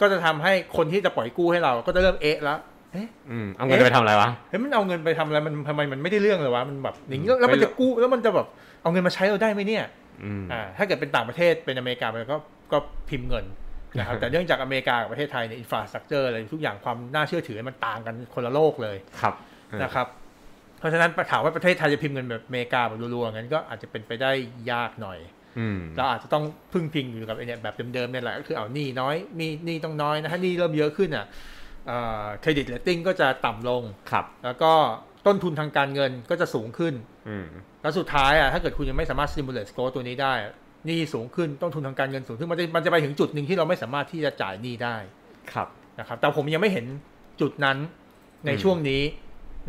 B: ก็จะทำให้คนที่จะปล่อยกู้ให้เราก็จะเริ่มเอะแล้วเอ๊ะ
A: อืมเอาเงินไปทำอะไรวะ
B: เฮ้ยมันเอาเงินไปทำอะไรมันทำไมมันไม่ได้เรื่องเลยวะมันแบบอย่างนี้แล้ว
A: ไป
B: แล้วมันจะกู้แล้วมันจะแบบเอาเงินมาใช้เราได้ไหมเนี่ย
A: อืม
B: อ่าถ้าเกิดเป็นต่างประเทศเป็นอเมริกามันก็ก็พิมพ์เงินนะครับ แต่เนื่องจากอเมริกากับประเทศไทยเนี่ยอินฟราสตรักเจอร์อะไรทุกอย่างความน่าเชื่อถือมันต่างกันคนละโลกเลย
A: ครับ
B: นะครับ เพราะฉะนั้นถามว่าประเทศไทยจะพิมพ์เงินแบบอเมริกาแบบรัวๆงั้นก็อาจจะเป็นไปได้ยากหน่อย
A: อืม
B: เราอาจจะต้องพึ่งพิงอยู่กับไอ้เนี่ยแบบเดิมๆเนี่ยแหละก็คือเอาหนี้น้อยมีหนี้ต้องน้อยนะถ้าหนี้เริ่มเยอะขึ้นอ่ะเครดิตเลตติ้งก็จะต่ำลง
A: ครับ
B: แล้วก็ต้นทุนทางการเงินก็จะสูงขึ้น
A: อืม
B: แล้วสุดท้ายอ่ะถ้าเกิดคุณยังไม่สามารถ stimulate growth ตัวนี้ได้หนี่สูงขึ้นต้นทุนทางการเงินสูงขึ้นมันจะมันจะไปถึงจุดหนึ่งที่เราไม่สามารถที่จะจ่ายหนี้ได้
A: ครับ
B: นะครับแต่ผมยังไม่เห็นจุดนั้นใน
A: อืม
B: ช่วงนี้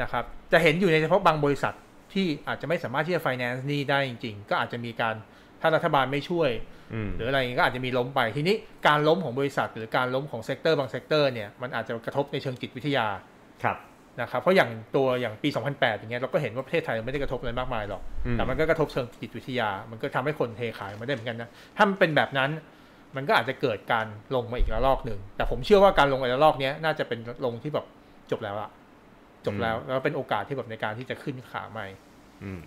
B: นะครับจะเห็นอยู่ในเฉพาะบางบริษัทที่อาจจะไม่สามารถที่จะ finance หนี้ได้จริง ๆ ก็อาจจะมีการถ้ารัฐบาลไม่ช่วย
A: อืม
B: หรืออะไรอย่างเงี้ยก็อาจจะมีล้มไปทีนี้การล้มของบริษัท หรือการล้มของเซกเตอร์บางเซกเตอร์เนี่ยมันอาจจะกระทบในเชิงจิตวิทยา
A: ครับ
B: นะครับเพราะอย่างตัวอย่างปี 2008 อย่างเงี้ยเราก็เห็นว่าประเทศไทยไม่ได้กระทบอะไรมากมายหรอก
A: อืม
B: แต่มันก็กระทบเชิงจิตวิทยา มันก็ทำให้คนเทขายมาได้เหมือนกันนะ ถ้ามันเป็นแบบนั้น มันก็อาจจะเกิดการลงมาอีกระลอกหนึ่ง แต่ผมเชื่อว่าการลงระลอกเนี้ยน่าจะเป็นลงที่แบบจบแล้วอะจบแล้วแล้วเป็นโอกาสที่แบบในการที่จะขึ้นขาใหม่
A: อืม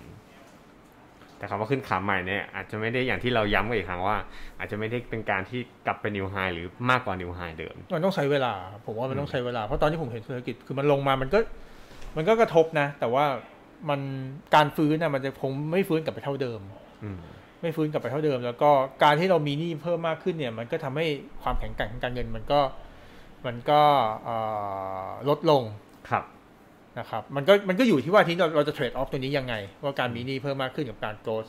A: แต่คำว่าขึ้นขาใหม่เนี่ย อาจจะไม่ได้อย่างที่เราย้ำกันอีกครั้งว่า อาจจะไม่ได้เป็นการที่กลับไปนิวไฮหรือมากกว่านิวไฮเดิม
B: มันต้องใช้เวลา ผมว่ามันต้องใช้เวลา เพราะตอนที่ผมเห็นเศรษฐกิจคือมันลงมามันก็ มันก็กระทบนะ แต่ว่ามันการฟื้นนะมันจะคงไม่ฟื้นกลับไปเท่าเดิม
A: อืม
B: ไม่ฟื้นกลับไปเท่าเดิม แล้วก็การที่เรามีหนี้เพิ่มมากขึ้นเนี่ย มันก็ทำให้ความแข็งแกร่งของการเงินมันก็มันก็เอ่อลดลง
A: ครับ
B: นะครับมันก็มันก็อยู่ที่ว่าที่เราเราจะเทรดออฟตัวนี้ยังไง ว่าการมีหนี้เพิ่มมากขึ้นกับการโกลด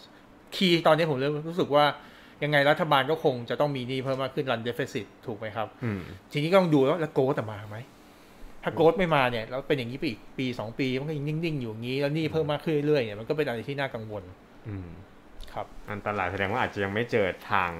B: คีย์ตอนนี้ผมเริ่มรู้สึกว่ายังไงรัฐบาลก็คงจะต้องมีหนี้เพิ่มมากขึ้นรันเดฟเฟซิตถูกไหมครับ
A: อืม
B: ทีนี้ก็ต้องดูแล้วแล้วโกลดแต่มาไหม ถ้าโกดไม่มาเนี่ยแล้วเป็นอย่างนี้ไปอีกปีสองปีมันก็ยังนิ่งๆอยู่อย่างนี้ แล้วหนี่เพิ่มมากขึ้นเรื่อยๆเนี่ยมันก็เป็นอะไรที่น่ากังวล
A: อืม
B: ครับ
A: อันตรายแสดงว่าอาจจะยังไม่เจอทาง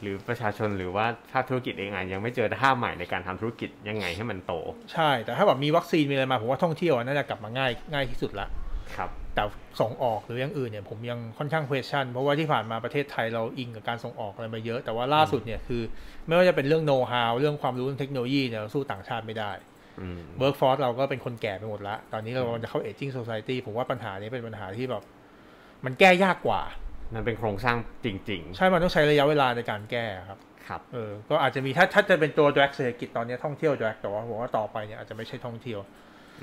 A: หรือประชาชนหรือว่าภาคธุรกิจเองอาจจะยังไม่เจอท่าใหม่ในการทำธุรกิจยังไงให้มันโต
B: ใช่ แต่ถ้าแบบมีวัคซีนมีอะไรมาผมว่าท่องเที่ยวอะน่าจะกลับมาง่ายง่ายที่สุดละ
A: ครับ
B: แต่ส่งออกหรืออย่างอื่นเนี่ยผมยังค่อนข้าง question เพราะว่าที่ผ่านมาประเทศไทยเราอิงกับการส่งออกอะไรมาเยอะ แต่ว่าล่าสุดเนี่ยคือ ไม่ว่าจะเป็นเรื่อง know how เรื่องความรู้เรื่องเทคโนโลยีเนี่ยเราสู้ต่างชาติไม่ได้
A: อืม
B: workforce เราก็เป็นคนแก่ไปหมดละ ตอนนี้เรากำลังจะเข้า aging society ผมว่าปัญหานี้เป็นปัญหาที่แบบมันแก้ยากกว่า
A: มันเป็นโครงสร้างจริง
B: ใช่ มันต้องใช้ระยะเวลาในการแก้ครับ
A: ๆ ครับ
B: เออก็อาจจะมีถ้าถ้าจะเป็นตัว drag เศรษฐกิจตอนนี้ท่องเที่ยว drag แต่ว่าผมว่าต่อไปเนี่ยอาจจะไม่ใช่ท่องเที่ยว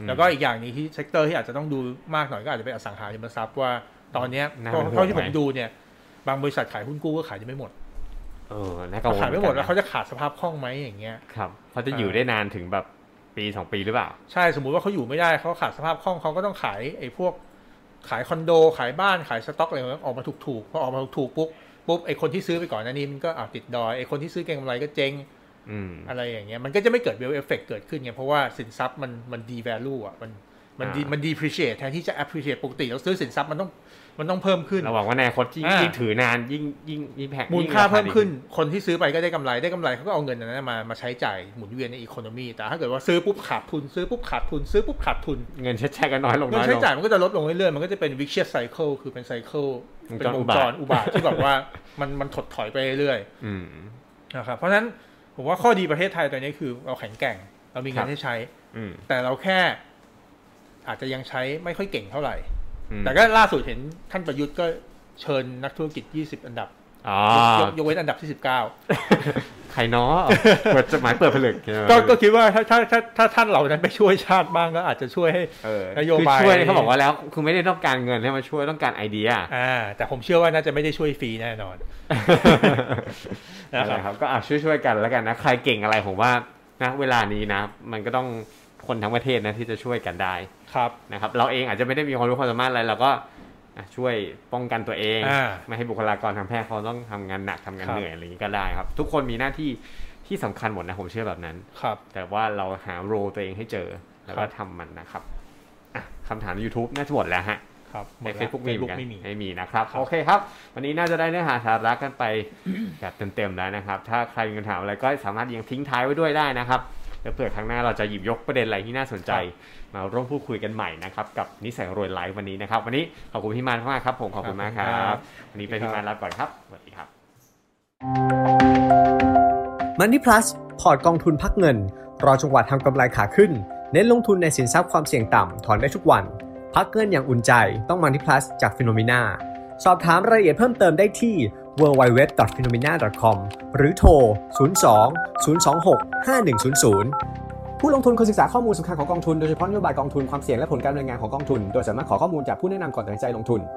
B: แล้วก็อีกอย่างหนี้ที่เซกเตอร์ที่อาจจะต้องดูมากหน่อยก็อาจจะเป็นอสังหาริมทรัพย์ว่าตอนเนี้ย
A: น่า
B: เท่า
A: เป็นห่วง
B: เท่าที่ผมดูเนี่ย บางบริษัทขายหุ้นกู้ก็ขายได้ไม่หมด
A: เออน่ากังวล
B: ขายไม่หม
A: อ
B: ด
A: นกัน
B: แล้วเขาจะขาดสภาพคล่องไหมอย่างเงี้ย
A: ครับเขาจะอยู่
B: เออ
A: ได้นานถึงแบบปีสองปีหรือเปล่า
B: ใช่สมมุติว่าเขาอยู่ไม่ได้เขาขาดสภาพคล่องเขาก็ต้องขายไอ้พวกขายคอนโด ขายบ้านขายสต็อกอะไรของเขาออกมาถูกๆพอออกมาถูกๆปุ๊บปุ๊บไอ้คนที่ซื้อไปก่อนหน้านี้มันก็อาวติดดอยไอ้คนที่ซื้อเก่งกำไรก็เจ๊ง
A: อืม
B: อะไรอย่างเงี้ยมันก็จะไม่เกิดเวลเอฟเฟกเกิดขึ้นไงเพราะว่าสินทรัพย์มันมันดีแวลูอ่ะมันมันดี
A: อ่ามั
B: มันดีพรีเชตแทนที่จะ appreciate ปกติเราซื้อสินทรัพย์มันต้องมันต้องเพิ่มขึ้น
A: เราหวังว่าในอนาคตยิ่ง
B: อ่ายิ่
A: ยิ่งถือนานยิ่งยิ่งยิ่งแพง
B: มูล
A: ยิ่ง
B: ค่าเพิ่ม
A: รดี
B: ขึ้น คนที่ซื้อไปก็ได้กำไรได้กำไรเขาก็เอาเงินนั้นมามาใช้จ่ายหมุนเวียนในอีโคโนมีแต่ถ้าเกิดว่าซื้อปุ๊บขาดทุนซื้อปุ๊บขาดทุนซื้อปุ๊บขาดทุน
A: เงินใช้จ่ายก็น้อยลง
B: เงิ
A: น้
B: น
A: อย
B: ใช้
A: ลง
B: จ่ายมันก็จะลดลงเรื่อยๆมันก็จะเป็นวิกเชียสไซเคิลคือเป็นไซเคิล
A: วงจร
B: เป็นว
A: อุ
B: ง
A: บาท
B: จรอุบาทที่แบบว่ามันมันถดถอยไปเรื่อย
A: อืม
B: ๆนะครับเพราะฉะนั้นผมว่าข้อดีประเทศไทยตอนนี้คือเราแข็งแกร่งเรามีเงิ
A: ครั
B: น
A: บ
B: ให้ใช้
A: อืม
B: แต่เราแค่ อาจจะยังใช้ไม่ค่อยเก่งเท่าไหร่
A: อืม
B: แต่ก็ล่าสุดเห็นท่านประยุทธ์ก็เชิญนักธุรกิจ 20 อันดับ
A: อ๋อย
B: กยกเว้นอันดับที่ 19
A: ใครน้อเปิดจดหมายเปิดผลึก
B: ก็ก็คิดว่าถ้าถ้าถ้าถ้าท่านเหล่านั้นไปช่วยชาติบ้างก็อาจจะช่วยให้
A: เออน
B: โยบาย
A: คือช่วยเขาบอกว่าแล้วคือไม่ได้ต้องการเงินให้มาช่วยต้องการไอเดี ย
B: อ่า แต่ผมเชื่อว่าน่าจะไม่ได้ช่วยฟรีแน่นอน
A: นะ
B: นะครับ
A: ครับก็อ่ะช่วยๆกันแล้วกันนะ ใครเก่งอะไรผมว่านะเวลานี้นะ มันก็ต้องคนทั้งประเทศนะที่จะช่วยกันได้
B: ครับ
A: นะครับ เราเองอาจจะไม่ได้มีความรู้ความสามารถอะไรเราก็อ่ะช่วยป้องกันตัวเอง
B: อ่า
A: ไม่ให้บุคลากรทางแพทย์เขาต้องทำงานหนักทำงาน
B: ครับ
A: เหนื่อยอะไรอย่างนี้ก็ได้ครับ ทุกคนมีหน้าที่ที่สำคัญหมดนะผมเชื่อแบบนั้น
B: ครับ
A: แต่ว่าเราหาโรตัวเองให้เจอแล้วก็ทำมันนะครับอ่ะคำถามใน YouTube น่าจะหมดแล้วฮะ
B: ครับหม
A: ใน
B: ดละ
A: เฟซบุ๊กมีเหมือน
B: Facebook
A: กัน
B: ไม่มี
A: ไม่มีนะครับ โอเคครับ วันนี้น่าจะได้เนื้อหาสาระกันไป แบบเต็มๆแล้วนะครับ ถ้าใครมีคำถามอะไรก็สามารถยังทิ้งท้ายไว้ด้วยได้นะครับแล้วเผื่อครั้งหน้าเราจะหยิบยกประเด็นอะไรที่น่าสนใจ มาร่วมพูดคุยกันใหม่นะครับ กับนิสัยรวยไลฟ์วันนี้นะครับ วันนี้ขอบคุณพี่มานมากๆครับ ผมขอบคุณมากค
B: ขอบคุณครั
A: รับ
B: บ
A: วันนี้เป็นพี่มานลาไปก่อนครับสวัสดีครับ
C: มันนี่พลัสพอร์ตกองทุนพักเงิน รอจังหวะทำกำไรขาขึ้น เน้นลงทุนในสินทรัพย์ความเสี่ยงต่ำ ถอนได้ทุกวัน พักเงินอย่างอุ่นใจต้องมันนี่พลัสจากฟิโนเมนาสอบถามรายละเอียดเพิ่มเติมได้ที่ w w w p h e n o m e n a c o m หรือโทร 02 026 5100 ผู้ลงทุนควรศึกษาข้อมูลสำคัญของกองทุนโดยเฉพาะนโยบายกองทุนความเสี่ยงและผลการดำเนินงานของกองทุน โดยสามารถขอข้อมูลจากผู้แนะนำก่อนตัดสินใจลงทุน